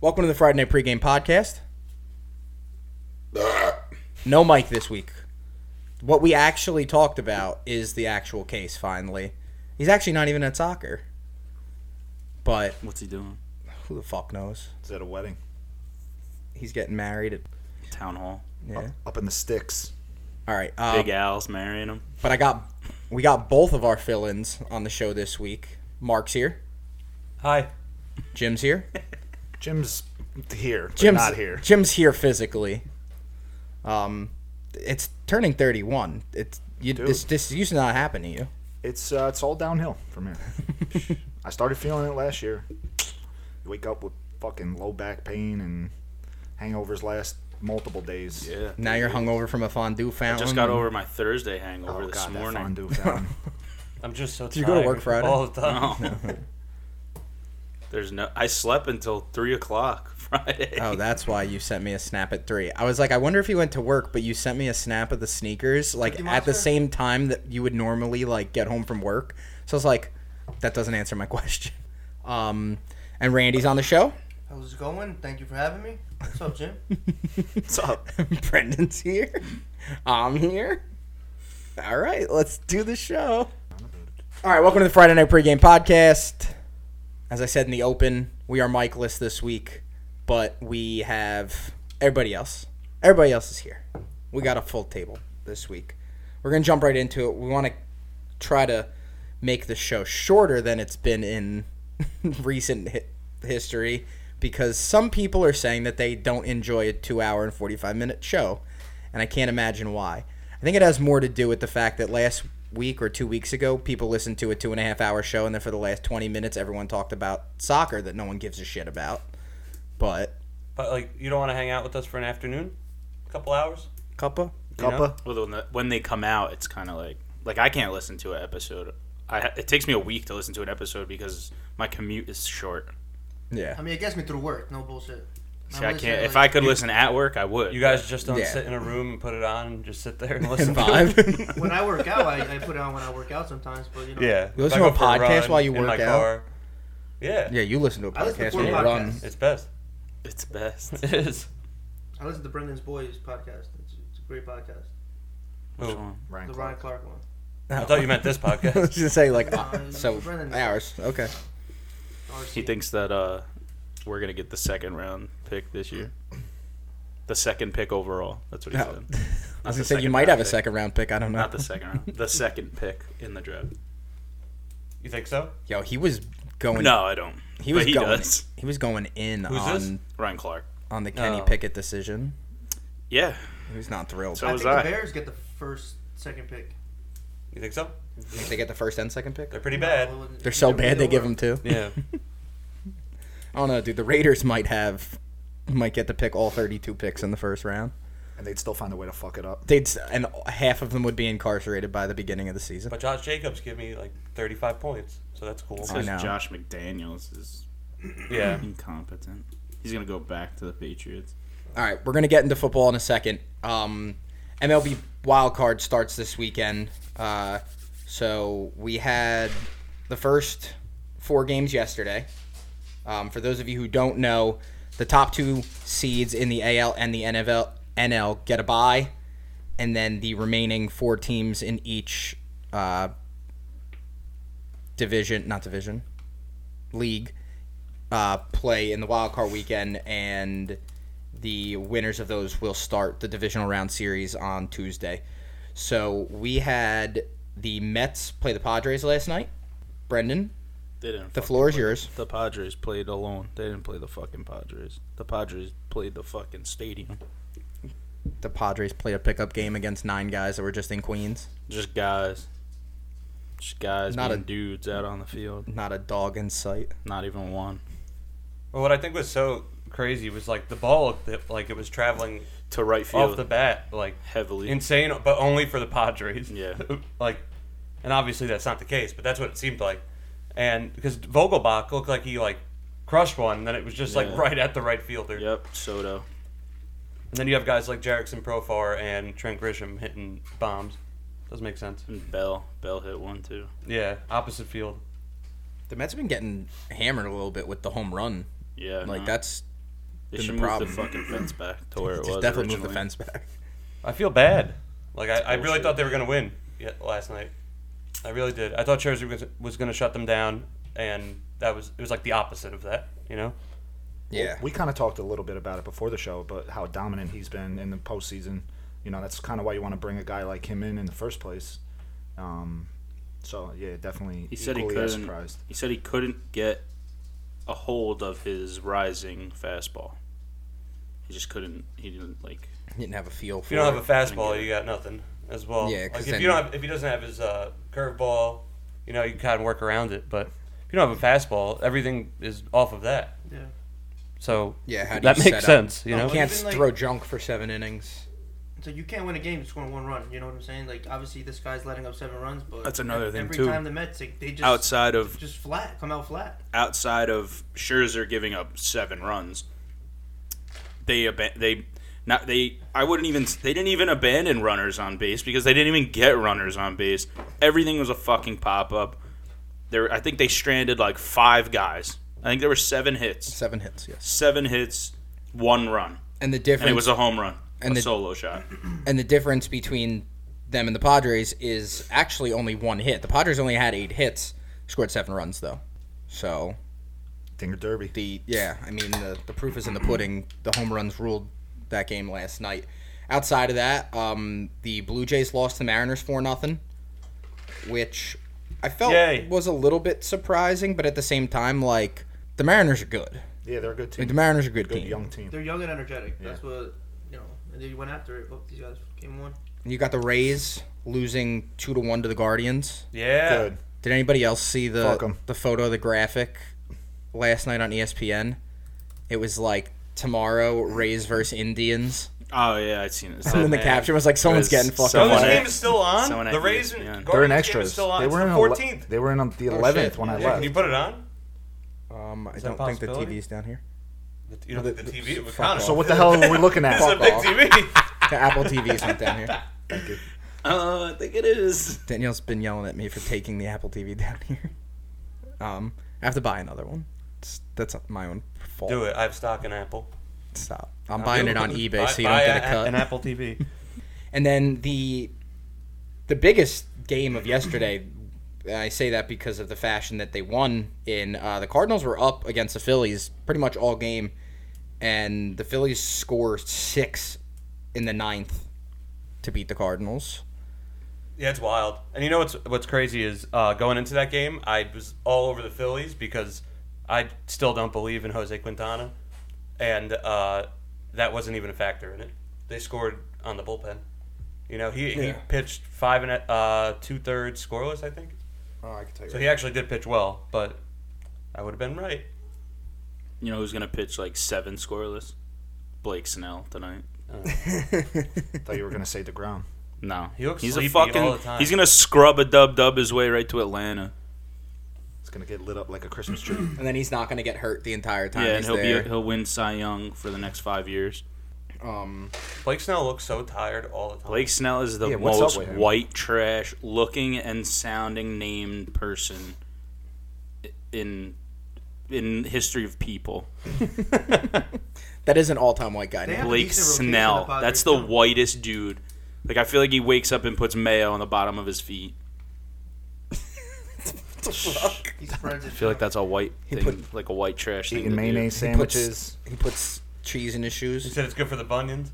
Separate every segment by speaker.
Speaker 1: Welcome to the Friday Night Pregame Podcast. No mic this week. What we actually talked about is the actual case. Finally, he's actually not even at soccer. But
Speaker 2: What's he doing?
Speaker 1: who the fuck knows?
Speaker 3: Is at a wedding
Speaker 1: He's getting married. At,
Speaker 2: Town hall.
Speaker 1: yeah.
Speaker 3: up in the sticks.
Speaker 1: All right. Um,
Speaker 2: Big Al's marrying him.
Speaker 1: But I got we got both of our fill-ins on the show this week. Mark's here.
Speaker 4: Hi.
Speaker 1: Jim's here.
Speaker 3: Jim's here, but
Speaker 1: Jim's
Speaker 3: not here.
Speaker 1: Jim's here physically. Um, it's turning thirty-one. It's you, this
Speaker 3: Dude.
Speaker 1: this used to not happen to you.
Speaker 3: It's uh, it's all downhill from here. I started feeling it last year. You wake up with fucking low back pain and hangovers last multiple days.
Speaker 2: Yeah.
Speaker 1: Now you're hungover from a fondue fountain.
Speaker 2: Just
Speaker 4: Mm-hmm.
Speaker 2: got over my Thursday hangover
Speaker 3: Oh
Speaker 2: this
Speaker 3: god, that
Speaker 2: morning.
Speaker 3: fondue fountain.
Speaker 4: I'm just so tired.
Speaker 1: you go to work Friday?
Speaker 4: All the time.
Speaker 2: No. Oh. There's no. I slept until three o'clock Friday.
Speaker 1: Oh, that's why you sent me a snap at three. I was like, I wonder if he went to work, but you sent me a snap of the sneakers like at the same time that you would normally like get home from work. So I was like, that doesn't answer my question. Um, and Randy's on the show.
Speaker 5: How's it going? Thank you for having me. What's up, Jim?
Speaker 3: What's up?
Speaker 1: Brendan's here. I'm here. All right, let's do the show. All right, welcome to the Friday Night Pregame Podcast. As I said in the open, we are micless this week, but we have everybody else. Everybody else is here. We got a full table this week. We're going to jump right into it. We want to try to make the show shorter than it's been in recent hi- history because some people are saying that they don't enjoy a two hour and 45 minute show, and I can't imagine why. I think it has more to do with the fact that last week or two weeks ago, people listened to a two and a half hour show, and then for the last 20 minutes, everyone talked about soccer that no one gives a shit about. But,
Speaker 4: But like, you don't want to hang out with us for an afternoon, a couple hours.
Speaker 1: Cuppa?
Speaker 4: You know?
Speaker 3: Cuppa?
Speaker 2: Well, when, the, when they come out, it's kind of like like I can't listen to an episode. I ha- it takes me a week to listen to an episode because my commute is short.
Speaker 1: Yeah.
Speaker 5: I mean, it gets me through work. No bullshit.
Speaker 2: See,
Speaker 5: I'm
Speaker 2: I
Speaker 5: listening,
Speaker 2: can't. If I
Speaker 5: like-
Speaker 2: could listen at work, I would.
Speaker 4: You guys just don't
Speaker 1: Yeah.
Speaker 4: sit in a room and put it on and just sit there and listen.
Speaker 1: And
Speaker 4: to it.
Speaker 1: vibe.
Speaker 5: when I work out, I, I put it on when I work out sometimes. But you know,
Speaker 4: Yeah.
Speaker 1: You
Speaker 4: If
Speaker 1: listen
Speaker 4: I
Speaker 1: to
Speaker 4: go
Speaker 1: a
Speaker 4: for
Speaker 1: podcast
Speaker 4: run
Speaker 1: while you
Speaker 4: in
Speaker 1: work
Speaker 4: my
Speaker 1: out?
Speaker 4: car- Yeah.
Speaker 1: yeah, you listen to a
Speaker 5: I listen
Speaker 1: podcast
Speaker 5: to
Speaker 1: when
Speaker 5: four
Speaker 1: you run.
Speaker 5: podcasts.
Speaker 4: It's best.
Speaker 2: It's best.
Speaker 4: It is.
Speaker 5: I listen to Brendan's Boys podcast. It's, it's a great podcast.
Speaker 2: Which
Speaker 4: Ooh.
Speaker 2: one?
Speaker 3: Ryan
Speaker 5: The Ryan
Speaker 3: Clark.
Speaker 5: Clark one.
Speaker 4: I thought you meant this
Speaker 1: I
Speaker 4: podcast.
Speaker 1: was gonna say like uh,
Speaker 5: No,
Speaker 1: so
Speaker 5: Brennan-
Speaker 1: hours. Okay.
Speaker 5: RC.
Speaker 2: He thinks that uh, we're gonna get the second round pick this year. The second pick overall. That's what he
Speaker 1: No.
Speaker 2: said.
Speaker 1: I
Speaker 2: Not
Speaker 1: was
Speaker 2: the
Speaker 1: gonna say you
Speaker 2: second
Speaker 1: might
Speaker 2: round
Speaker 1: have a
Speaker 2: pick.
Speaker 1: second round pick. I don't know.
Speaker 2: Not the second round. The second pick in the draft.
Speaker 4: You think so?
Speaker 1: Yo, he was going.
Speaker 2: No, I don't.
Speaker 1: he was
Speaker 2: but he
Speaker 1: going.
Speaker 2: does.
Speaker 1: He was going in
Speaker 4: Who's
Speaker 1: on
Speaker 4: this?
Speaker 2: Ryan Clark.
Speaker 1: on the Kenny
Speaker 4: Oh.
Speaker 1: Pickett decision.
Speaker 2: Yeah.
Speaker 1: He was not thrilled.
Speaker 2: So-
Speaker 5: I
Speaker 2: was
Speaker 5: think
Speaker 2: I.
Speaker 5: the Bears get the first, second pick.
Speaker 4: You think so?
Speaker 1: Think they get the first and second pick.
Speaker 4: They're pretty bad.
Speaker 5: Well, it-
Speaker 1: They're so
Speaker 5: it-
Speaker 1: bad
Speaker 5: it'll
Speaker 1: they give
Speaker 5: work.
Speaker 1: him two.
Speaker 4: Yeah.
Speaker 1: I don't know, dude. The Raiders might have might get to pick all 32 picks in the first round.
Speaker 3: And they'd still find a way to fuck it up.
Speaker 1: They'd s- and half of them would be incarcerated by the beginning of the season.
Speaker 4: But Josh Jacobs gave me like 35 points, so that's cool.
Speaker 1: I
Speaker 2: Says
Speaker 1: know.
Speaker 2: Josh McDaniels is
Speaker 4: Yeah.
Speaker 2: incompetent. He's gonna go back to the Patriots.
Speaker 1: All right, we're gonna get into football in a second. Um, MLB Wild Card starts this weekend, uh, so we had the first four games yesterday. Um, for those of you who don't know, the top two seeds in the AL and the NL NL get a bye, and then the remaining four teams in each uh, division, not division, league, uh, play in the wild card weekend, and the winners of those will start the divisional round series on Tuesday. So we had the Mets play the Padres last night. Brendan,
Speaker 2: They didn't.
Speaker 1: the
Speaker 2: fucking
Speaker 1: floor is
Speaker 2: play-
Speaker 1: yours.
Speaker 2: The Padres played alone. They didn't play the fucking Padres. The Padres played the fucking stadium.
Speaker 1: The Padres played a pickup game against nine guys that were just in Queens.
Speaker 2: Just guys. Just guys.
Speaker 1: Not
Speaker 2: Not
Speaker 1: a-
Speaker 2: dudes out on the field.
Speaker 1: Not a dog in sight.
Speaker 2: Not even one.
Speaker 4: Well, what I think was so crazy was like the ball, that, like it was traveling
Speaker 2: To right field.
Speaker 4: off the bat, like
Speaker 2: heavily.
Speaker 4: insane, but only for the Padres.
Speaker 2: Yeah.
Speaker 4: like, and obviously that's not the case, but that's what it seemed like. And because Vogelbach looked like he like crushed one, and then it was just
Speaker 2: Yeah.
Speaker 4: like right at the right fielder.
Speaker 2: yep. Soto.
Speaker 4: And then you have guys like Jerickson Profar and Trent Grisham hitting bombs. Doesn't make sense.
Speaker 2: And Bell. Bell hit one too.
Speaker 4: Yeah, opposite field.
Speaker 1: The Mets have been getting hammered a little bit with the home run.
Speaker 2: Yeah.
Speaker 1: Like
Speaker 2: no.
Speaker 1: that's
Speaker 2: They
Speaker 1: been
Speaker 2: should
Speaker 1: the
Speaker 2: move
Speaker 1: problem.
Speaker 2: the fucking fence back to where it
Speaker 1: Just
Speaker 2: was.
Speaker 1: definitely move the
Speaker 2: originally.
Speaker 1: fence back.
Speaker 4: I feel bad. Like I, I really
Speaker 2: bullshit.
Speaker 4: thought they were gonna win yet last night. I really did. I thought Cherry was, was gonna shut them down, and that was it was like the opposite of that. You know,
Speaker 1: Yeah.
Speaker 3: We kind of talked a little bit about it before the show, but how dominant he's been in the postseason. You know, that's kind of why you want to bring a guy like him in in the first place. Um, so Oh, yeah, definitely.
Speaker 2: He said he
Speaker 3: equally as
Speaker 2: couldn't.
Speaker 3: Surprised.
Speaker 2: He said he couldn't get a hold of his rising fastball. He just couldn't. He didn't like.
Speaker 1: He didn't have a feel for
Speaker 4: if you don't
Speaker 1: it.
Speaker 4: have a fastball, you got nothing as well.
Speaker 1: Yeah, 'cause
Speaker 4: like if
Speaker 1: then-
Speaker 4: you don't have, if he doesn't have his uh, curveball, you know, you can kind of work around it. But if you don't have a fastball, everything is off of that.
Speaker 5: Yeah.
Speaker 4: So
Speaker 1: Yeah, how do
Speaker 4: that
Speaker 1: you
Speaker 4: makes
Speaker 1: set up?
Speaker 4: sense. You know,
Speaker 1: You can't
Speaker 5: Even, like-
Speaker 1: throw junk for seven innings.
Speaker 5: So you can't win a game scoring one run. You know what I'm saying? Like obviously this guy's letting up seven runs, but
Speaker 2: That's another thing,
Speaker 5: every
Speaker 2: too.
Speaker 5: time the Mets like, they just
Speaker 2: Outside of
Speaker 5: just flat come out flat.
Speaker 2: outside of Scherzer giving up seven runs, they aban- they not they I wouldn't even they didn't even abandon runners on base because they didn't even get runners on base. Everything was a fucking pop up. There I think they stranded like five guys. I think there were seven hits,
Speaker 1: Seven hits, yes.
Speaker 2: seven hits, one run,
Speaker 1: And the
Speaker 2: and
Speaker 1: difference
Speaker 2: it was a home run,
Speaker 1: And
Speaker 2: a
Speaker 1: the-
Speaker 2: solo shot.
Speaker 1: and the difference between them and the Padres is actually only one hit. The Padres only had eight hits, scored seven runs though. So
Speaker 3: Dinger Derby.
Speaker 1: the yeah, I mean the, the proof is in the pudding. The home runs ruled that game last night. Outside of that, um, the Blue Jays lost the Mariners four nothing, which I felt
Speaker 4: Yay.
Speaker 1: was a little bit surprising, but at the same time, like the Mariners are good.
Speaker 3: Yeah, they're a good
Speaker 1: I mean,
Speaker 3: team.
Speaker 1: the Mariners are a good,
Speaker 3: good
Speaker 1: team.
Speaker 3: young team.
Speaker 5: They're young and energetic. That's what you know. And they went after it. Oh, these guys came one.
Speaker 1: You got the Rays losing two to one to the Guardians.
Speaker 4: yeah,
Speaker 3: Good.
Speaker 1: Did anybody else see
Speaker 3: Fuck
Speaker 1: the
Speaker 3: 'em.
Speaker 1: the photo, the graphic last night on E ESPN? It was like tomorrow Rays versus Indians,
Speaker 2: Oh yeah, I've seen it.
Speaker 1: and then the caption was like someone's
Speaker 2: was
Speaker 1: getting
Speaker 4: So
Speaker 1: fucking
Speaker 2: someone-
Speaker 4: this
Speaker 2: Someone
Speaker 1: money.
Speaker 4: game is still on.
Speaker 2: someone
Speaker 4: the
Speaker 2: at
Speaker 4: Rays
Speaker 2: ESPN.
Speaker 4: and
Speaker 3: They're in
Speaker 4: Guardians game is
Speaker 3: extras.
Speaker 4: still on.
Speaker 3: They were in
Speaker 4: it's the
Speaker 3: ele-
Speaker 4: 14th.
Speaker 3: They were in um, the
Speaker 1: shit.
Speaker 3: 11th when I
Speaker 4: Yeah, can you
Speaker 3: left.
Speaker 4: put it on?
Speaker 1: Um, I
Speaker 4: Is that a
Speaker 1: don't think the
Speaker 4: possibility?
Speaker 1: TV's down here.
Speaker 4: The, you know, the,
Speaker 1: the- the-
Speaker 4: TV. It was
Speaker 1: fuck
Speaker 4: kind
Speaker 1: off.
Speaker 3: So what the hell were we looking
Speaker 4: This
Speaker 3: at?
Speaker 4: is a
Speaker 1: Fuck
Speaker 4: big
Speaker 1: off.
Speaker 4: TV.
Speaker 1: The Apple TV's not down here.
Speaker 2: Oh, I think it is.
Speaker 1: Danielle's been yelling at me for taking the Apple TV down here. Um, I have to buy another one. It's, that's my own fault.
Speaker 4: Do it. I have stock in Apple.
Speaker 1: Stop. I'm buying it on eBay,
Speaker 4: Buy-
Speaker 1: so you don't
Speaker 4: buy
Speaker 1: get a
Speaker 4: a-
Speaker 1: cut.
Speaker 4: An Apple TV.
Speaker 1: And then the the biggest game of yesterday, and I say that because of the fashion that they won in. Uh, the Cardinals were up against the Phillies pretty much all game, and the Phillies score six in the ninth to beat the Cardinals.
Speaker 4: Yeah, it's wild. And you know what's what's crazy is uh, going into that game, I was all over the Phillies because I still don't believe in Jose Quintana, and uh, that wasn't even a factor in it. They scored on the bullpen. You know, he, he
Speaker 1: Yeah.
Speaker 4: pitched five and a- uh, two thirds scoreless, I think.
Speaker 1: Oh, I can tell
Speaker 4: So he actually did pitch well, but I would have been right.
Speaker 2: You know who's gonna pitch like seven scoreless? Blake Snell tonight.
Speaker 3: thought you were gonna say the ground.
Speaker 2: No,
Speaker 4: He looks
Speaker 2: he's
Speaker 4: sleepy
Speaker 2: a fucking.
Speaker 4: all the time.
Speaker 2: He's gonna scrub a dub dub his way right to Atlanta.
Speaker 3: It's gonna get lit up like a Christmas tree.
Speaker 1: And then he's not going to get hurt the entire time
Speaker 2: yeah, and
Speaker 1: he's
Speaker 2: he'll
Speaker 1: there.
Speaker 2: be he'll win Cy Young for the next five years.
Speaker 1: um,
Speaker 4: Blake Snell looks so tired all the time.
Speaker 2: Blake Snell is the
Speaker 3: Yeah, what's up
Speaker 2: most
Speaker 3: with him?
Speaker 2: white trash looking and sounding named person i- in in history of people.
Speaker 1: that is an all-time white guy.
Speaker 5: They
Speaker 1: name.
Speaker 5: have a
Speaker 2: Blake
Speaker 5: decent rotation
Speaker 2: Snell.
Speaker 5: of Padres
Speaker 2: That's the
Speaker 5: now.
Speaker 2: whitest dude. Like I feel like he wakes up and puts mayo on the bottom of his feet.
Speaker 5: He spreads it.
Speaker 2: I feel like that's a white thing,
Speaker 1: put-
Speaker 2: like a white trash thing.
Speaker 3: Eating
Speaker 2: to do.
Speaker 3: mayonnaise
Speaker 1: He puts-
Speaker 3: sandwiches.
Speaker 1: He puts cheese in his
Speaker 4: He
Speaker 1: shoes.
Speaker 4: said it's good for the bunions.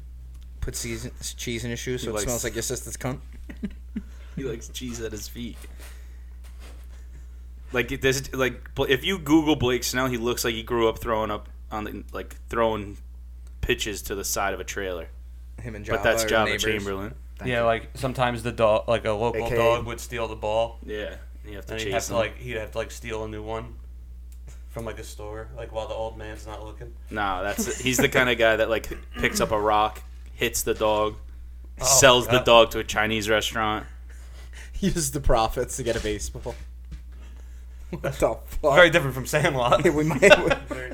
Speaker 1: Puts season, cheese in his shoes, so it
Speaker 2: likes-
Speaker 1: smells like your sister's cunt.
Speaker 2: He likes cheese at his feet. Like it- this, like Bla- if you Google Blake Snell, he looks like he grew up throwing up on the like throwing pitches to the side of a trailer.
Speaker 1: Him and Java
Speaker 2: But that's
Speaker 1: are
Speaker 2: Java
Speaker 1: neighbors.
Speaker 2: Chamberlain.
Speaker 3: Thank
Speaker 4: yeah,
Speaker 3: you.
Speaker 4: like sometimes the dog, like a local
Speaker 3: AKA
Speaker 4: dog, would steal the ball.
Speaker 2: Yeah, and you have to
Speaker 4: And he'd have
Speaker 2: chase
Speaker 4: to
Speaker 2: him.
Speaker 4: like he'd have to like steal a new one from like a store, like while the old man's not looking.
Speaker 2: nah, that's he's the kind of guy that like picks up a rock, hits the dog,
Speaker 4: Oh,
Speaker 2: sells the
Speaker 4: God.
Speaker 2: dog to a Chinese restaurant.
Speaker 1: use the profits to get a baseball. What the fuck?
Speaker 4: Very different from Sandlot.
Speaker 1: Oh. we might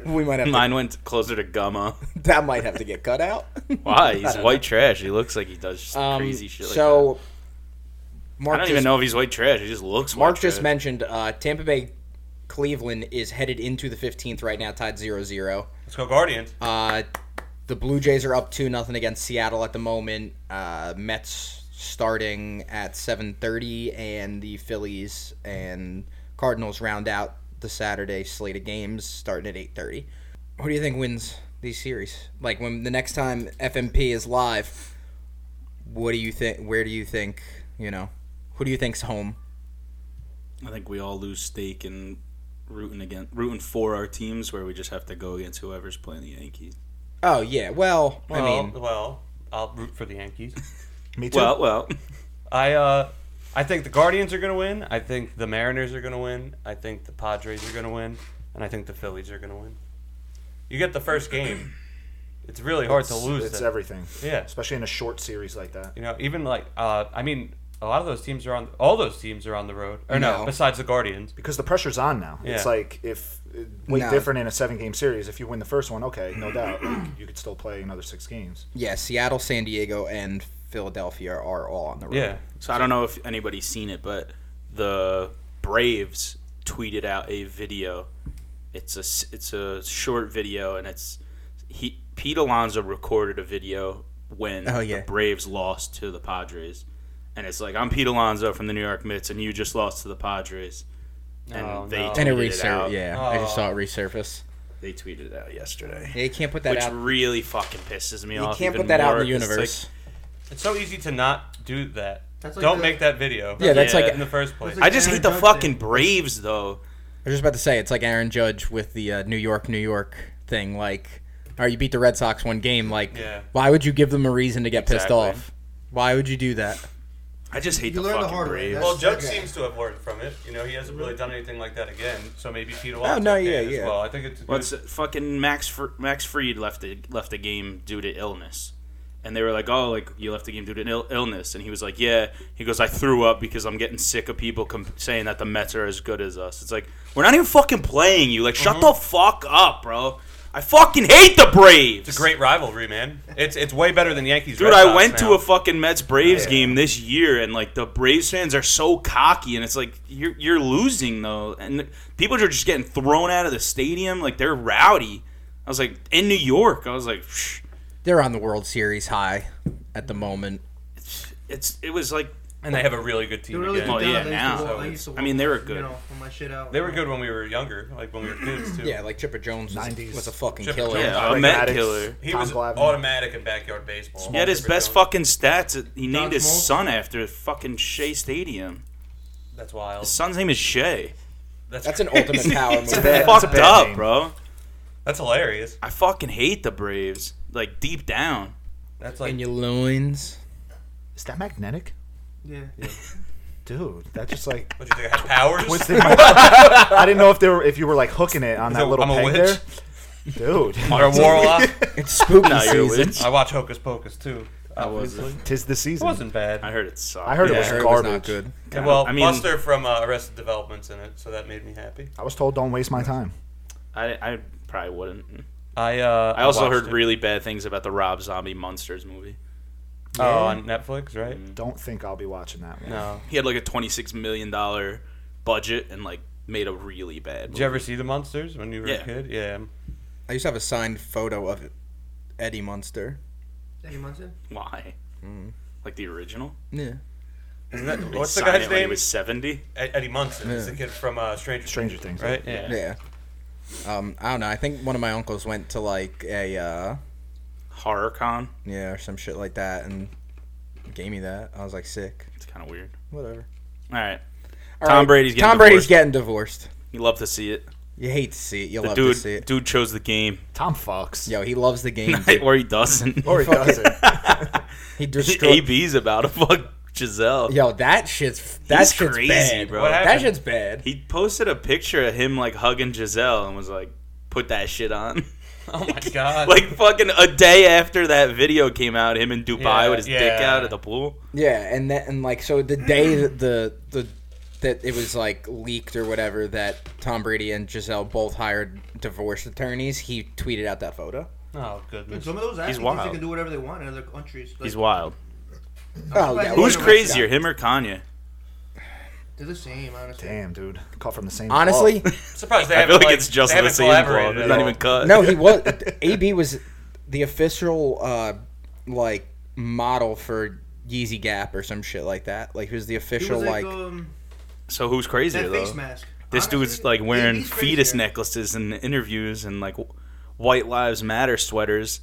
Speaker 1: we, might have
Speaker 2: Mine went closer to Gummo.
Speaker 1: to, that might have to get cut out.
Speaker 2: Why? He's white trash. He looks like he does just
Speaker 1: Um,
Speaker 2: crazy shit. Like
Speaker 1: so Mark
Speaker 2: that. I don't
Speaker 1: just,
Speaker 2: even know if he's white trash. He just looks.
Speaker 1: Mark
Speaker 2: white
Speaker 1: just
Speaker 2: trash.
Speaker 1: mentioned uh, Tampa Bay Cleveland is headed into the 15th right now, tied 0 0.
Speaker 4: Let's go Guardians.
Speaker 1: Uh, the Blue Jays are up two nothing against Seattle at the moment. Uh, Mets starting at seven thirty, and the Phillies and Cardinals round out the Saturday slate of games starting at eight thirty. Who do you think wins these series? Like when the next time FMP is live, what do you think? Where do you think? You know, who do you think's home?
Speaker 2: I think we all lose stake in rooting against rooting for our teams where we just have to go against whoever's playing the Yankees.
Speaker 1: Oh yeah, well,
Speaker 4: Well,
Speaker 1: I mean,
Speaker 4: well, I'll root for the Yankees.
Speaker 3: Me too.
Speaker 2: Well, well,
Speaker 4: I uh, I think the Guardians are gonna win. I think the Mariners are gonna win. I think the Padres are gonna win, and I think the Phillies are gonna win. You get the first game. It's really hard to
Speaker 3: It's-
Speaker 4: lose.
Speaker 3: It's
Speaker 4: that.
Speaker 3: everything.
Speaker 4: Yeah.
Speaker 3: Especially in a short series like that.
Speaker 4: You know, even like uh, I mean, a lot of those teams are on. All those teams are on the road. Or no,
Speaker 1: No.
Speaker 4: besides the Guardians.
Speaker 3: Because the pressure's on now. It's
Speaker 4: Yeah.
Speaker 3: like if uh, way
Speaker 1: No.
Speaker 3: different in a seven game series. If you win the first one, okay, no doubt. Like, you could still play another six games.
Speaker 1: yeah, Seattle, San Diego, and Philadelphia are all on the road.
Speaker 4: Yeah.
Speaker 2: so I don't know if anybody's seen it, but the Braves tweeted out a video. It's a s- it's a short video, and it's he Pete Alonso recorded a video when
Speaker 1: Oh, yeah.
Speaker 2: the Braves lost to the Padres, and it's like I'm Pete Alonso from the New York Mets, and you just lost to the Padres, and
Speaker 4: Oh,
Speaker 2: they
Speaker 4: no.
Speaker 2: tweeted
Speaker 1: And it
Speaker 2: it out.
Speaker 1: resurfaced. Yeah, I just
Speaker 4: Oh.
Speaker 1: saw it resurface.
Speaker 2: They tweeted it out yesterday.
Speaker 1: Yeah, you can't put that
Speaker 2: which
Speaker 1: out.
Speaker 2: really fucking pisses me
Speaker 1: You
Speaker 2: off.
Speaker 1: can't
Speaker 2: even
Speaker 1: put that out in
Speaker 2: more.
Speaker 1: the
Speaker 2: It's like-
Speaker 1: universe.
Speaker 4: It's so easy to not do that.
Speaker 5: That's like
Speaker 4: Don't
Speaker 5: the-
Speaker 4: make that video.
Speaker 1: yeah, that's
Speaker 2: Yeah.
Speaker 1: like
Speaker 4: in the first place.
Speaker 5: That's like-
Speaker 2: I just hate the fucking Braves though.
Speaker 1: I was just about to say. It's like Aaron Judge with the uh, New York, New York thing. Like, all right, you beat the Red Sox one game. Like,
Speaker 4: Yeah.
Speaker 1: why would you give them a reason to get pissed
Speaker 2: Exactly.
Speaker 1: off? Why would you do that?
Speaker 2: I just hate
Speaker 5: You
Speaker 2: the
Speaker 5: learn the
Speaker 2: fucking
Speaker 5: hard way,
Speaker 2: Braves.
Speaker 5: that's-
Speaker 4: Well, Judge
Speaker 5: Okay.
Speaker 4: seems to have learned from it. You know, he hasn't really done anything like that again. So maybe Pete
Speaker 1: Oh,
Speaker 4: Alonso
Speaker 1: no,
Speaker 4: can
Speaker 1: yeah,
Speaker 4: as
Speaker 1: yeah.
Speaker 4: well. I think it's a good-
Speaker 2: What's fucking Max Fr- Max Freed left the left the game due to illness, and they were like, "Oh, like you left the game due to Ill- illness," and he was like, "Yeah." He goes, "I threw up because I'm getting sick of people com- saying that the Mets are as good as us." It's like we're not even fucking playing you. Like,
Speaker 5: Mm-hmm.
Speaker 2: shut the fuck up, bro. I fucking hate the Braves.
Speaker 4: it's a great rivalry, man. It's it's way better than Yankees.
Speaker 2: Dude,
Speaker 4: Red
Speaker 2: I
Speaker 4: Sox
Speaker 2: went
Speaker 4: now.
Speaker 2: to a fucking Mets Braves
Speaker 3: Yeah.
Speaker 2: game this year, and like the Braves fans are so cocky, and it's like you're you're losing though, and people are just getting thrown out of the stadium, like they're rowdy. I was like in New York, I was like, Psh.
Speaker 1: They're on the World Series high at the moment.
Speaker 2: it's it was like
Speaker 4: and they have a really good team.
Speaker 5: They're really
Speaker 4: again.
Speaker 2: Oh,
Speaker 5: good.
Speaker 2: yeah,
Speaker 5: I used
Speaker 2: now.
Speaker 5: to wa- I, used to
Speaker 2: I mean, they were
Speaker 5: watch,
Speaker 2: good.
Speaker 5: You know, when my shit out.
Speaker 4: They were good when we were younger, like when we were kids too.
Speaker 1: Yeah, like Chipper Jones was,
Speaker 3: 90s.
Speaker 1: was a fucking
Speaker 4: Chipper
Speaker 1: killer.
Speaker 4: Jones.
Speaker 2: yeah, a
Speaker 3: Greg
Speaker 2: Met
Speaker 3: Maddox.
Speaker 2: killer.
Speaker 4: he
Speaker 3: Tom
Speaker 4: was
Speaker 3: Glavine.
Speaker 4: automatic in backyard baseball.
Speaker 2: He had his best fucking stats. He named his
Speaker 5: Smoltz?
Speaker 2: son after fucking Shea Stadium.
Speaker 4: That's wild.
Speaker 2: His son's name is Shea.
Speaker 1: That's an ultimate power
Speaker 2: It's
Speaker 1: move.
Speaker 3: bad-
Speaker 2: fucked
Speaker 3: it's a bad
Speaker 2: up,
Speaker 3: name.
Speaker 2: bro.
Speaker 4: That's hilarious.
Speaker 2: I fucking hate the Braves, like deep down.
Speaker 4: That's
Speaker 1: In
Speaker 4: like
Speaker 1: your loins.
Speaker 3: Is that magnetic?
Speaker 5: Yeah.
Speaker 3: Dude, that just like
Speaker 4: what do you think? I had powers.
Speaker 3: twisted my I didn't know if they were if you were like hooking it on
Speaker 4: Is
Speaker 3: that
Speaker 4: it-
Speaker 3: little
Speaker 4: I'm a
Speaker 3: peg
Speaker 4: witch?
Speaker 3: there. Dude.
Speaker 4: Or a warlock.
Speaker 1: It's spooky
Speaker 2: No, you're a
Speaker 1: season.
Speaker 2: witch.
Speaker 4: I watch Hocus Pocus too.
Speaker 2: I wasn't.
Speaker 3: Tis the
Speaker 4: It
Speaker 3: season.
Speaker 4: wasn't bad.
Speaker 2: I heard it sucked.
Speaker 3: I heard
Speaker 1: Yeah,
Speaker 3: it was
Speaker 1: it was
Speaker 3: garbage.
Speaker 1: not good.
Speaker 4: And, well,
Speaker 2: I mean-
Speaker 4: Buster from uh, Arrested Development's in it, so that made me happy.
Speaker 3: I was told don't waste my time.
Speaker 2: I, I probably wouldn't.
Speaker 4: I uh,
Speaker 2: I also
Speaker 4: watched
Speaker 2: heard
Speaker 4: it.
Speaker 2: really bad things about the Rob Zombie Monsters movie.
Speaker 4: oh on Netflix, right?
Speaker 2: Mm.
Speaker 3: Don't think I'll be watching that one.
Speaker 4: No.
Speaker 2: He had like a twenty-six million dollar budget and like made a really bad.
Speaker 4: Did
Speaker 2: Movie.
Speaker 4: you ever see the monsters when you were
Speaker 2: Yeah.
Speaker 4: a kid? Yeah.
Speaker 1: I used to have a signed photo of Eddie Munster.
Speaker 5: Eddie Munson?
Speaker 2: Why? Like the original?
Speaker 1: Yeah.
Speaker 4: Isn't that,
Speaker 2: They
Speaker 4: what's the
Speaker 2: signed
Speaker 4: guy's
Speaker 2: it when He
Speaker 4: name?
Speaker 2: was seventy.
Speaker 4: Ed- Eddie Munson. He's
Speaker 1: Yeah.
Speaker 4: the kid from uh, Stranger
Speaker 3: Stranger Things.
Speaker 4: right? Yeah.
Speaker 1: Yeah. Um, I don't know. I think one of my uncles went to like a uh,
Speaker 2: Horror con.
Speaker 1: yeah or some shit like that and gave me that. I was like sick.
Speaker 2: It's kind of weird.
Speaker 1: Whatever.
Speaker 2: All right.
Speaker 1: All
Speaker 2: Tom Brady's getting
Speaker 1: Tom Brady's
Speaker 2: divorced.
Speaker 1: getting divorced.
Speaker 2: You love to see it.
Speaker 1: You hate to see it. You
Speaker 2: The
Speaker 1: love to see
Speaker 2: dude,
Speaker 1: it.
Speaker 2: dude chose the game,
Speaker 3: Tom Fox.
Speaker 1: Yo, he loves the game. dude.
Speaker 2: or he doesn't.
Speaker 3: Or he
Speaker 1: Fuck
Speaker 3: does
Speaker 1: it.
Speaker 3: it.
Speaker 1: He destroyed.
Speaker 2: AB's about to fuck Giselle.
Speaker 1: Yo, that shit's that
Speaker 2: He's
Speaker 1: shit's
Speaker 2: crazy,
Speaker 1: bad,
Speaker 2: bro.
Speaker 4: What
Speaker 1: That
Speaker 4: happened?
Speaker 1: shit's bad.
Speaker 2: He posted a picture of him like hugging Giselle and was like, "Put that shit on."
Speaker 4: Oh my god.
Speaker 2: like fucking a day after that video came out, him in Dubai
Speaker 4: Yeah,
Speaker 2: with his dick
Speaker 4: yeah.
Speaker 2: out at the pool.
Speaker 1: Yeah, and that and like so the day that the the that it was like leaked or whatever that Tom Brady and Giselle both hired divorce attorneys, he tweeted out that photo.
Speaker 4: oh
Speaker 5: Dude,
Speaker 4: goodness.
Speaker 5: some of those athletes
Speaker 2: wild.
Speaker 5: they can do whatever they want in other countries. Like,
Speaker 2: He's wild.
Speaker 1: Oh
Speaker 5: surprised
Speaker 1: yeah,
Speaker 5: he
Speaker 2: Who's
Speaker 5: Yeah.
Speaker 2: crazier, him or Kanye?
Speaker 5: They're the same, honestly.
Speaker 3: Damn, dude. Caught from the same. glove.
Speaker 1: Honestly,
Speaker 4: Surprised they
Speaker 2: I
Speaker 4: haven't.
Speaker 2: feel like,
Speaker 4: like,
Speaker 2: it's just
Speaker 4: they
Speaker 2: the
Speaker 4: haven't
Speaker 2: same
Speaker 4: collaborated
Speaker 2: glove. It's
Speaker 4: at
Speaker 2: not
Speaker 4: all.
Speaker 2: even cut.
Speaker 1: no, he was AB was the official uh like model for Yeezy Gap or some shit like that. Like he was the
Speaker 5: He was
Speaker 1: official like,
Speaker 5: um,
Speaker 2: So who's crazier
Speaker 5: that
Speaker 2: though?
Speaker 5: face mask.
Speaker 2: This
Speaker 5: Honestly,
Speaker 2: dude's like
Speaker 5: yeah,
Speaker 2: wearing
Speaker 5: he's crazier.
Speaker 2: fetus necklaces in interviews and like wh- White Lives Matter sweaters.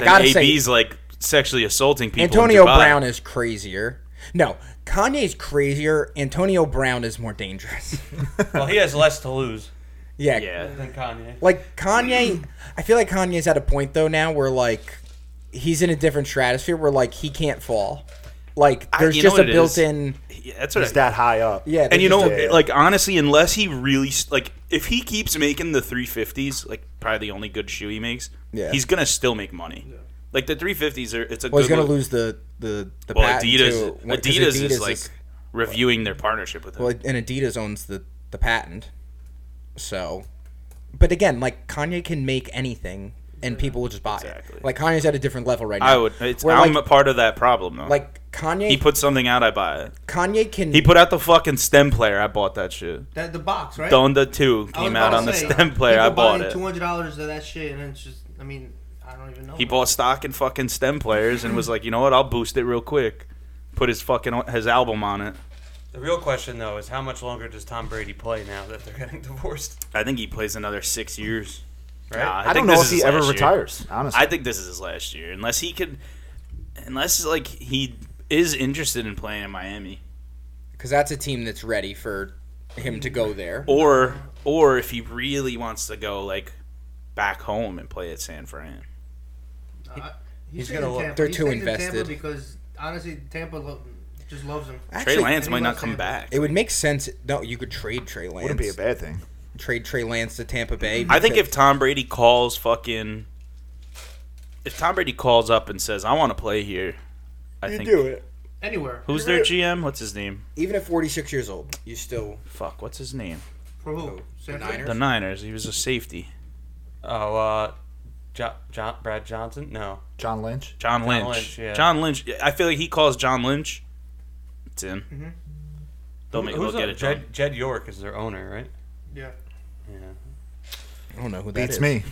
Speaker 1: I
Speaker 2: then
Speaker 1: gotta say-
Speaker 2: AB's like sexually assaulting people. in
Speaker 1: Antonio
Speaker 2: Dubai.
Speaker 1: Brown is crazier. No, Kanye's crazier. Antonio Brown is more dangerous.
Speaker 4: Well, he has less to lose
Speaker 1: yeah.
Speaker 2: Yeah.
Speaker 4: than Kanye.
Speaker 1: Like Kanye, I feel like Kanye's at a point though now where like he's in a different stratosphere where like he can't fall. Like
Speaker 2: I-
Speaker 1: there's
Speaker 2: you know
Speaker 1: just a
Speaker 2: what it is?
Speaker 1: built-in
Speaker 2: Yeah, that's what
Speaker 3: he's
Speaker 2: I,
Speaker 3: that high up.
Speaker 1: yeah.
Speaker 2: And
Speaker 1: there's
Speaker 2: you
Speaker 1: just
Speaker 2: know,
Speaker 1: a-
Speaker 3: Yeah.
Speaker 2: like honestly, unless he really s- like, if he keeps making the 350s, like probably the only good shoe he makes,
Speaker 1: Yeah.
Speaker 2: he's gonna still make money. Like the 350s are, it's a.
Speaker 1: well, he's
Speaker 2: good
Speaker 1: gonna
Speaker 2: look-
Speaker 1: lose the the the
Speaker 2: Well,
Speaker 1: patent
Speaker 2: Adidas,
Speaker 1: too, when- 'cause
Speaker 2: Adidas, is like
Speaker 1: is-
Speaker 2: reviewing their partnership with him.
Speaker 1: well, and Adidas owns the the patent. So, but again, like Kanye can make anything, and people will just buy
Speaker 2: Exactly.
Speaker 1: it. Like Kanye's at a different level right now.
Speaker 2: I would. It's,
Speaker 1: Where,
Speaker 2: I'm
Speaker 1: like-
Speaker 2: a part of that problem though.
Speaker 1: like Kanye.
Speaker 2: he put something out, I buy it.
Speaker 1: Kanye can.
Speaker 2: He put out the fucking stem player. I bought that shit.
Speaker 5: That, the box, right?
Speaker 2: Donda 2
Speaker 5: I was
Speaker 2: came
Speaker 5: about
Speaker 2: out
Speaker 5: to
Speaker 2: on the
Speaker 5: say,
Speaker 2: stem player. I
Speaker 5: people
Speaker 2: bought
Speaker 5: buying
Speaker 2: it.
Speaker 5: Two hundred dollars of that shit, and it's just. I mean, I don't even know.
Speaker 2: He bought stock in fucking stem players and was like, you know what? I'll boost it real quick. Put his fucking his album on it.
Speaker 4: The real question though is how much longer does Tom Brady play now that they're getting divorced?
Speaker 2: I think he plays another six years.
Speaker 4: Right?
Speaker 2: Nah,
Speaker 3: I, don't
Speaker 2: think
Speaker 3: know
Speaker 2: this
Speaker 3: if
Speaker 2: is
Speaker 3: he
Speaker 2: his
Speaker 3: ever
Speaker 2: last year.
Speaker 3: retires. Honestly,
Speaker 2: I think this is his last year, unless he could, unless like he is interested in playing in Miami,
Speaker 1: because that's a team that's ready for him to go there.
Speaker 2: or or if he really wants to go like back home and play at San Fran.
Speaker 5: Uh,
Speaker 4: He's
Speaker 5: he's
Speaker 4: gonna
Speaker 5: gonna
Speaker 4: look-
Speaker 5: Tampa.
Speaker 1: they're
Speaker 5: He's
Speaker 1: too
Speaker 5: taking
Speaker 1: invested.
Speaker 5: Tampa because honestly, Tampa lo- just loves him.
Speaker 1: Actually,
Speaker 2: Trey Lance
Speaker 5: he
Speaker 2: might not
Speaker 5: loves
Speaker 2: come
Speaker 5: Tampa.
Speaker 2: back.
Speaker 1: It would make sense. No, you could trade Trey Lance.
Speaker 3: wouldn't be a bad thing.
Speaker 1: trade Trey Lance to Tampa Bay.
Speaker 2: I think
Speaker 1: because-
Speaker 2: if Tom Brady calls fucking, if Tom Brady calls up and says I want to play here, I think
Speaker 1: it,
Speaker 5: Anywhere.
Speaker 2: who's their GM? What's his name?
Speaker 1: even at 46 years old, you still
Speaker 2: Fuck, what's his name?
Speaker 5: For who?
Speaker 1: The
Speaker 5: San Fran?
Speaker 1: Oh, Niners?
Speaker 2: The Niners. He was a safety.
Speaker 4: Oh, uh, jo- John Brad Johnson? No.
Speaker 3: John Lynch.
Speaker 2: John Lynch.
Speaker 4: Lynch, yeah.
Speaker 2: John Lynch. I feel like he calls John Lynch. It's in. They'll make. They'll
Speaker 4: Who's
Speaker 2: get
Speaker 4: the-
Speaker 2: it. done.
Speaker 4: Jed, Jed York is their owner, right?
Speaker 5: Yeah.
Speaker 4: Yeah.
Speaker 1: I don't know who that
Speaker 3: Beats
Speaker 1: is.
Speaker 3: me.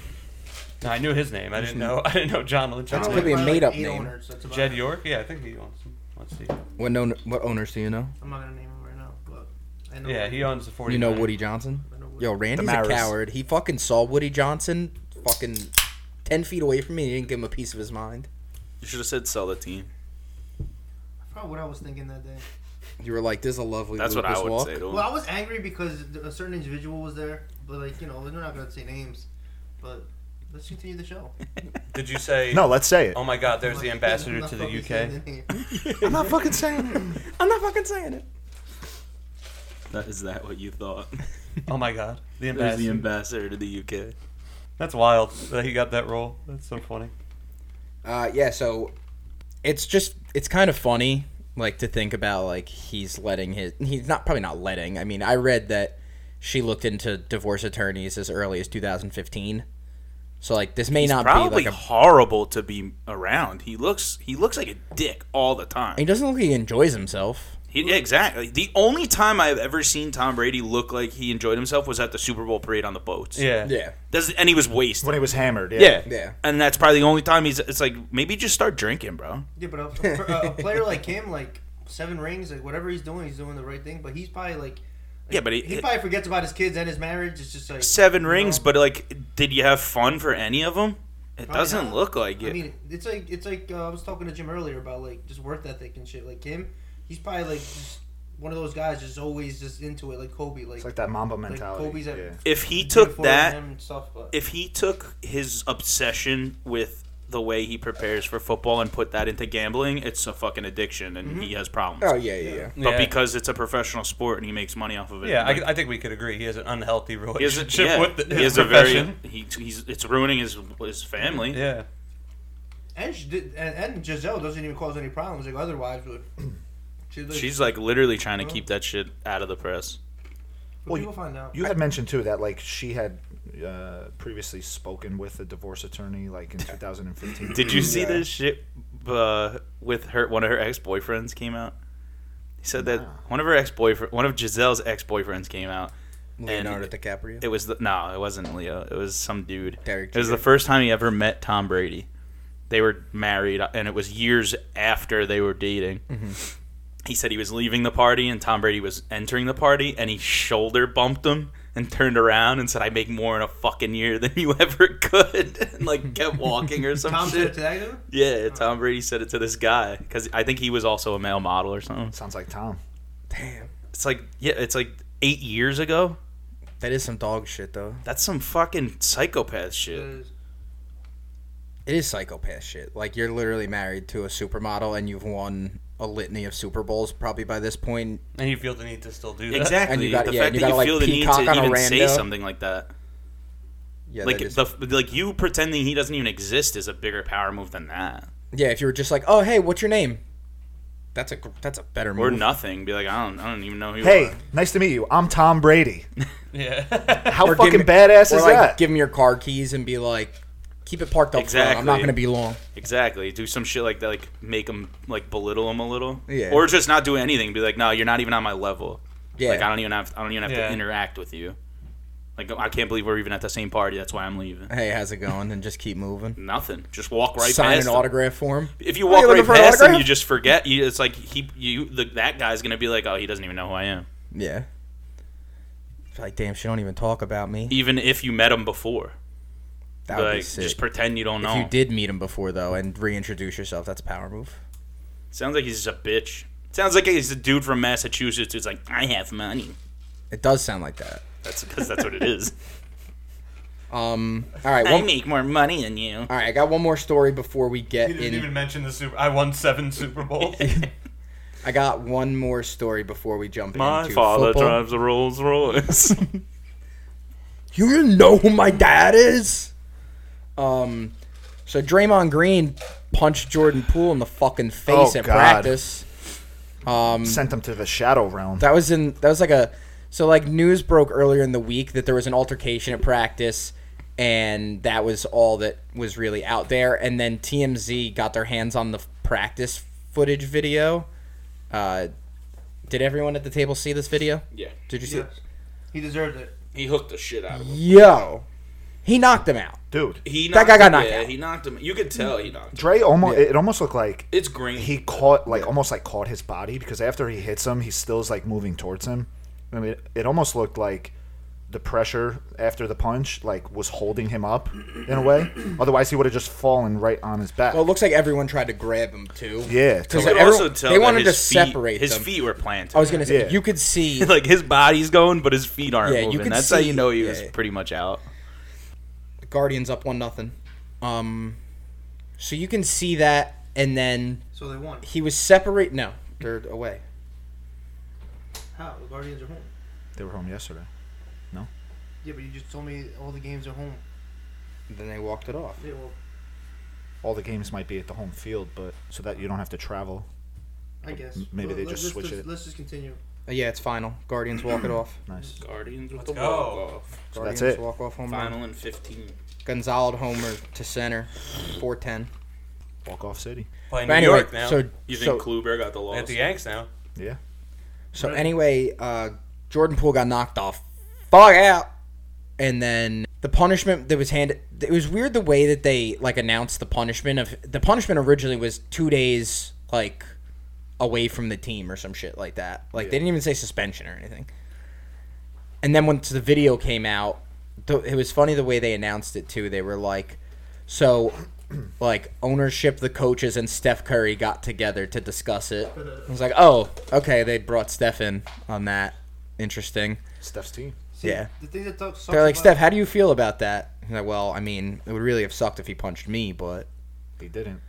Speaker 4: No, I knew his name. I didn't know. I didn't know John Lynch.
Speaker 1: That's
Speaker 5: Probably
Speaker 1: could be a
Speaker 5: probably
Speaker 1: made-up
Speaker 5: eight
Speaker 1: name.
Speaker 5: owners, that's about
Speaker 4: Jed
Speaker 5: it.
Speaker 4: York? Yeah, I think he owns. Him. Let's see.
Speaker 1: What known, what owners do you know?
Speaker 5: I'm not gonna name him right now, but I know.
Speaker 4: Yeah, he owns the 49ers.
Speaker 1: You know Woody Johnson.
Speaker 5: I know Woody.
Speaker 1: Yo, Randy's a
Speaker 3: Maras.
Speaker 1: coward. He fucking saw Woody Johnson fucking 10 feet away from me and he didn't give him a piece of his mind.
Speaker 2: You should have said sell the team.
Speaker 5: Probably what I was thinking that day.
Speaker 1: You were like, "This is a lovely."
Speaker 2: That's what
Speaker 1: Lucas
Speaker 2: I would
Speaker 1: walk.
Speaker 2: say to him.
Speaker 5: Well, I was angry because a certain individual was there, but like you know, we're not gonna say names. But let's continue the show.
Speaker 4: Did you say?
Speaker 3: No, let's say it.
Speaker 4: Oh my God! There's
Speaker 5: Like,
Speaker 4: the ambassador
Speaker 5: I'm
Speaker 4: to the
Speaker 5: not
Speaker 4: UK.
Speaker 5: fucking saying
Speaker 3: I'm not fucking saying it.
Speaker 1: I'm not fucking saying it.
Speaker 2: That- is that what you thought?
Speaker 4: Oh my God! The
Speaker 2: There's the
Speaker 4: ambassador.
Speaker 2: ambassador to the UK.
Speaker 4: That's wild that he got that role. That's so funny.
Speaker 1: Uh, yeah, so it's just it's kind of funny, like to think about like he's letting his he's not probably not letting. I mean, I read that she looked into divorce attorneys as early as 2015. So like this may
Speaker 2: He's
Speaker 1: not
Speaker 2: probably
Speaker 1: be like a
Speaker 2: horrible to be around. He looks he looks like a dick all the time.
Speaker 1: he doesn't look like he enjoys himself.
Speaker 2: He, yeah, exactly. The only time I've ever seen Tom Brady look like he enjoyed himself was at the Super Bowl parade on the boats.
Speaker 4: Yeah.
Speaker 2: That's- and he was wasted.
Speaker 3: When he was hammered. Yeah.
Speaker 2: yeah.
Speaker 1: Yeah.
Speaker 2: And that's probably the only time he's. It's like maybe just start drinking, bro.
Speaker 5: Yeah, but a, a, a player like him, like seven rings, like whatever he's doing, he's doing the right thing. But he's probably like,
Speaker 2: Yeah, but he-
Speaker 5: he probably forgets about his kids and his marriage. It's just like
Speaker 2: Seven
Speaker 5: you
Speaker 2: rings,
Speaker 5: know?
Speaker 2: but like, did you have fun for any of them? It
Speaker 5: Probably
Speaker 2: doesn't
Speaker 5: not.
Speaker 2: look like it.
Speaker 5: Oh, I mean, it's like it's like uh, I was talking to Jim earlier about like just work ethic and shit. Like him, he's probably like just one of those guys just always just into it, like Kobe. Like,
Speaker 3: It's like that Mamba
Speaker 5: like
Speaker 3: mentality.
Speaker 5: Kobe's at
Speaker 3: yeah.
Speaker 2: if he
Speaker 5: Peter
Speaker 2: took
Speaker 5: Ford
Speaker 2: that
Speaker 5: and him and stuff, but
Speaker 2: if he took his obsession with the way he prepares for football and put that into gambling, it's a fucking addiction and
Speaker 5: Mm-hmm.
Speaker 2: he has problems.
Speaker 1: Oh yeah, yeah, yeah.
Speaker 2: But
Speaker 4: Yeah.
Speaker 2: because it's a professional sport and he makes money off of it,
Speaker 4: Yeah,
Speaker 2: like,
Speaker 4: I, I think we could agree he has an unhealthy
Speaker 2: he has a,
Speaker 4: relationship
Speaker 2: yeah,
Speaker 4: with the,
Speaker 2: he
Speaker 4: his
Speaker 2: has a very
Speaker 4: profession.
Speaker 2: he, he's it's ruining his his family.
Speaker 4: yeah.
Speaker 5: and, she did, and and Giselle doesn't even cause any problems like other wives would. She, like,
Speaker 2: She's like literally trying to keep that shit out of the press.
Speaker 5: but people find out.
Speaker 3: You had mentioned too that like she had uh, previously spoken with a divorce attorney like in 2015.
Speaker 2: Did you see
Speaker 3: Yeah.
Speaker 2: this shit uh, with her? One of her ex boyfriends came out. He said that one of her ex boyfriend, one of Giselle's ex boyfriends came out.
Speaker 1: Leonardo
Speaker 2: it-
Speaker 1: DiCaprio.
Speaker 2: It was the, no, it wasn't Leo. It was some dude.
Speaker 1: Derek
Speaker 2: it was the
Speaker 1: Jeter.
Speaker 2: first time he ever met Tom Brady. They were married, uh, and it was years after they were dating.
Speaker 1: Mm-hmm.
Speaker 2: He said he was leaving the party, and Tom Brady was entering the party, and he shoulder bumped him and turned around and said, "I make more in a fucking year than you ever could," and like kept walking or some
Speaker 5: Tom said
Speaker 2: shit.
Speaker 5: to that guy?
Speaker 2: Yeah, Tom Brady said it to this guy because I think he was also a male model or something.
Speaker 3: Sounds like Tom.
Speaker 1: Damn.
Speaker 2: It's like yeah, it's like eight years ago.
Speaker 1: That is some dog shit, though.
Speaker 2: That's some fucking psychopath shit.
Speaker 5: Because
Speaker 1: It is psychopath shit. Like you're literally married to a supermodel and you've won a litany of Super Bowls probably by this point.
Speaker 4: And you feel the need to still do that.
Speaker 2: Exactly.
Speaker 1: And you got-
Speaker 2: the
Speaker 1: yeah,
Speaker 2: fact
Speaker 1: you
Speaker 2: that
Speaker 1: gotta,
Speaker 2: you
Speaker 1: like,
Speaker 2: feel the need to
Speaker 1: peacock on a
Speaker 2: even say
Speaker 1: rando.
Speaker 2: something like that,
Speaker 1: Yeah,
Speaker 2: like
Speaker 1: that is-
Speaker 2: the like you pretending he doesn't even exist is a bigger power move than that,
Speaker 1: yeah. If you were just like, oh hey, what's your name? That's a gr- that's a better
Speaker 2: or
Speaker 1: move.
Speaker 2: nothing. Be like, I don't, I don't even know who. you
Speaker 3: Hey,
Speaker 2: are.
Speaker 3: nice to meet you. I'm Tom Brady.
Speaker 4: Yeah.
Speaker 3: How
Speaker 1: Or give
Speaker 3: fucking
Speaker 1: me-
Speaker 3: badass
Speaker 1: or
Speaker 3: is
Speaker 1: like
Speaker 3: that?
Speaker 1: give him your car keys and be like, keep it parked up front. I'm not
Speaker 2: Exactly.
Speaker 1: gonna be long.
Speaker 2: exactly. Do some shit like that, like make him like belittle him a little,
Speaker 1: Yeah.
Speaker 2: or just not do anything. Be like, no, you're not even on my level.
Speaker 1: Yeah.
Speaker 2: Like I don't even have, I don't even have
Speaker 4: Yeah.
Speaker 2: to interact with you. Like I can't believe we're even at the same party. That's why I'm leaving.
Speaker 1: hey, how's it going? And just keep moving.
Speaker 2: Nothing. Just walk right
Speaker 1: Sign
Speaker 2: past
Speaker 1: an
Speaker 2: him.
Speaker 1: autograph for him.
Speaker 2: If you
Speaker 1: Oh,
Speaker 2: walk
Speaker 1: you're
Speaker 2: right
Speaker 1: looking for an
Speaker 2: past him, you
Speaker 1: autograph?
Speaker 2: just forget. You, it's like he, you, the, that guy's gonna be like, oh, he doesn't even know who I am.
Speaker 1: Yeah. It's like, damn, she don't even talk about me.
Speaker 2: Even if you met him before,
Speaker 1: That would be
Speaker 2: like
Speaker 1: sick.
Speaker 2: just pretend you don't know.
Speaker 1: If you did meet him before though and reintroduce yourself, that's a power move.
Speaker 2: Sounds like he's just a bitch. Sounds like he's a dude from Massachusetts who's like, I have money.
Speaker 1: It does sound like that.
Speaker 2: That's because that's what it is.
Speaker 1: Um. All right.
Speaker 2: I
Speaker 1: One,
Speaker 2: make more money than you.
Speaker 1: all right. I got one more story before we get
Speaker 4: You
Speaker 1: in.
Speaker 4: didn't even mention the Super. I won seven Super Bowls.
Speaker 1: I got one more story before we jump
Speaker 2: My
Speaker 1: into
Speaker 2: father
Speaker 1: football.
Speaker 2: drives a Rolls Royce.
Speaker 1: You didn't know who my dad is. Um. So Draymond Green punched Jordan Poole in the fucking face
Speaker 3: Oh,
Speaker 1: at
Speaker 3: God.
Speaker 1: practice.
Speaker 3: Sent him to the shadow realm.
Speaker 1: That was in that was like a so like news broke earlier in the week that there was an altercation at practice and that was all that was really out there and then TMZ got their hands on the f- practice footage video. Uh did everyone at the table see this video?
Speaker 2: yeah.
Speaker 1: Did you see
Speaker 5: yes, he deserved it.
Speaker 2: He hooked the shit out of
Speaker 1: it?
Speaker 2: him.
Speaker 1: Yo. He knocked him out.
Speaker 3: Dude,
Speaker 2: He
Speaker 1: That guy got knocked out.
Speaker 2: he knocked him. You could tell he knocked him.
Speaker 3: Dre almost it almost looked like
Speaker 2: It's green.
Speaker 3: he caught like almost like caught his body because after he hits him, he still is like moving towards him. I mean, it almost looked like the pressure after the punch like was holding him up in a way. Otherwise, he would have just fallen right on his back.
Speaker 1: Well, it looks like everyone tried to grab him too.
Speaker 3: yeah, to,
Speaker 1: Cause like,
Speaker 2: you could
Speaker 1: everyone-
Speaker 2: also tell
Speaker 1: they
Speaker 2: that
Speaker 1: wanted
Speaker 2: his
Speaker 1: to
Speaker 2: feet,
Speaker 1: separate
Speaker 2: His
Speaker 1: them.
Speaker 2: feet were planted.
Speaker 1: I was going to say
Speaker 3: Yeah.
Speaker 1: you could see
Speaker 2: like his body's going, but his feet aren't
Speaker 1: Yeah, you
Speaker 2: moving.
Speaker 1: could
Speaker 2: That's how
Speaker 1: see-
Speaker 2: you know he was
Speaker 1: yeah.
Speaker 2: pretty much out.
Speaker 1: Guardians up one nothing. Um so you can see that and then
Speaker 5: So they won.
Speaker 1: he was separate. No, they're away.
Speaker 5: How? The Guardians are home.
Speaker 3: they were home yesterday.
Speaker 5: Yeah, but you just told me all the games are home.
Speaker 1: Then they walked it off.
Speaker 5: Yeah, well,
Speaker 3: All the games might be at the home field, but so that you don't have to travel.
Speaker 5: I guess.
Speaker 3: M- maybe
Speaker 5: Well,
Speaker 3: they
Speaker 5: let-
Speaker 3: just
Speaker 5: let's
Speaker 3: switch it.
Speaker 5: Let's just continue.
Speaker 1: Uh, yeah, it's final. Guardians walk it off.
Speaker 3: Nice.
Speaker 2: Guardians with
Speaker 4: Let's the go.
Speaker 3: So that's
Speaker 1: Guardians
Speaker 3: it.
Speaker 1: Walk off home run.
Speaker 2: in 15.
Speaker 1: Gonzalez homer to center, four ten.
Speaker 3: Walk off city.
Speaker 4: Playing
Speaker 1: But
Speaker 4: New
Speaker 1: anyway,
Speaker 4: York now.
Speaker 1: so
Speaker 2: You
Speaker 1: so,
Speaker 2: think Kluber got the loss?
Speaker 4: at the Yanks now.
Speaker 3: Yeah.
Speaker 1: so anyway, uh, Jordan Poole got knocked off. Fuck out. And then the punishment that was handed. It was weird the way that they like announced the punishment of the punishment originally was two days like away from the team or some shit like that. Like they didn't even say suspension or anything. And then once the video came out, th- it was funny the way they announced it too. They were like, so, like ownership, the coaches, and Steph Curry got together to discuss it. I was like, oh, okay, they brought Steph in on that. Interesting.
Speaker 3: Steph's team.
Speaker 5: See,
Speaker 1: Yeah.
Speaker 5: The thing that sucks
Speaker 1: They're like,
Speaker 5: about-
Speaker 1: Steph, how do you feel about that? He's like, well, I mean, it would really have sucked if he punched me, but
Speaker 3: They didn't.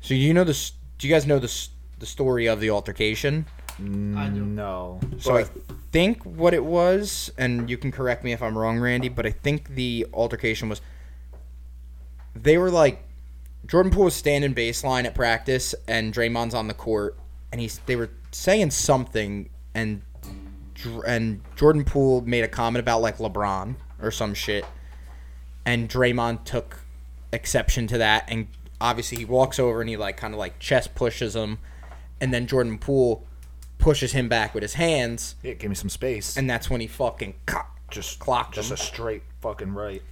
Speaker 1: so you know this. Do you guys know this? The story of the altercation.
Speaker 5: I do.
Speaker 3: No.
Speaker 1: So I think what it was, and you can correct me if I'm wrong, Randy, but I think the altercation was they were like Jordan Poole was standing baseline at practice, and Draymond's on the court, and he's they were saying something, and Dr- and Jordan Poole made a comment about like LeBron or some shit, and Draymond took exception to that, and obviously he walks over and he like kind of like chest pushes him, and then Jordan Poole pushes him back with his hands,
Speaker 3: Yeah, give me some space.
Speaker 1: and that's when he fucking cop.
Speaker 3: just
Speaker 1: clocked
Speaker 3: Just
Speaker 1: him.
Speaker 3: a straight fucking right.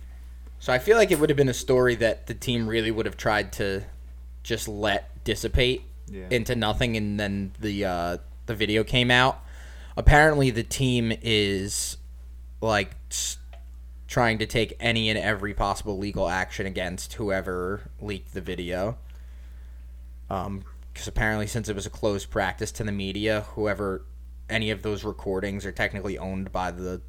Speaker 1: So I feel like it would have been a story that the team really would have tried to just let dissipate
Speaker 3: Yeah.
Speaker 1: into nothing, and then the uh, the video came out. Apparently, the team is like s- trying to take any and every possible legal action against whoever leaked the video. Um, because apparently, since it was a closed practice to the media, whoever any of those recordings are technically owned by the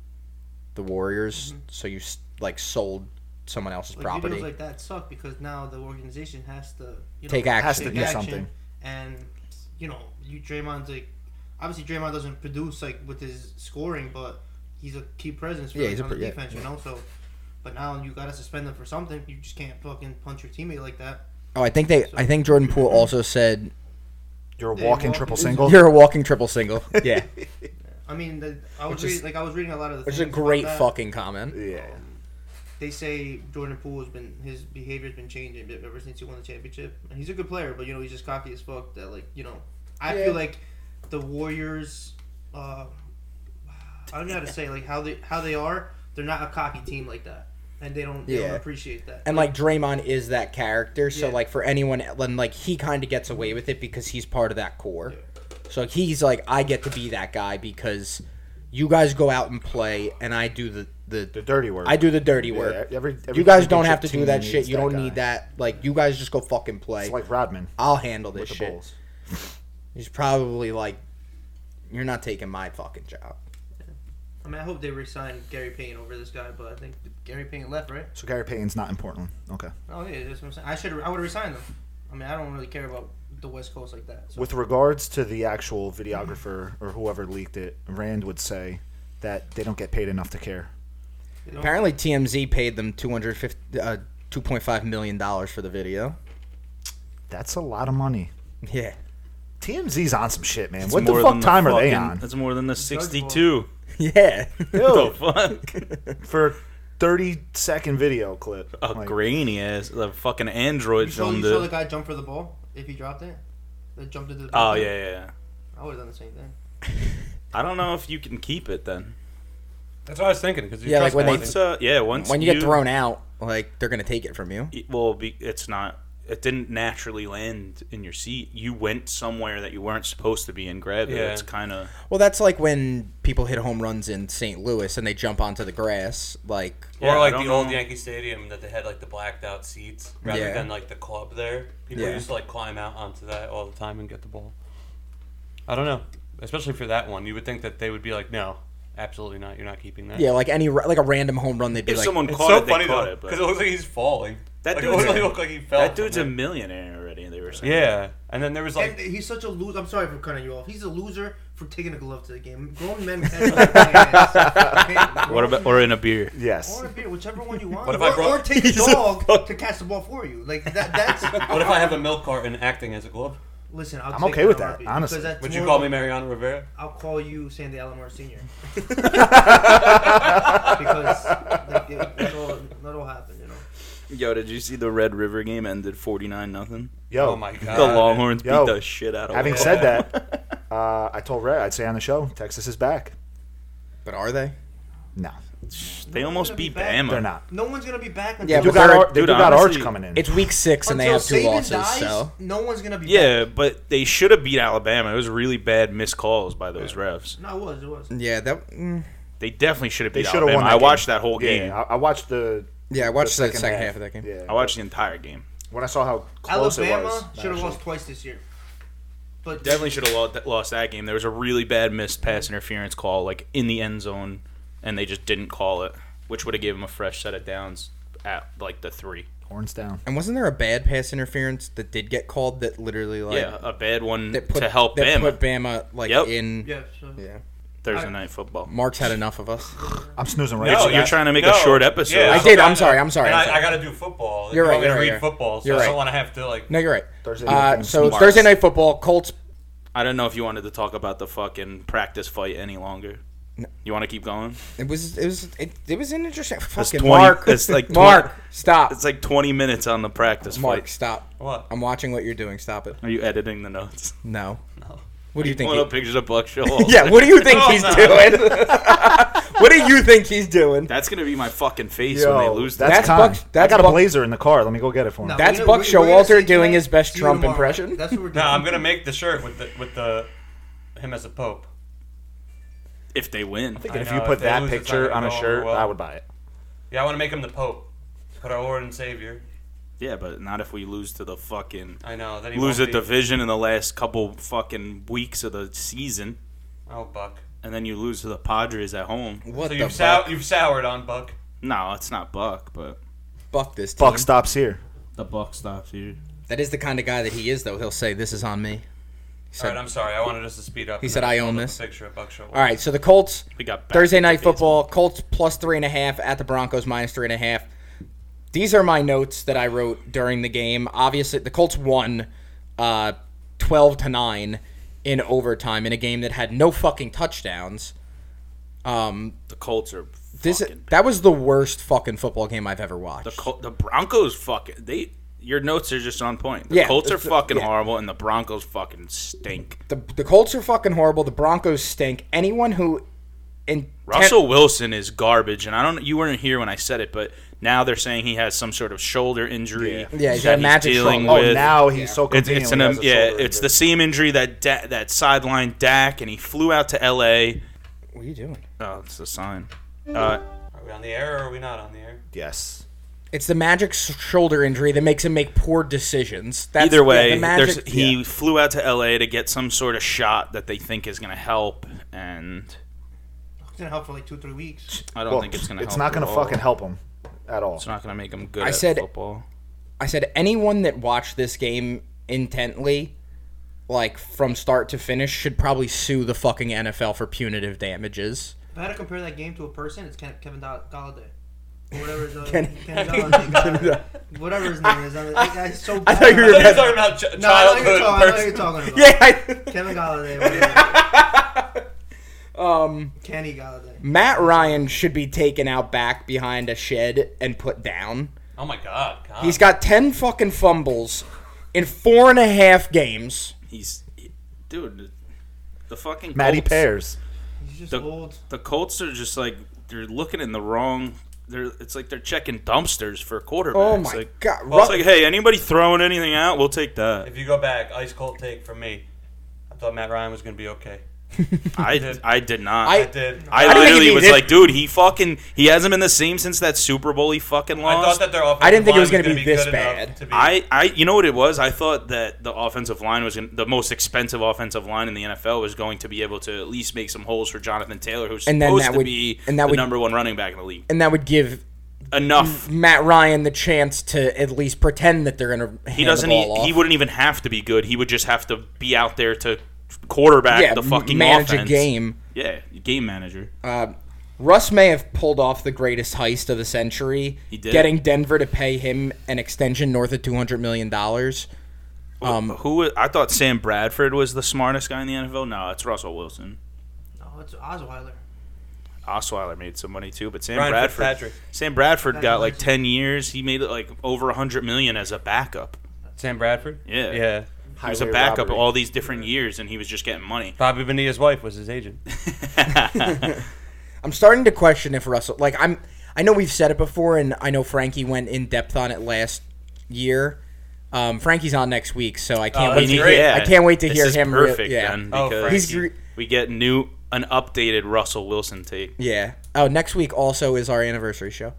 Speaker 1: the Warriors. So you s- like sold someone else's
Speaker 5: Mm-hmm. Like
Speaker 1: property.
Speaker 5: videos like that suck because now the organization has to you know,
Speaker 1: Take action. Has
Speaker 3: to
Speaker 5: take
Speaker 3: do
Speaker 5: action,
Speaker 3: something.
Speaker 5: And you know, you Draymond's like obviously Draymond doesn't produce like with his scoring, but he's a key presence for
Speaker 1: Yeah,
Speaker 5: like,
Speaker 1: he's a
Speaker 5: on
Speaker 1: pre-
Speaker 5: the
Speaker 1: yeah.
Speaker 5: defense, you know. So, but now you gotta suspend him for something. You just can't fucking punch your teammate like that.
Speaker 1: oh, I think they. I think Jordan Poole also said,
Speaker 3: You're a
Speaker 5: Yeah,
Speaker 3: walking
Speaker 5: walk-
Speaker 3: triple
Speaker 5: it's-
Speaker 3: single.
Speaker 1: "You're a walking triple single." Yeah,
Speaker 5: I mean, the, I
Speaker 1: Which is-
Speaker 5: was reading, like I was reading a lot of the.
Speaker 1: which is a
Speaker 5: things about
Speaker 1: great
Speaker 5: that.
Speaker 1: fucking comment.
Speaker 3: yeah.
Speaker 5: They say Jordan Poole has been his behavior's been changing e-, ever since he won the championship, and he's a good player, but you know he's just cocky as fuck. That like you know, I
Speaker 1: Yeah.
Speaker 5: feel like the Warriors. Uh, I don't know how to say like how they how they are. They're not a cocky team like that, and they don't they
Speaker 1: Yeah.
Speaker 5: don't appreciate that.
Speaker 1: And like Draymond is that character, so
Speaker 5: Yeah.
Speaker 1: like for anyone, and like he kind of gets away with it because he's part of that core. So he's like, I get to be that guy because you guys go out and play, and I do the the,
Speaker 3: The dirty word.
Speaker 1: I do the dirty
Speaker 3: Yeah,
Speaker 1: work.
Speaker 3: every- every
Speaker 1: you guys don't
Speaker 3: championship
Speaker 1: have to do
Speaker 3: team
Speaker 1: that shit.
Speaker 3: needs
Speaker 1: You
Speaker 3: that
Speaker 1: don't
Speaker 3: guy.
Speaker 1: need that. Like you guys just go fucking play.
Speaker 3: It's like Rodman
Speaker 1: I'll handle
Speaker 3: with
Speaker 1: this
Speaker 3: the
Speaker 1: shit.
Speaker 3: Bulls.
Speaker 1: He's probably like, you're not taking my fucking
Speaker 3: Oh.
Speaker 1: job.
Speaker 5: I mean, I hope they resign Gary Payne over this guy, but I think Gary Payne left, right?
Speaker 3: So Gary Payton's not in Portland. Okay.
Speaker 5: Oh yeah, that's what I'm saying. I should I would have resigned them. I mean, I don't really care about the West Coast like that. So.
Speaker 3: With regards to the actual videographer or whoever leaked it, Rand would say that they don't get paid enough to care.
Speaker 5: you know?
Speaker 1: Apparently, TMZ paid them 250, uh, 2.5 million dollars for the video.
Speaker 3: That's a lot of money.
Speaker 1: Yeah.
Speaker 3: TMZ's on some shit, man.
Speaker 2: That's
Speaker 3: what the
Speaker 2: more
Speaker 3: fuck
Speaker 2: than
Speaker 3: time are they
Speaker 2: fucking-
Speaker 3: on?
Speaker 2: That's more than the 62.
Speaker 1: Yeah.
Speaker 2: The
Speaker 3: Yo,
Speaker 2: fuck?
Speaker 3: for a 30 second video clip.
Speaker 2: A
Speaker 3: Like,
Speaker 2: grainy ass. The fucking Android
Speaker 5: You saw, you
Speaker 2: filmed
Speaker 5: saw the
Speaker 2: it.
Speaker 5: guy jump for the ball if he dropped it. That jumped into the.
Speaker 2: Oh,
Speaker 5: basket?
Speaker 2: yeah, yeah, yeah.
Speaker 5: I would have done the same thing.
Speaker 2: I don't know if you can keep it then.
Speaker 4: That's what I was thinking. Because
Speaker 1: Yeah, like when they-
Speaker 2: Once, uh, yeah, once
Speaker 1: when you get thrown out, like they're gonna take it from you.
Speaker 2: it will be it's not it didn't naturally land in your seat you went somewhere that you weren't supposed to be and grabbed it
Speaker 4: Yeah.
Speaker 2: it's kind of
Speaker 1: Well, that's like when people hit home runs in St. Louis and they jump onto the grass. Like,
Speaker 2: Yeah, I
Speaker 4: or like the
Speaker 2: don't
Speaker 4: old
Speaker 2: know.
Speaker 4: Yankee Stadium that they had like the blacked out seats rather
Speaker 1: Yeah.
Speaker 4: than like the club there. People
Speaker 1: Yeah.
Speaker 4: used to like climb out onto that all the time and get the ball. I don't know, especially for that one. You would think that they would be like, no, absolutely not. You're not keeping that.
Speaker 1: yeah, like any ra- like a random home run, they'd be
Speaker 2: if
Speaker 1: like,
Speaker 2: someone
Speaker 4: It's
Speaker 2: caught
Speaker 4: so
Speaker 2: it
Speaker 4: funny
Speaker 2: they caught
Speaker 4: though
Speaker 2: it
Speaker 4: because
Speaker 2: but
Speaker 4: it looks like he's falling.
Speaker 2: That
Speaker 4: Like, it
Speaker 2: dude's
Speaker 4: literally
Speaker 2: a-
Speaker 4: looked like he fell.
Speaker 2: that
Speaker 4: from
Speaker 2: dude's
Speaker 4: it.
Speaker 2: a millionaire already they were saying
Speaker 4: yeah, and then there was
Speaker 5: And
Speaker 4: like
Speaker 5: he's such a loser. I'm sorry for cutting you off. He's a loser for taking a glove to the game. Grown men catch up their ass.
Speaker 2: what about or in a beer
Speaker 3: Yes.
Speaker 5: Or a beer, whichever one you want.
Speaker 4: What if
Speaker 5: or,
Speaker 4: I brought-
Speaker 5: or take a dog to catch the ball for you. Like that. That's.
Speaker 4: What if I have a milk carton acting as a glove?
Speaker 5: Listen, i
Speaker 3: I'm okay with that, honestly.
Speaker 4: Would you call me Mariano Rivera?
Speaker 5: I'll call you Sandy Alomar Senior. because like, it, that'll, that'll happen, you know.
Speaker 2: yo did you see the red river game ended 49 nothing
Speaker 3: Yo.
Speaker 4: Oh my god.
Speaker 2: the longhorns
Speaker 3: yo,
Speaker 2: beat the shit out of
Speaker 3: Having
Speaker 2: them.
Speaker 3: said that, uh, I told Red I'd say on the show, Texas is back.
Speaker 1: "But are they?"
Speaker 3: No,
Speaker 2: they almost beat
Speaker 5: They're gonna be back.
Speaker 2: bama
Speaker 3: they're not.
Speaker 5: No one's gonna be back. Until
Speaker 1: Yeah,
Speaker 3: They do
Speaker 1: but they're-
Speaker 3: got, Ar- they
Speaker 2: dude,
Speaker 3: do got
Speaker 2: honestly,
Speaker 3: Arch coming in.
Speaker 1: It's week six and they
Speaker 5: until
Speaker 1: have two
Speaker 5: Saban
Speaker 1: losses.
Speaker 5: dies,
Speaker 1: So
Speaker 5: no one's gonna be.
Speaker 2: yeah
Speaker 5: back.
Speaker 2: but they should have beat alabama it was really bad missed calls by those refs
Speaker 5: No, it was. It was.
Speaker 1: yeah, that. Mm,
Speaker 2: they definitely should have
Speaker 3: They
Speaker 2: beat
Speaker 3: should have
Speaker 2: alabama
Speaker 3: won. That
Speaker 2: i
Speaker 3: game.
Speaker 2: watched that whole
Speaker 3: Yeah,
Speaker 2: game
Speaker 3: I, I watched the.
Speaker 1: yeah, I watched the
Speaker 3: the
Speaker 1: second, half. of that game.
Speaker 3: Yeah,
Speaker 2: i watched the entire game
Speaker 3: when I saw how close it was.
Speaker 5: Alabama should have
Speaker 3: actually.
Speaker 5: lost twice this year. But
Speaker 2: Definitely should have lo- lost that game. There was a really bad missed pass interference call, like in the end zone, and they just didn't call it, which would have given them a fresh set of downs at like the three.
Speaker 3: Horns down.
Speaker 1: And wasn't there a bad pass interference that did get called that literally like
Speaker 2: yeah, a bad one
Speaker 1: that put
Speaker 2: to help
Speaker 1: that
Speaker 2: Bama
Speaker 1: put Bama like
Speaker 2: Yep.
Speaker 1: in?
Speaker 5: yeah, so
Speaker 1: Yeah.
Speaker 2: Thursday
Speaker 5: I-
Speaker 2: night football.
Speaker 1: Mark's had enough of us.
Speaker 3: I'm snoozing right
Speaker 4: No,
Speaker 3: now.
Speaker 2: you're
Speaker 4: that-
Speaker 2: trying to make a short episode. I
Speaker 4: so
Speaker 1: did, I'm
Speaker 4: gotta-
Speaker 1: sorry, I'm sorry,
Speaker 4: and
Speaker 1: I'm
Speaker 4: I,
Speaker 1: sorry.
Speaker 4: I got to do football.
Speaker 1: You're
Speaker 4: You
Speaker 1: right,
Speaker 4: want me to
Speaker 1: you're right,
Speaker 4: read
Speaker 1: you're right.
Speaker 4: football, so
Speaker 1: You're
Speaker 4: I
Speaker 1: right.
Speaker 4: don't want to have to like.
Speaker 1: No, you're right.
Speaker 3: Thursday night
Speaker 1: uh,
Speaker 3: games.
Speaker 1: so
Speaker 3: Marks.
Speaker 1: Thursday night football, Colts.
Speaker 2: I don't know if you wanted to talk about the fucking practice fight any longer. You want to keep going?
Speaker 1: It was it was it, it was an interesting fucking
Speaker 2: 20
Speaker 1: Mark.
Speaker 2: it's like 20
Speaker 1: Mark, stop.
Speaker 2: It's like 20 minutes on the practice
Speaker 1: Mark,
Speaker 2: fight.
Speaker 1: stop.
Speaker 4: What?
Speaker 1: I'm watching what you're doing. Stop it.
Speaker 2: Are you editing the notes?
Speaker 1: No.
Speaker 4: No.
Speaker 1: What do you think?
Speaker 2: Pulling up
Speaker 1: He,
Speaker 2: pictures of Buck Showalter.
Speaker 1: yeah, what do you think
Speaker 4: Oh,
Speaker 1: he's
Speaker 4: no.
Speaker 1: doing? what do you think he's doing?
Speaker 2: That's gonna be my fucking face when they lose.
Speaker 1: That's
Speaker 2: That.
Speaker 3: that's, Con.
Speaker 1: Buck-
Speaker 3: I
Speaker 1: that's
Speaker 3: got a
Speaker 1: Buck-
Speaker 3: blazer in the car. Let me go get it for him.
Speaker 5: No,
Speaker 1: That's
Speaker 5: we're
Speaker 1: Buck
Speaker 5: gonna- we're gonna
Speaker 1: Showalter
Speaker 5: see tonight.
Speaker 1: doing his best
Speaker 5: See you
Speaker 1: Trump
Speaker 5: tomorrow.
Speaker 1: impression.
Speaker 5: That's what we're doing.
Speaker 4: No, I'm gonna make the shirt with the with the him as a pope.
Speaker 2: If they win,
Speaker 3: And if
Speaker 4: I
Speaker 3: you
Speaker 4: know,
Speaker 3: put
Speaker 4: if they
Speaker 3: that
Speaker 4: lose, it's
Speaker 3: picture on
Speaker 4: not gonna
Speaker 3: a
Speaker 4: go
Speaker 3: shirt,
Speaker 4: over well.
Speaker 3: I would buy it.
Speaker 4: Yeah, I want to make him the pope, but our Lord and Savior.
Speaker 2: yeah, but not if we lose to the fucking
Speaker 4: I know that he
Speaker 2: lose a
Speaker 4: won't be.
Speaker 2: division in the last couple fucking weeks of the season,
Speaker 4: Oh, Buck.
Speaker 2: and then you lose to the Padres at home.
Speaker 1: What
Speaker 4: so
Speaker 1: the
Speaker 4: you've sou-
Speaker 1: fuck?
Speaker 4: you've soured on Buck.
Speaker 2: No, it's not Buck, but
Speaker 1: Fuck this team.
Speaker 3: Buck stops here.
Speaker 2: the buck stops here.
Speaker 1: That is the kind of guy that he is, though. He'll say, "This is on me." He
Speaker 4: All
Speaker 1: said,
Speaker 4: right, I'm sorry. I wanted us to speed up.
Speaker 1: he
Speaker 4: and
Speaker 1: said
Speaker 4: then
Speaker 1: I own
Speaker 4: put
Speaker 1: this." Uh,
Speaker 4: the Picture of Buck Showalter.
Speaker 1: All right, so the Colts
Speaker 2: We got back
Speaker 1: Thursday
Speaker 2: to
Speaker 1: night
Speaker 2: the
Speaker 1: football. Colts plus three and a half at the Broncos minus three and a half. These are my notes that I wrote during the game. Obviously, the Colts won uh, twelve to nine in overtime in a game that had no fucking touchdowns. Um,
Speaker 2: basement. The Colts are
Speaker 1: this
Speaker 2: fucking.
Speaker 1: that was the worst fucking football game I've ever watched.
Speaker 2: the Col- the Broncos fucking they. Your notes are just on point. The
Speaker 1: Yeah,
Speaker 2: Colts are
Speaker 1: it's-
Speaker 2: fucking
Speaker 1: yeah.
Speaker 2: horrible, and the Broncos fucking stink.
Speaker 1: the, the Colts are fucking horrible. The Broncos stink. Anyone who in
Speaker 2: Russell Wilson is garbage, and I don't. You weren't here when I said it, but now they're saying he has some sort of shoulder injury.
Speaker 3: Yeah.
Speaker 1: Yeah, he's got
Speaker 2: that
Speaker 1: a magic
Speaker 2: dealing
Speaker 1: shoulder.
Speaker 3: Oh,
Speaker 2: with.
Speaker 3: now he's so
Speaker 2: it's,
Speaker 3: convenient.
Speaker 2: it's an um, yeah, it's the same injury that da- that sideline Dak, and he flew out to L.A.
Speaker 1: what are you doing?
Speaker 2: Oh, it's a sign. Uh,
Speaker 4: Are we on the air or are we not on the air?
Speaker 3: yes.
Speaker 1: It's the magic s- shoulder injury that makes him make poor decisions. That's,
Speaker 2: Either way,
Speaker 1: yeah, the magic,
Speaker 2: there's, he flew out to LA to get some sort of shot that they think is going to help, and
Speaker 5: It's gonna help for like two, three weeks.
Speaker 2: I don't
Speaker 3: Well,
Speaker 2: think it's going to.
Speaker 3: it's not going to fucking help him at all.
Speaker 2: It's not going to make him good.
Speaker 1: I
Speaker 2: at
Speaker 1: said-
Speaker 2: football.
Speaker 1: I said anyone that watched this game intently, like from start to finish, should probably sue the fucking NFL for punitive damages.
Speaker 5: If I had to compare that game to a person, it's Ken- Kevin Doll- Galladay. Or Whatever his
Speaker 1: Kenny-
Speaker 5: Kenny Galladay. Whatever his name is. I mean, that guy's so bad.
Speaker 1: thought you were-
Speaker 4: I thought you were talking about ch-
Speaker 5: No, I
Speaker 4: childhood
Speaker 5: know you're talking, I know
Speaker 4: person.
Speaker 5: you're talking about.
Speaker 1: Yeah.
Speaker 5: Kevin Galladay. Whatever.
Speaker 1: um,
Speaker 5: Kenny Galladay.
Speaker 1: Matt Ryan should be taken out back behind a shed and put down.
Speaker 4: Oh my God, God.
Speaker 1: He's got ten fucking fumbles in four and a half games.
Speaker 2: He's, he- dude, the- the fucking
Speaker 3: Matty
Speaker 2: Colts-
Speaker 3: Pears.
Speaker 5: He's just
Speaker 2: The-
Speaker 5: old.
Speaker 2: The Colts are just like they're looking in the wrong. They're it's like they're checking dumpsters for quarterbacks.
Speaker 1: Oh my
Speaker 2: like,
Speaker 1: God,
Speaker 2: Well, it's
Speaker 1: Ru-
Speaker 2: like, hey, anybody throwing anything out, we'll take that.
Speaker 4: If you go back, ice cold take from me. I thought Matt Ryan was gonna be okay.
Speaker 2: I I did not.
Speaker 1: I-
Speaker 4: I did.
Speaker 2: I
Speaker 1: I don't think
Speaker 2: literally
Speaker 1: he
Speaker 2: was
Speaker 1: did.
Speaker 2: like, dude, he fucking he hasn't been the same since that Super Bowl he fucking
Speaker 4: I
Speaker 2: lost.
Speaker 4: thought that their offensive
Speaker 1: I didn't think it
Speaker 4: line
Speaker 1: was gonna
Speaker 4: gonna
Speaker 1: be this
Speaker 4: good enough
Speaker 1: bad.
Speaker 4: to be-
Speaker 2: I, I, you know what it was? I thought that the offensive line was gonna, the most expensive offensive line in the NFL was going to be able to at least make some holes for Jonathan Taylor, who's
Speaker 1: And then
Speaker 2: supposed
Speaker 1: that
Speaker 2: to
Speaker 1: would-
Speaker 2: be
Speaker 1: and that
Speaker 2: the
Speaker 1: would-
Speaker 2: number one running back in the league.
Speaker 1: and that would give
Speaker 2: Enough.
Speaker 1: Matt Ryan the chance to at least pretend that they're going to.
Speaker 2: He doesn't.
Speaker 1: The ball
Speaker 2: He,
Speaker 1: off.
Speaker 2: he wouldn't even have to be good. He would just have to be out there to quarterback
Speaker 1: yeah,
Speaker 2: the fucking
Speaker 1: manage
Speaker 2: offense.
Speaker 1: a game.
Speaker 2: Yeah, game manager.
Speaker 1: Russ may have pulled off the greatest heist of the century.
Speaker 2: He did.
Speaker 1: Getting Denver to pay him an extension north of two hundred million dollars.
Speaker 2: Um, who I thought Sam Bradford was the smartest guy in the NFL. No, it's Russell Wilson.
Speaker 5: No, Oh, it's Osweiler.
Speaker 2: Osweiler made some money too, but Sam
Speaker 4: Ryan
Speaker 2: Bradford.
Speaker 4: Fitzpatrick.
Speaker 2: Sam Bradford got like
Speaker 5: Congratulations.
Speaker 2: ten years. He made like over a hundred million as a backup.
Speaker 4: Sam Bradford.
Speaker 2: Yeah.
Speaker 4: Yeah.
Speaker 2: He was a
Speaker 3: Highway
Speaker 2: backup
Speaker 3: robbery.
Speaker 2: all these different years, and he was just getting money.
Speaker 4: Bobby Bonilla's wife was his agent.
Speaker 1: I'm starting to question if Russell, like I'm, I know we've said it before, and I know Frankie went in depth on it last year. Um, Frankie's on next week, so I can't
Speaker 4: Oh,
Speaker 1: wait.
Speaker 4: that's
Speaker 1: To,
Speaker 4: great.
Speaker 1: I can't wait to
Speaker 2: This
Speaker 1: hear
Speaker 2: is
Speaker 1: him. re-
Speaker 2: Perfect,
Speaker 1: yeah,
Speaker 2: then,
Speaker 4: Oh,
Speaker 2: because
Speaker 1: He's re-
Speaker 2: we get new an updated Russell Wilson take.
Speaker 1: yeah. Oh, next week also is our anniversary show.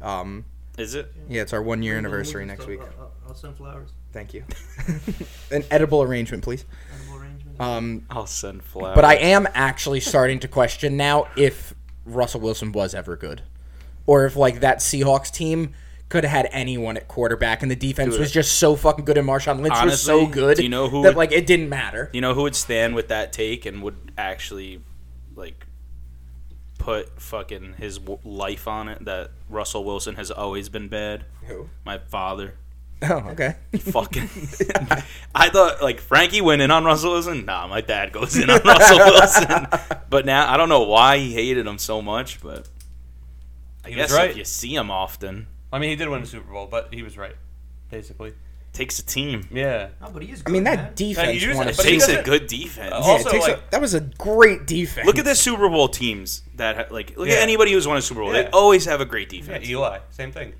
Speaker 1: Um,
Speaker 2: Is it?
Speaker 1: yeah, it's our one year anniversary next week.
Speaker 5: I'll, I'll- I'll send uh, flowers.
Speaker 1: Thank you. An edible arrangement, please.
Speaker 5: Edible arrangement.
Speaker 1: Um,
Speaker 2: I'll send flowers.
Speaker 1: but I am actually starting to question now if Russell Wilson was ever good, or if like that Seahawks team could have had anyone at quarterback, and the defense was just so fucking good, and Marshawn Lynch was so
Speaker 2: Honestly,
Speaker 1: good
Speaker 2: do you know who
Speaker 1: that
Speaker 2: would-
Speaker 1: like it didn't matter.
Speaker 2: you know who would stand with that take and would actually like put fucking his w- life on it that Russell Wilson has always been bad.
Speaker 1: Who?
Speaker 2: My father.
Speaker 1: Oh, okay.
Speaker 2: fucking. I thought like Frankie went in on Russell Wilson. Nah, my dad goes in on Russell Wilson. But now I don't know why he hated him so much, but I
Speaker 4: He was
Speaker 2: guess
Speaker 4: right.
Speaker 2: if you see him often,
Speaker 4: I mean, he did win the Super Bowl, but he was right, basically.
Speaker 2: takes a team.
Speaker 4: Yeah.
Speaker 5: No, but he is.
Speaker 1: I
Speaker 5: Good,
Speaker 1: mean,
Speaker 5: man.
Speaker 1: that
Speaker 4: Yeah,
Speaker 1: defense.
Speaker 4: he used
Speaker 1: won
Speaker 4: it,
Speaker 1: a
Speaker 2: It
Speaker 4: But he
Speaker 2: takes a
Speaker 4: doesn't-
Speaker 2: good defense.
Speaker 1: Yeah, it
Speaker 4: Also,
Speaker 1: takes a-
Speaker 4: like-
Speaker 1: that was a great defense.
Speaker 2: Look at the Super Bowl teams that ha- like look
Speaker 4: Yeah.
Speaker 2: at anybody who's won a Super Bowl. They
Speaker 4: Yeah.
Speaker 2: always have a great
Speaker 4: Yeah,
Speaker 2: defense.
Speaker 4: Eli, same thing.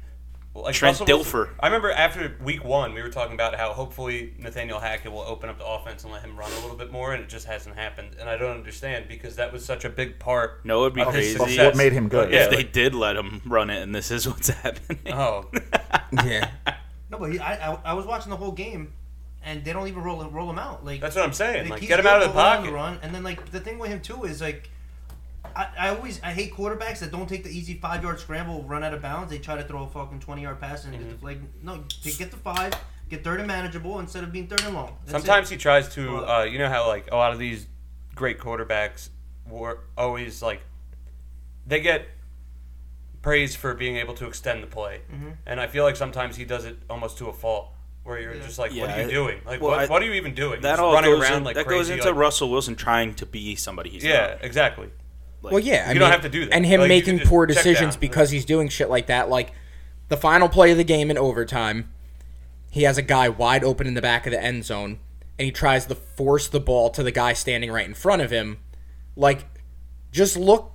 Speaker 4: Like
Speaker 2: Trent
Speaker 4: Wilson-
Speaker 2: Dilfer.
Speaker 4: I remember after week one, we were talking about how hopefully Nathaniel Hackett will open up the offense and let him run a little bit more, and it just hasn't happened. And I don't understand because that was such a big part.
Speaker 2: No, it'd be
Speaker 4: of his
Speaker 2: crazy.
Speaker 3: But
Speaker 2: Yes.
Speaker 3: what
Speaker 4: success.
Speaker 3: made him good?
Speaker 4: Yeah.
Speaker 2: If they did let him run it, and this is what's happening.
Speaker 4: Oh,
Speaker 1: yeah,
Speaker 5: No, but he, I, I I was watching the whole game, and they don't even roll roll him out. Like
Speaker 4: that's what I'm saying.
Speaker 5: Like,
Speaker 4: Like,
Speaker 5: he's
Speaker 4: get him
Speaker 5: good
Speaker 4: out of the
Speaker 5: going on
Speaker 4: pocket.
Speaker 5: run, and then like the thing with him too is like, I, I always I hate quarterbacks that don't take the easy five yard scramble, run out of bounds. They try to throw a fucking twenty yard pass and
Speaker 4: Mm-hmm.
Speaker 5: get the flag. No, they get the five, get third and manageable instead of being third and long. That's it.
Speaker 4: Sometimes he tries to,
Speaker 5: Well-
Speaker 4: uh, you know how like a lot of these great quarterbacks were always like they get praised for being able to extend the play,
Speaker 5: Mm-hmm.
Speaker 4: and I feel like sometimes he does it almost to a fault, where you're
Speaker 5: Yeah.
Speaker 4: just like,
Speaker 2: Yeah,
Speaker 4: what are you
Speaker 2: I-
Speaker 4: doing? Like,
Speaker 2: well,
Speaker 4: what,
Speaker 2: I-
Speaker 4: what are you even doing?
Speaker 2: That
Speaker 4: Just
Speaker 2: all
Speaker 4: running
Speaker 2: goes
Speaker 4: around
Speaker 2: in-
Speaker 4: like
Speaker 2: that
Speaker 4: crazy.
Speaker 2: goes into
Speaker 4: like-
Speaker 2: Russell Wilson trying to be somebody he's
Speaker 4: yeah,
Speaker 2: not.
Speaker 4: exactly.
Speaker 2: Like,
Speaker 1: Well, yeah. I
Speaker 4: You don't
Speaker 1: mean,
Speaker 4: have to do that.
Speaker 1: And him
Speaker 4: Like, you can
Speaker 1: making
Speaker 4: just
Speaker 1: poor
Speaker 4: check
Speaker 1: decisions
Speaker 4: down.
Speaker 1: because he's doing shit like that. Like the final play of the game in overtime, he has a guy wide open in the back of the end zone, and he tries to force the ball to the guy standing right in front of him. Like, just look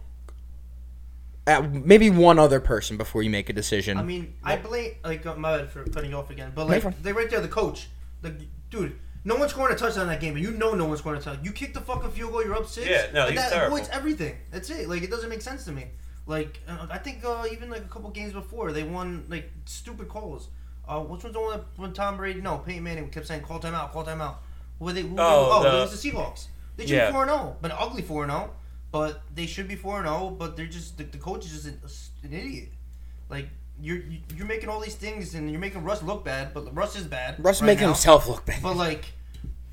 Speaker 1: at maybe one other person before you make a decision.
Speaker 5: I mean, I blame like uh, my bad for cutting you off again, but
Speaker 1: you're
Speaker 5: like
Speaker 1: fine.
Speaker 5: they right there, the coach, the dude. No one's scoring a touchdown in that game, and you know no one's scoring a touchdown. You kick the fucking field goal, you're up six.
Speaker 4: Yeah, no,
Speaker 5: and
Speaker 4: he's
Speaker 5: that
Speaker 4: terrible.
Speaker 5: avoids everything. That's it. Like it doesn't make sense to me. Like uh, I think uh, even like a couple games before they won like stupid calls. Uh, which one's the one that- when Tom Brady? No, Peyton Manning kept saying call timeout, call timeout. Were they? Who,
Speaker 4: Oh,
Speaker 5: oh,
Speaker 4: the-
Speaker 5: it was the Seahawks. They should
Speaker 4: Yeah.
Speaker 5: be four and zero, but an ugly four and zero. But they should be four and zero. But they're just the, the coach is just an, an idiot. Like you're you- you're making all these things and you're making Russ look bad, but Russ is bad.
Speaker 1: Russ
Speaker 5: right
Speaker 1: making
Speaker 5: now.
Speaker 1: himself look bad.
Speaker 5: But like,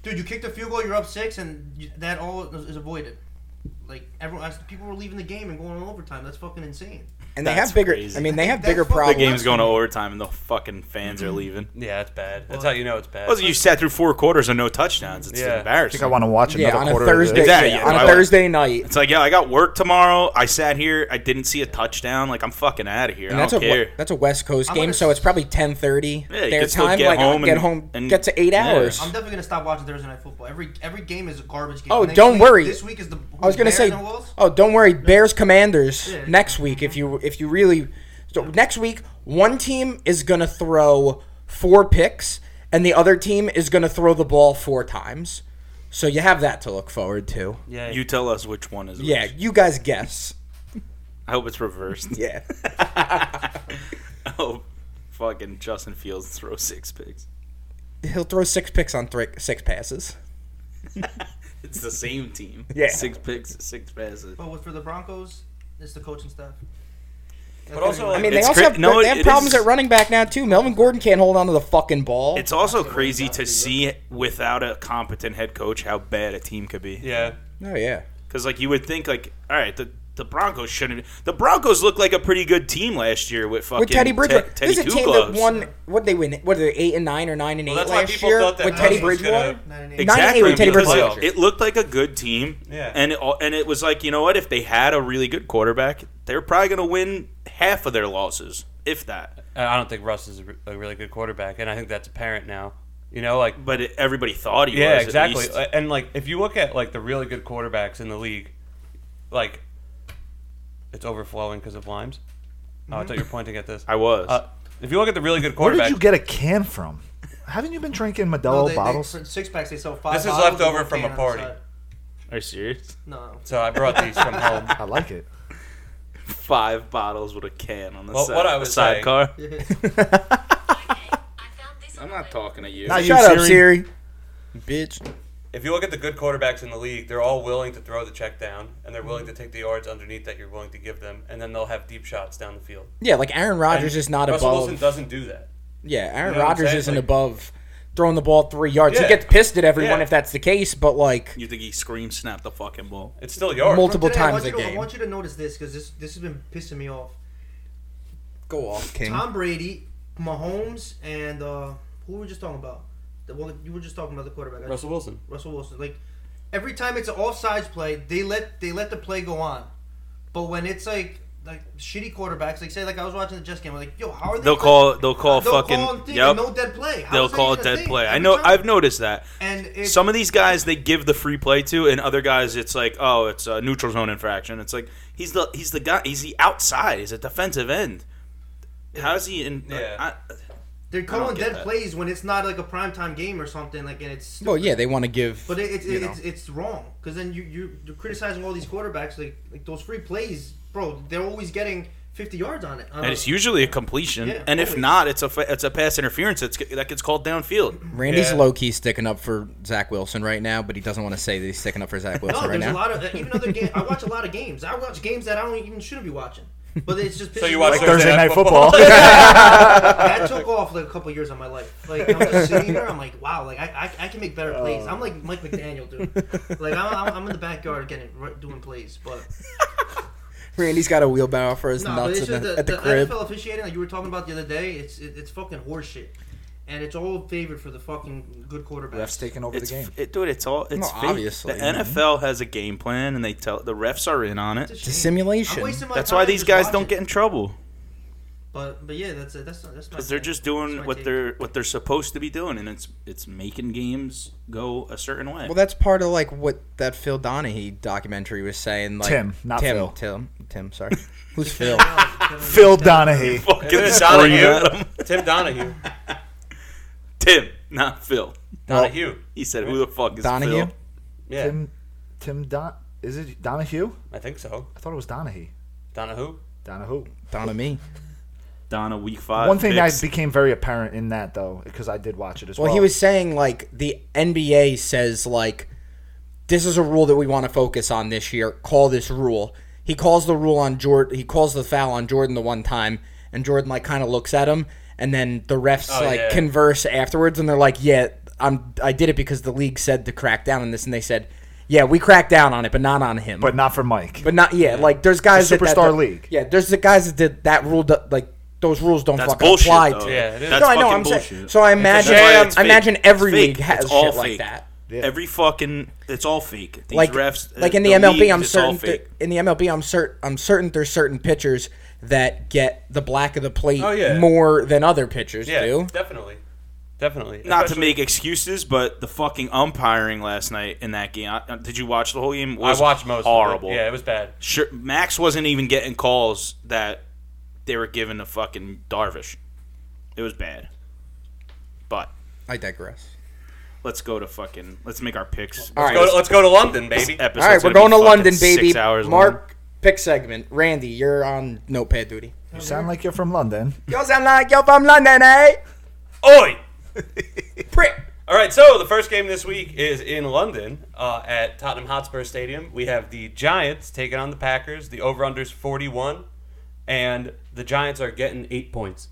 Speaker 5: dude, you kicked a field goal, you're up six, and you, that all is, is avoided. Like everyone, as people were leaving the game and going on overtime. That's fucking insane.
Speaker 1: and they
Speaker 2: That's
Speaker 1: have bigger.
Speaker 2: crazy.
Speaker 1: I mean, they have
Speaker 5: That's
Speaker 1: bigger
Speaker 5: fucking- The
Speaker 2: the
Speaker 1: problems.
Speaker 2: game's going to overtime, and the fucking fans are
Speaker 4: Mm-hmm.
Speaker 2: leaving.
Speaker 4: Yeah, that's bad. That's
Speaker 5: Well-
Speaker 4: how you know it's bad.
Speaker 2: Well, you sat through four quarters and no touchdowns. It's
Speaker 4: Yeah.
Speaker 3: I
Speaker 2: embarrassing.
Speaker 3: think I want to watch another
Speaker 1: yeah, on a
Speaker 3: quarter.
Speaker 1: Thursday.
Speaker 3: Of this.
Speaker 2: Exactly,
Speaker 1: yeah,
Speaker 2: yeah,
Speaker 1: on
Speaker 2: no,
Speaker 1: a
Speaker 2: I would-
Speaker 1: Thursday night.
Speaker 2: It's like, yeah, I got work tomorrow. I sat here. I didn't see a touchdown. Like, I'm fucking out of here.
Speaker 1: And
Speaker 2: I
Speaker 1: that's a
Speaker 2: don't care.
Speaker 1: that's a West Coast
Speaker 5: I'm
Speaker 1: game,
Speaker 5: gonna
Speaker 1: so
Speaker 5: s-
Speaker 1: it's probably ten thirty
Speaker 2: Yeah, you
Speaker 1: their
Speaker 2: can still
Speaker 1: time.
Speaker 2: get
Speaker 1: like
Speaker 2: home
Speaker 1: I get
Speaker 2: and-
Speaker 1: home,
Speaker 2: and-
Speaker 1: get to eight
Speaker 2: yeah.
Speaker 1: hours.
Speaker 5: I'm definitely gonna stop watching Thursday night football. Every every game is a garbage game.
Speaker 1: Oh,
Speaker 5: Next
Speaker 1: don't
Speaker 5: week-
Speaker 1: worry.
Speaker 5: This week is the.
Speaker 1: I was gonna
Speaker 5: Bears
Speaker 1: say,
Speaker 5: and Wolves.
Speaker 1: oh, don't worry, Bears Commanders
Speaker 5: Yeah.
Speaker 1: next week. If you if you really, so next week one team is gonna throw four picks and the other team is gonna throw the ball four times. So you have that to look forward to.
Speaker 4: yeah,
Speaker 2: You tell us which one is.
Speaker 1: Yeah,
Speaker 2: Which.
Speaker 1: you guys guess.
Speaker 2: I hope it's reversed.
Speaker 1: Yeah,
Speaker 2: I hope Oh, fucking Justin Fields throws six picks.
Speaker 1: he'll throw six picks on three, six passes.
Speaker 2: It's the same team.
Speaker 1: Yeah.
Speaker 2: Six picks, six passes.
Speaker 4: Oh,
Speaker 5: But with, for the Broncos, it's the coaching staff.
Speaker 4: But also,
Speaker 1: I mean, they
Speaker 2: It's
Speaker 1: also
Speaker 2: cra-
Speaker 1: have
Speaker 2: no,
Speaker 1: they
Speaker 2: it
Speaker 1: have
Speaker 2: is-
Speaker 1: problems at running back now too. Melvin Gordon can't hold on to the fucking ball.
Speaker 2: It's also crazy to see without a competent head coach how bad a team could be.
Speaker 4: yeah.
Speaker 1: oh yeah.
Speaker 2: Because like you would think like, all right, the the Broncos shouldn't. The Broncos looked like a pretty good team last year with fucking
Speaker 1: with Teddy Bridgewater.
Speaker 2: Te-
Speaker 1: this is
Speaker 2: Teddy
Speaker 1: a
Speaker 2: Two
Speaker 1: team
Speaker 2: Gloves.
Speaker 1: that won. What they win? What are they eight and nine or nine and
Speaker 4: Well,
Speaker 1: eight
Speaker 4: that's why
Speaker 1: last
Speaker 4: people
Speaker 1: year
Speaker 4: thought that
Speaker 1: with Teddy
Speaker 4: Russ was gonna-
Speaker 1: Bridgewater?
Speaker 5: Nine and eight.
Speaker 1: 98
Speaker 2: Exactly,
Speaker 1: with Teddy
Speaker 2: because
Speaker 1: Bridgewater.
Speaker 2: It looked like a good team.
Speaker 4: Yeah.
Speaker 2: And it, all- and it was like, you know what? If they had a really good quarterback, they're probably going to win half of their losses, if that.
Speaker 4: I don't think Russ is a re- a really good quarterback, and I think that's apparent now. You know, like
Speaker 2: But it, everybody thought he
Speaker 4: yeah,
Speaker 2: was. at
Speaker 4: exactly.
Speaker 2: least.
Speaker 4: Uh, And like, if you look at like the really good quarterbacks in the league, like it's overflowing because of limes. Oh, I thought you were pointing at this.
Speaker 2: I was.
Speaker 4: Uh, if you look at the really good
Speaker 3: Where
Speaker 4: quarterbacks,
Speaker 3: did you get a can from? Haven't you been drinking Modelo
Speaker 5: No, they- they-
Speaker 3: bottles?
Speaker 5: for six packs. They sell five.
Speaker 4: This is
Speaker 5: bottles
Speaker 4: left
Speaker 5: and
Speaker 4: over
Speaker 5: one
Speaker 4: from a
Speaker 5: can on the
Speaker 4: party.
Speaker 5: side.
Speaker 2: Are you serious?
Speaker 5: No,
Speaker 4: so I brought these from home.
Speaker 3: I like it.
Speaker 2: Five bottles with a can on the
Speaker 4: Well,
Speaker 2: side.
Speaker 4: what I was
Speaker 2: the sidecar.
Speaker 6: I found this
Speaker 2: I'm not talking to you.
Speaker 3: Not you,
Speaker 1: Shut up, Siri. Bitch.
Speaker 4: If you look at the good quarterbacks in the league, they're all willing to throw the check down, and they're willing to take the yards underneath that you're willing to give them, and then they'll have deep shots down the field.
Speaker 1: Yeah, like Aaron Rodgers
Speaker 4: And
Speaker 1: is not
Speaker 4: Russell
Speaker 1: above.
Speaker 4: Wilson doesn't do that.
Speaker 1: yeah, Aaron
Speaker 4: You know what I'm
Speaker 1: Rodgers
Speaker 4: saying?
Speaker 1: isn't
Speaker 4: Like-
Speaker 1: above throwing the ball three yards.
Speaker 4: Yeah.
Speaker 1: He gets pissed at everyone
Speaker 4: Yeah.
Speaker 1: if that's the case, but like
Speaker 2: You think he screamed, snapped the fucking ball?
Speaker 4: It's still yards.
Speaker 1: Multi- Multiple
Speaker 5: Today, I want
Speaker 1: times a
Speaker 5: you to-
Speaker 1: game.
Speaker 5: I want you to notice this because this this has been pissing me off.
Speaker 2: Mm-hmm.
Speaker 1: go off, King.
Speaker 5: Tom Brady, Mahomes, and uh, who were we just talking about? The one you were just talking about the quarterback. I-
Speaker 4: Russell Wilson.
Speaker 5: Russell Wilson. Like every time it's an offsides play, they let they let the play go on. But when it's like like shitty quarterbacks. Like say like I was watching the Jets game. I'm like, yo, how are they?
Speaker 2: They'll call. They'll call fucking.
Speaker 5: call and think
Speaker 2: yep.
Speaker 5: and no dead play. How
Speaker 2: They'll
Speaker 5: is that
Speaker 2: call
Speaker 5: even
Speaker 2: it
Speaker 5: a
Speaker 2: dead
Speaker 5: thing?
Speaker 2: play. I
Speaker 5: Every
Speaker 2: know.
Speaker 5: time.
Speaker 2: I've noticed that.
Speaker 5: And it-
Speaker 2: some of these guys they give the free play to, and other guys it's like, oh, it's a neutral zone infraction. It's like he's the he's the guy. He's the outside. He's a defensive end. How's he in? uh,
Speaker 4: Yeah.
Speaker 2: I-
Speaker 5: they're
Speaker 2: don't
Speaker 5: calling
Speaker 2: get
Speaker 5: dead
Speaker 2: that.
Speaker 5: plays when it's not like a prime time game or something. Like and it's stupid.
Speaker 1: Well, yeah, they want to give.
Speaker 5: But it, it's
Speaker 1: you know.
Speaker 5: it's, it's wrong because then you you- you're criticizing all these quarterbacks like like those free plays, bro. They're always getting 50 yards on it. Uh, On
Speaker 2: and
Speaker 5: a-
Speaker 2: it's usually a completion,
Speaker 5: Yeah,
Speaker 2: and if
Speaker 5: always.
Speaker 2: not, it's a fa- it's a pass interference that's, that gets called downfield.
Speaker 1: Randy's
Speaker 4: Yeah.
Speaker 1: low key sticking up for Zach Wilson right now, but he doesn't want to say that he's sticking up for Zach Wilson
Speaker 5: no,
Speaker 1: right
Speaker 5: there's
Speaker 1: now.
Speaker 5: a lot of uh, even other games. I watch a lot of games. I watch games that I don't even shouldn't be watching. But it's just
Speaker 4: So
Speaker 5: pisses
Speaker 4: you
Speaker 5: me
Speaker 4: watch
Speaker 5: off.
Speaker 3: Thursday, Night Football.
Speaker 5: that took off like a couple years of my life. Like I'm just sitting there, I'm like, wow, like I, I, I can make better
Speaker 4: Oh.
Speaker 5: plays. I'm like Mike McDaniel, dude. Like I'm, I'm, I'm in the backyard getting doing plays, but
Speaker 1: Randy's got a wheelbarrow for his
Speaker 5: no, but
Speaker 1: nuts
Speaker 5: it's
Speaker 1: in the,
Speaker 5: just the,
Speaker 1: at the,
Speaker 5: the
Speaker 1: crib.
Speaker 5: NFL officiating like you were talking about the other day. It's it, it's fucking horseshit, and it's all favored for the fucking good
Speaker 3: Refs
Speaker 5: quarterbacks.
Speaker 3: taking over
Speaker 2: It's
Speaker 3: the game.
Speaker 2: it, dude. It's all it's
Speaker 1: No,
Speaker 2: fake.
Speaker 1: obviously,
Speaker 2: the
Speaker 1: you know.
Speaker 2: NFL has a game plan, and they tell the refs are in on
Speaker 5: It's
Speaker 2: it.
Speaker 5: a shame.
Speaker 1: simulation.
Speaker 5: I'm wasting my
Speaker 2: That's
Speaker 5: time
Speaker 2: why these
Speaker 5: just
Speaker 2: guys don't
Speaker 5: watching.
Speaker 2: get in trouble
Speaker 5: But but yeah, that's it. That's not, that's my
Speaker 2: because they're
Speaker 5: take.
Speaker 2: just
Speaker 5: That's
Speaker 2: doing
Speaker 5: my
Speaker 2: what
Speaker 5: take.
Speaker 2: they're what they're supposed to be doing, and it's it's making games go a certain way.
Speaker 1: Well, that's part of like what that Phil Donahue documentary was saying. Like
Speaker 3: Tim, not
Speaker 1: Tim,
Speaker 3: Phil.
Speaker 1: Tim, Tim. Sorry, who's Phil?
Speaker 3: Phil Donahue.
Speaker 2: Fucking
Speaker 4: It is.
Speaker 2: shouting
Speaker 4: Were
Speaker 2: at him.
Speaker 4: Tim Donahue.
Speaker 2: Tim, not Phil.
Speaker 4: Donahue.
Speaker 2: He said, "Who the fuck is
Speaker 1: Donahue.
Speaker 2: Phil?"
Speaker 4: Yeah,
Speaker 3: Tim. Tim Don. Is it Donahue?
Speaker 4: I think so.
Speaker 3: I thought it was Donahue.
Speaker 4: Donahue.
Speaker 3: Donahue.
Speaker 1: Donahue.
Speaker 2: Donna week five.
Speaker 3: One thing
Speaker 2: picks.
Speaker 3: that became very apparent in that though, because I did watch it as well.
Speaker 1: Well, he was saying like the NBA says like this is a rule that we want to focus on this year. Call this rule. He calls the rule on Jordan. He calls the foul on Jordan the one time, and Jordan like kind of looks at him, and then the refs
Speaker 4: Oh,
Speaker 1: like
Speaker 4: yeah.
Speaker 1: converse afterwards, and they're like, "Yeah, I'm I did it because the league said to crack down on this," and they said, "Yeah, we cracked down on it, but not on him."
Speaker 3: but not for Mike.
Speaker 1: But not yeah, like there's guys
Speaker 3: The
Speaker 1: that- that-
Speaker 3: superstar
Speaker 1: that-
Speaker 3: league.
Speaker 1: Yeah, there's the guys that did that rule. do- Like those rules don't
Speaker 2: That's
Speaker 1: fucking
Speaker 2: bullshit.
Speaker 1: apply
Speaker 2: though.
Speaker 1: to.
Speaker 4: Yeah, it is.
Speaker 2: that's
Speaker 1: no, I know.
Speaker 2: fucking
Speaker 1: I'm
Speaker 2: bullshit.
Speaker 1: saying. So I imagine.
Speaker 2: That's why it's
Speaker 1: I
Speaker 2: fake.
Speaker 1: imagine every
Speaker 2: It's fake.
Speaker 1: league has
Speaker 2: It's all
Speaker 1: shit like
Speaker 2: fake.
Speaker 1: that.
Speaker 3: Yeah.
Speaker 2: Every fucking it's all fake. These
Speaker 1: Like
Speaker 2: refs, uh,
Speaker 1: like in the,
Speaker 2: league,
Speaker 1: MLB, I'm
Speaker 2: it's all
Speaker 1: certain.
Speaker 2: fake.
Speaker 1: th- in the MLB, I'm certain. I'm certain there's certain pitchers that get the black of the plate
Speaker 4: Oh, yeah.
Speaker 1: more than other pitchers
Speaker 4: Yeah,
Speaker 1: do.
Speaker 4: definitely, definitely.
Speaker 2: Not to
Speaker 4: Especially-
Speaker 2: make excuses, but the fucking umpiring last night in that game. I, uh, did you watch the whole game?
Speaker 4: I
Speaker 2: Was
Speaker 4: watched most.
Speaker 2: Horrible.
Speaker 4: Of it. Yeah, it was bad.
Speaker 2: Sure, Max wasn't even getting calls that they were giving to fucking Darvish. It was bad. But
Speaker 1: I digress.
Speaker 2: let's go to fucking. Let's make our picks.
Speaker 1: All right,
Speaker 4: Go to, let's go to London, baby.
Speaker 1: all right,
Speaker 2: Episode's
Speaker 1: we're
Speaker 2: gonna be
Speaker 1: going to
Speaker 2: fucking
Speaker 1: London, baby.
Speaker 2: Six hours
Speaker 1: Mark,
Speaker 2: long.
Speaker 1: pick segment. Randy, you're on notepad duty.
Speaker 3: You sound like you're from London.
Speaker 1: Yo, sound like yo from London, eh?
Speaker 4: Oi!
Speaker 1: Prick.
Speaker 4: All right, so the first game this week is in London uh, at Tottenham Hotspur Stadium. We have the Giants taking on the Packers. The over/unders 41, and the Giants are getting eight points.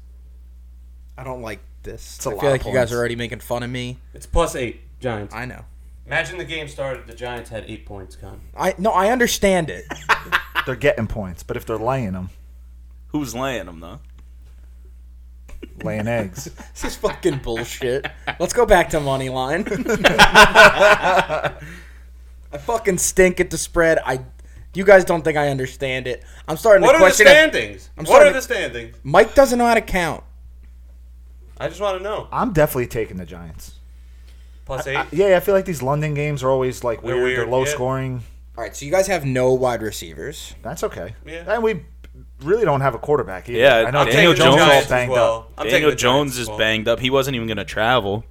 Speaker 1: I don't like this.
Speaker 3: a
Speaker 1: I
Speaker 3: lot
Speaker 1: feel
Speaker 3: of
Speaker 1: like you guys
Speaker 3: points.
Speaker 1: are already making fun of me.
Speaker 4: It's plus eight Giants.
Speaker 1: I know.
Speaker 4: Imagine the game started. The Giants had eight points. Con.
Speaker 1: I no, I understand it.
Speaker 3: They're getting points, but if they're laying them,
Speaker 2: Who's laying them though?
Speaker 3: laying eggs.
Speaker 1: This is fucking bullshit. Let's go back to money line. I fucking stink at the spread. I, you guys don't think I understand it. I'm starting
Speaker 4: What
Speaker 1: to
Speaker 4: are the
Speaker 1: question. it.
Speaker 4: standings?
Speaker 1: I'm
Speaker 4: What
Speaker 1: sorry.
Speaker 4: are the standings?
Speaker 1: Mike doesn't know how to count.
Speaker 4: I just want to know.
Speaker 3: I'm definitely taking the Giants.
Speaker 4: Plus eight.
Speaker 3: Yeah, I feel like these London games are always like
Speaker 4: They're
Speaker 3: weird. They're,
Speaker 4: weird,
Speaker 3: low
Speaker 4: yeah.
Speaker 3: scoring.
Speaker 1: All right, so you guys have no wide receivers.
Speaker 3: That's okay.
Speaker 4: Yeah.
Speaker 3: And we really don't have a quarterback. Either.
Speaker 2: Yeah,
Speaker 3: I know
Speaker 2: I'm taking
Speaker 3: Daniel
Speaker 2: the
Speaker 3: Jones is
Speaker 2: Giants
Speaker 3: all
Speaker 2: as
Speaker 3: banged up.
Speaker 4: I'm taking
Speaker 2: Daniel
Speaker 4: the
Speaker 2: Jones
Speaker 4: Giants
Speaker 2: is
Speaker 4: as well.
Speaker 2: banged up. He wasn't even going to travel.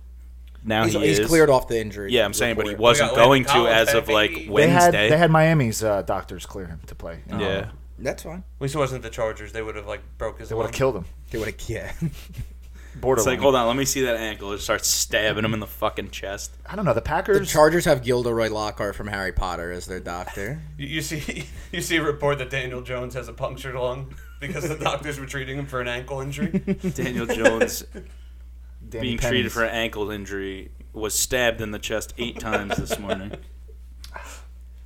Speaker 2: Now
Speaker 1: He's,
Speaker 2: he
Speaker 1: he's
Speaker 2: is.
Speaker 1: cleared off the injury.
Speaker 2: Yeah, I'm saying, but he
Speaker 1: report.
Speaker 2: wasn't
Speaker 4: We got
Speaker 2: going
Speaker 4: Landon
Speaker 2: to as
Speaker 4: Collins back,
Speaker 2: of like
Speaker 4: baby.
Speaker 3: They had
Speaker 2: Wednesday.
Speaker 3: they had Miami's uh, doctors clear him to play. I don't know.
Speaker 2: yeah,
Speaker 1: That's fine.
Speaker 4: At least it wasn't the Chargers. They would have like broke his.
Speaker 3: they would have
Speaker 4: lung.
Speaker 3: killed him.
Speaker 1: They would have yeah.
Speaker 3: Borderline.
Speaker 2: it's like hold on, let me see that ankle. It starts stabbing him in the fucking chest.
Speaker 3: I don't know. The
Speaker 1: the
Speaker 3: Packers.
Speaker 1: Chargers have Gilderoy Lockhart from Harry Potter as their doctor.
Speaker 4: You, you see, you see a report that Daniel Jones has a punctured lung because the doctors were treating him for an ankle injury.
Speaker 2: Daniel Jones
Speaker 3: Danny
Speaker 2: being treated
Speaker 3: Penny's-
Speaker 2: for an ankle injury was stabbed in the chest eight times this morning.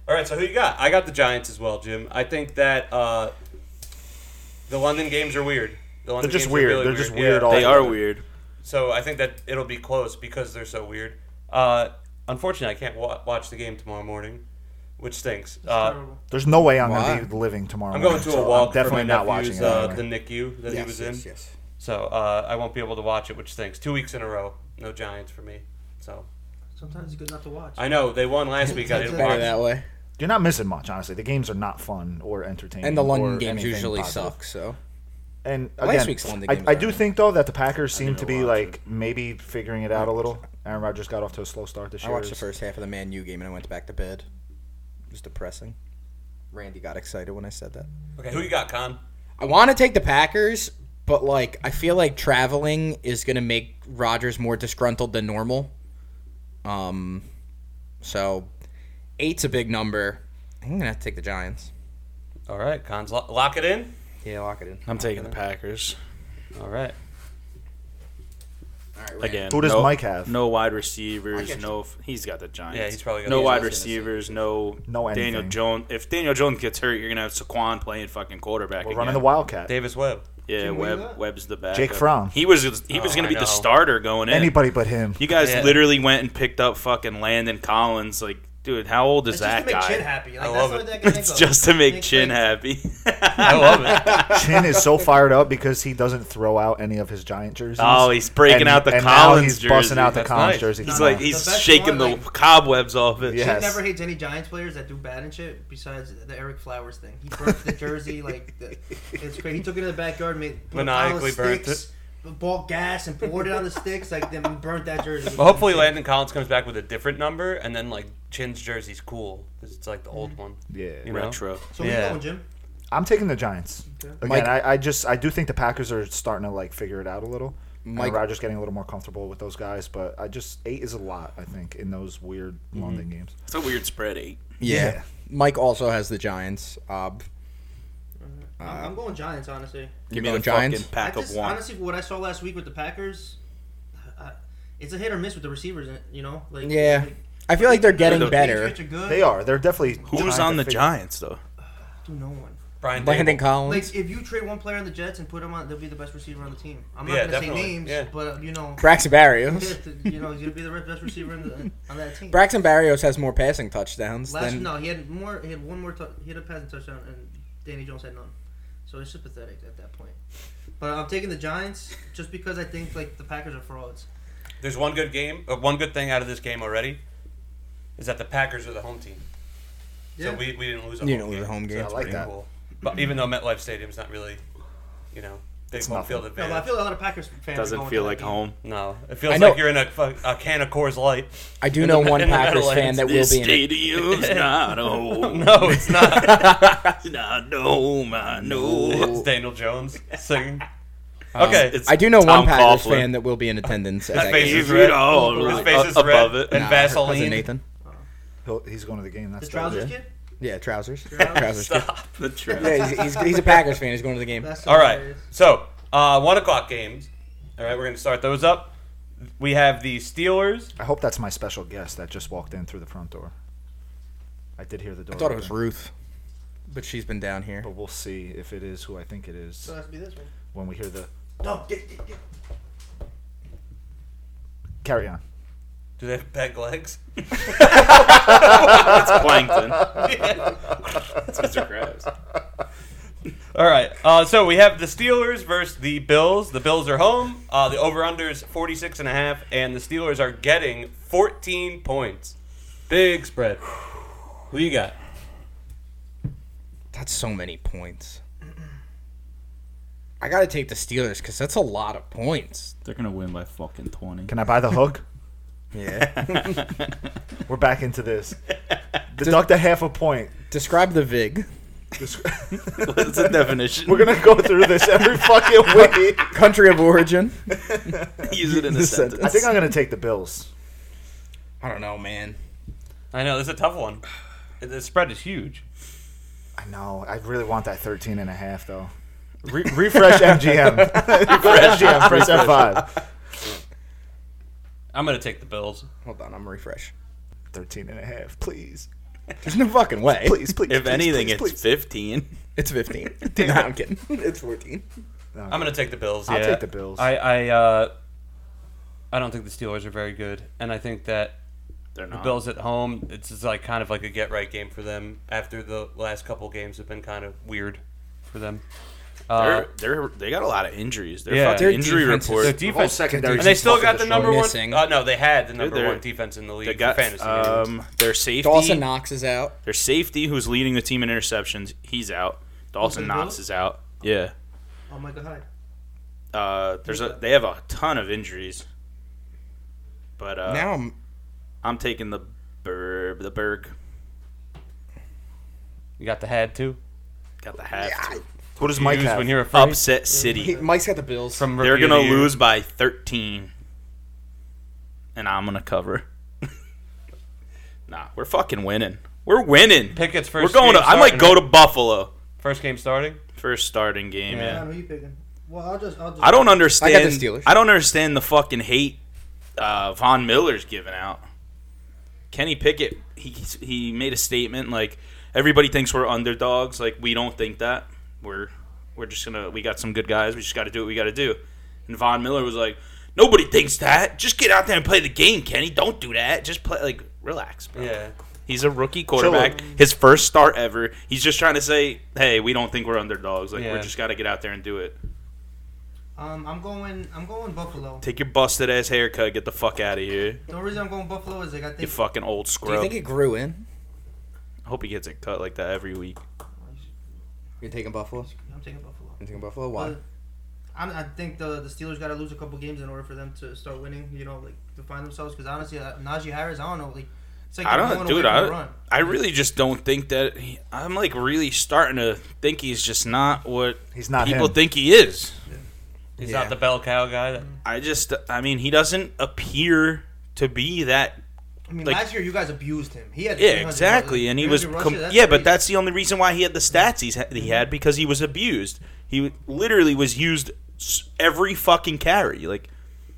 Speaker 4: All right, so who you got? I got the Giants as well, Jim. I think that uh, the London games are weird. The London
Speaker 3: They're just
Speaker 4: games are
Speaker 3: weird.
Speaker 4: really
Speaker 3: They're just weird all
Speaker 2: They are weird.
Speaker 4: So I think that it'll be close because they're so weird. Uh, unfortunately, I can't wa- watch the game tomorrow morning. which stinks. Uh,
Speaker 5: Terrible.
Speaker 3: There's no way I'm
Speaker 1: Why?
Speaker 3: going to be living tomorrow.
Speaker 4: I'm going
Speaker 3: morning,
Speaker 4: to
Speaker 3: so
Speaker 4: a
Speaker 3: I'm
Speaker 4: walk.
Speaker 3: definitely
Speaker 4: for my
Speaker 3: not
Speaker 4: nephew's,
Speaker 3: watching it.
Speaker 4: uh,
Speaker 3: Okay.
Speaker 4: the NICU that he
Speaker 1: Yes,
Speaker 4: was in.
Speaker 1: yes, yes.
Speaker 4: So uh, I won't be able to watch it, which stinks. Two weeks in a row, no Giants for me. So
Speaker 5: Sometimes it's good not to watch.
Speaker 4: I know they won last week. I
Speaker 5: It's
Speaker 4: didn't
Speaker 5: better
Speaker 1: Better
Speaker 4: watch.
Speaker 1: that way.
Speaker 3: You're not missing much, honestly. The games are not fun or entertaining.
Speaker 1: And the
Speaker 3: or
Speaker 1: London games
Speaker 3: anything
Speaker 1: usually
Speaker 3: positive.
Speaker 1: suck. So
Speaker 3: And again,
Speaker 1: Last week's London
Speaker 3: I,
Speaker 1: games
Speaker 3: I
Speaker 1: are-
Speaker 3: do think though that the Packers seem
Speaker 2: didn't
Speaker 3: to be
Speaker 2: watch
Speaker 3: like maybe figuring it out a little. Aaron Rodgers got off to a slow start this
Speaker 1: I
Speaker 3: year.
Speaker 1: watched the first half of the Man U game and I went back to bed. It was depressing. Randy got excited when I said that.
Speaker 4: Okay, who you got, Con?
Speaker 1: I want to take the Packers, but like I feel like traveling is going to make Rodgers more disgruntled than normal. Um, so eight's a big number. I'm gonna have to take the Giants.
Speaker 4: All right, Con's lo- lock it in.
Speaker 1: Yeah, lock it in.
Speaker 2: I'm taking the Packers
Speaker 4: All right.
Speaker 2: again.
Speaker 3: Who does
Speaker 2: no,
Speaker 3: Mike have?
Speaker 2: No wide receivers. No, f- he's got the Giants.
Speaker 4: Yeah, he's probably got
Speaker 2: no
Speaker 4: the
Speaker 2: wide
Speaker 4: Giants.
Speaker 2: receivers. No,
Speaker 3: No
Speaker 2: Daniel
Speaker 3: anything.
Speaker 2: Jones. If Daniel Jones gets hurt, you're gonna have Saquon playing fucking quarterback.
Speaker 3: We're
Speaker 2: again.
Speaker 3: running the Wildcat.
Speaker 4: Davis Webb.
Speaker 2: Yeah,
Speaker 5: Can we do
Speaker 2: Webb,
Speaker 5: that?
Speaker 2: Webb's the backup.
Speaker 3: Jake Fromm.
Speaker 2: He was he was
Speaker 4: Oh,
Speaker 2: gonna
Speaker 4: I
Speaker 2: be the
Speaker 4: know.
Speaker 2: starter going in.
Speaker 3: Anybody but him.
Speaker 2: You guys
Speaker 4: Yeah.
Speaker 2: literally went and picked up fucking Landon Collins. Like, dude, how old is
Speaker 5: It's
Speaker 2: that
Speaker 5: just to make Chin
Speaker 2: guy?
Speaker 5: happy.
Speaker 4: I
Speaker 5: Like, that's
Speaker 4: love
Speaker 5: the only
Speaker 4: it.
Speaker 5: thing I can think
Speaker 2: It's
Speaker 5: of.
Speaker 2: just to make
Speaker 5: Make
Speaker 2: Chin
Speaker 5: Chin-
Speaker 2: happy.
Speaker 4: I love it.
Speaker 3: Chin is so fired up because he doesn't throw out any of his giant jerseys.
Speaker 2: Oh, he's breaking
Speaker 3: And-
Speaker 2: out the
Speaker 3: and now
Speaker 2: Collins
Speaker 3: he's
Speaker 2: jersey.
Speaker 3: busting out the
Speaker 4: That's
Speaker 3: Collins
Speaker 4: nice.
Speaker 3: jersey.
Speaker 2: he's
Speaker 3: tomorrow.
Speaker 2: like he's
Speaker 5: The best
Speaker 2: shaking
Speaker 5: one,
Speaker 2: the
Speaker 5: like-
Speaker 2: cobwebs off it.
Speaker 3: Yeah.
Speaker 5: He
Speaker 3: Yes.
Speaker 5: never hates any Giants players that do bad and shit. Besides the Eric Flowers thing, he burnt the jersey like the, it's crazy. He took it in the backyard, made put a pile of
Speaker 4: Maniacally burnt
Speaker 5: sticks, bought gas and poured it on the sticks, like then burnt that jersey.
Speaker 4: Well, hopefully Landon Collins comes back with a different number, and then like Chin's jersey's cool because it's like the old one.
Speaker 3: Yeah.
Speaker 4: You know?
Speaker 2: Retro.
Speaker 5: So yeah.
Speaker 4: Yeah.
Speaker 5: going, Jim?
Speaker 3: I'm taking the Giants. Again,
Speaker 1: Mike-
Speaker 3: I, I just I do think the Packers are starting to like figure it out a little. Mike
Speaker 1: Mike-
Speaker 3: Rogers getting a little more comfortable with those guys, but I just eight is a lot. I think in those weird London games.
Speaker 2: It's a weird spread eh? eight.
Speaker 1: Yeah.
Speaker 3: Yeah.
Speaker 1: Mike also has the Giants. Uh,
Speaker 5: I'm, I'm going Giants, honestly.
Speaker 1: You're
Speaker 2: Give me
Speaker 1: going
Speaker 2: the
Speaker 1: Giants?
Speaker 2: fucking pack
Speaker 5: I
Speaker 2: of
Speaker 5: just,
Speaker 2: one.
Speaker 5: honestly, what I saw last week with the Packers, I, it's a hit or miss with the receivers. You know, like
Speaker 1: yeah. I feel like they're
Speaker 2: The
Speaker 1: getting better.
Speaker 5: Patriots are good.
Speaker 3: They are. They're definitely trying
Speaker 2: Who's
Speaker 3: to
Speaker 2: on the
Speaker 3: figure-
Speaker 2: Giants though?
Speaker 5: Do no one.
Speaker 4: Brian
Speaker 1: Landon
Speaker 4: Dable.
Speaker 1: Collins.
Speaker 5: Like if you trade one player on the Jets and put him on, they'll be the best receiver on the team. I'm not
Speaker 4: Yeah,
Speaker 5: gonna
Speaker 4: definitely.
Speaker 5: say names,
Speaker 4: Yeah.
Speaker 5: but you know,
Speaker 1: Braxton Barrios.
Speaker 5: you know, he's gonna be the best receiver in the, on that team.
Speaker 1: Braxton Barrios has more passing touchdowns
Speaker 5: Last
Speaker 1: than
Speaker 5: no, he had more. He had one more. T- he had a passing touchdown, and Danny Jones had none. So it's just pathetic at that point. But I'm taking the Giants just because I think like the Packers are frauds.
Speaker 4: There's one good game, uh, one good thing out of this game already, is that the Packers are the home team,
Speaker 5: Yeah.
Speaker 4: so we, we didn't lose a
Speaker 1: you
Speaker 4: home
Speaker 1: know
Speaker 4: game.
Speaker 1: the home game.
Speaker 3: I like
Speaker 4: Pretty
Speaker 3: that.
Speaker 4: cool. But even though MetLife Stadium's not really, you know, they
Speaker 3: It's
Speaker 4: won't
Speaker 3: nothing.
Speaker 4: feel the
Speaker 5: no,
Speaker 4: advantage.
Speaker 5: but I feel a lot of Packers fans are
Speaker 2: Doesn't
Speaker 5: going
Speaker 2: feel
Speaker 5: to that
Speaker 2: like
Speaker 5: game.
Speaker 2: home.
Speaker 4: no, it
Speaker 1: I
Speaker 4: feels
Speaker 1: know-
Speaker 4: like you're in a, fu- a can of Coors Light.
Speaker 1: I do know one
Speaker 4: in the
Speaker 1: Packers fan
Speaker 4: Meadowlands.
Speaker 1: that will
Speaker 2: This
Speaker 1: be in it.
Speaker 2: stadium's not home.
Speaker 4: No, it's not.
Speaker 2: It's not home. I know.
Speaker 4: it's Daniel Jones singing. Okay,
Speaker 2: It's
Speaker 1: I do know
Speaker 2: Tom
Speaker 1: one Packers
Speaker 2: Coughlin.
Speaker 1: fan that will be in attendance at um, that game. Oh, Uh,
Speaker 4: face is
Speaker 2: Leave it
Speaker 4: red.
Speaker 2: all
Speaker 4: His face is
Speaker 2: above
Speaker 4: red.
Speaker 2: it.
Speaker 4: And
Speaker 1: Nah,
Speaker 4: Vaseline.
Speaker 1: cousin Nathan.
Speaker 3: He'll, he's going to the game.
Speaker 5: The
Speaker 3: That's
Speaker 5: trousers
Speaker 3: yeah.
Speaker 5: kid.
Speaker 1: Yeah, trousers.
Speaker 5: Trousers.
Speaker 1: trousers. kid.
Speaker 4: Stop.
Speaker 2: The truth.
Speaker 1: Yeah, he's, he's, he's a Packers fan. He's going to the game.
Speaker 5: That's
Speaker 4: All right.
Speaker 5: hilarious.
Speaker 4: So, uh, one o'clock games. All right, we're going to start those up. We have the Steelers.
Speaker 3: I hope that's my special guest that just walked in through the front door. I did hear the door.
Speaker 1: I thought it was
Speaker 3: open,
Speaker 1: Ruth, but she's been down here.
Speaker 3: But we'll see if it is who I think it is
Speaker 5: So it has to be this one.
Speaker 3: when we hear the
Speaker 5: No, get, get, get.
Speaker 3: carry on.
Speaker 4: Do they have peg legs?
Speaker 2: It's plankton. It's Mr. Krabs.
Speaker 4: All right. Uh, so we have the Steelers versus the Bills. The Bills are home. Uh, the over/under is 46 and a half, and the Steelers are getting 14 points. Big spread. Who you got?
Speaker 1: That's so many points. I got to take the Steelers because that's a lot of points.
Speaker 2: They're gonna win by fucking twenty.
Speaker 3: Can I buy the hook?
Speaker 1: Yeah.
Speaker 3: We're back into this. Deduct a half a point.
Speaker 1: Describe the vig.
Speaker 2: What's the definition?
Speaker 3: We're gonna go through this every fucking week.
Speaker 1: Country of origin.
Speaker 2: use it in a
Speaker 1: This
Speaker 2: sentence.
Speaker 3: I think I'm gonna take the Bills.
Speaker 1: I don't know, man.
Speaker 4: I know this is a tough one. The spread is huge.
Speaker 3: I know. I really want that 13 and a half though. Re- refresh MGM. refresh MGM. Press F5.
Speaker 4: I'm going to take the Bills.
Speaker 1: Hold on, I'm gonna refresh.
Speaker 3: 13 and a half, please.
Speaker 1: There's no fucking way.
Speaker 3: Please, please.
Speaker 2: if
Speaker 3: please,
Speaker 2: anything,
Speaker 3: please,
Speaker 2: it's
Speaker 3: please.
Speaker 2: fifteen.
Speaker 1: It's 15. no, I'm kidding. It's 14.
Speaker 4: I'm going to take the Bills.
Speaker 3: I'll
Speaker 4: yeah.
Speaker 3: take the Bills.
Speaker 4: I I, uh, I don't think the Steelers are very good, and I think that
Speaker 2: They're
Speaker 4: The
Speaker 2: not.
Speaker 4: Bills at home, it's just like kind of like a get right game for them after the last couple games have been kind of weird for them. Uh,
Speaker 2: They're, they're they got a lot of injuries. Their
Speaker 4: Yeah.
Speaker 2: fucking
Speaker 4: Their
Speaker 2: injury
Speaker 1: defense is-
Speaker 2: report.
Speaker 4: their
Speaker 2: They
Speaker 3: The whole
Speaker 4: defense,
Speaker 3: secondary
Speaker 4: and they
Speaker 3: is
Speaker 4: still
Speaker 3: fucking
Speaker 4: got the
Speaker 3: destroyed.
Speaker 4: number
Speaker 1: Missing.
Speaker 4: one. Uh, no, they had the number
Speaker 2: they're-
Speaker 4: one defense in the league.
Speaker 2: got
Speaker 4: for fantasy reasons.
Speaker 2: um their safety.
Speaker 1: Dawson Knox is out.
Speaker 2: Their safety, who's leading the team in interceptions, he's out. Dawson
Speaker 5: Dawson
Speaker 2: Knox
Speaker 5: Knox?
Speaker 2: is out. Yeah.
Speaker 5: Oh my god.
Speaker 2: Uh, there's a they have a ton of injuries. But uh,
Speaker 1: now I'm
Speaker 2: I'm taking the Berg. The Berg
Speaker 4: You got the had too.
Speaker 2: got the have to
Speaker 3: What does Mike
Speaker 4: Used
Speaker 3: have?
Speaker 4: when you're afraid
Speaker 2: upset
Speaker 1: he,
Speaker 2: City.
Speaker 1: Mike's got the Bills.
Speaker 4: from
Speaker 2: They're
Speaker 4: rookie of
Speaker 2: gonna
Speaker 4: the year.
Speaker 2: lose by 13, and I'm gonna cover. nah, we're fucking winning. We're winning.
Speaker 4: Pickett's
Speaker 2: We're
Speaker 4: first.
Speaker 2: going
Speaker 4: game
Speaker 2: to. I might
Speaker 4: starting,
Speaker 2: go
Speaker 4: right?
Speaker 2: to Buffalo
Speaker 4: first game starting.
Speaker 2: first starting game.
Speaker 4: Yeah.
Speaker 2: Yeah.
Speaker 5: John, who you picking? Well, I'll just. I'll just
Speaker 2: I don't understand.
Speaker 1: Steelers.
Speaker 2: I don't understand the fucking hate uh, Von Miller's giving out. Kenny Pickett, he he made a statement like everybody thinks we're underdogs. Like we don't think that. We're we're just gonna we got some good guys. We just got to do what we got to do. And Von Miller was like, nobody thinks that. Just get out there and play the game, Kenny. Don't do that. Just play like relax, bro.
Speaker 4: Yeah.
Speaker 2: He's a rookie quarterback. His first start ever. He's just trying to say, hey, we don't think we're underdogs. Like
Speaker 4: Yeah.
Speaker 2: we're just got to get out there and do it.
Speaker 5: Um, I'm going. I'm going Buffalo.
Speaker 2: Take your busted ass haircut. Get the fuck out of here.
Speaker 5: The only reason I'm going Buffalo is like I
Speaker 2: You
Speaker 5: think.
Speaker 2: fucking old
Speaker 1: Do you
Speaker 2: scrub.
Speaker 1: think it grew in?
Speaker 2: I hope he gets it cut like that every week.
Speaker 1: You're taking Buffalo.
Speaker 5: I'm taking Buffalo.
Speaker 1: You're taking Buffalo. Why?
Speaker 5: But I'm, I think the the Steelers got to lose a couple games in order for them to start winning. You know, like to find themselves. Because honestly, uh, Najee Harris, I don't know. Like, it's like
Speaker 2: I
Speaker 5: they're
Speaker 2: don't,
Speaker 5: going away
Speaker 2: dude.
Speaker 5: from
Speaker 2: I,
Speaker 5: the run.
Speaker 2: I really just don't think that. He, I'm like really starting to think he's just not what
Speaker 3: He's not
Speaker 2: people
Speaker 3: him.
Speaker 2: think he is.
Speaker 4: He's
Speaker 1: Yeah.
Speaker 4: not the bell cow guy. That,
Speaker 2: I just, I mean, he doesn't appear to be that.
Speaker 5: I mean,
Speaker 2: like-
Speaker 5: last year you guys abused him. He had
Speaker 2: Yeah,
Speaker 5: 300
Speaker 2: exactly. And he was,
Speaker 5: 300
Speaker 2: com-
Speaker 5: rushes, that's
Speaker 2: yeah, but
Speaker 5: crazy.
Speaker 2: that's the only reason why he had the stats he's ha- he had because he was abused. He w- literally was used s- every fucking carry. Like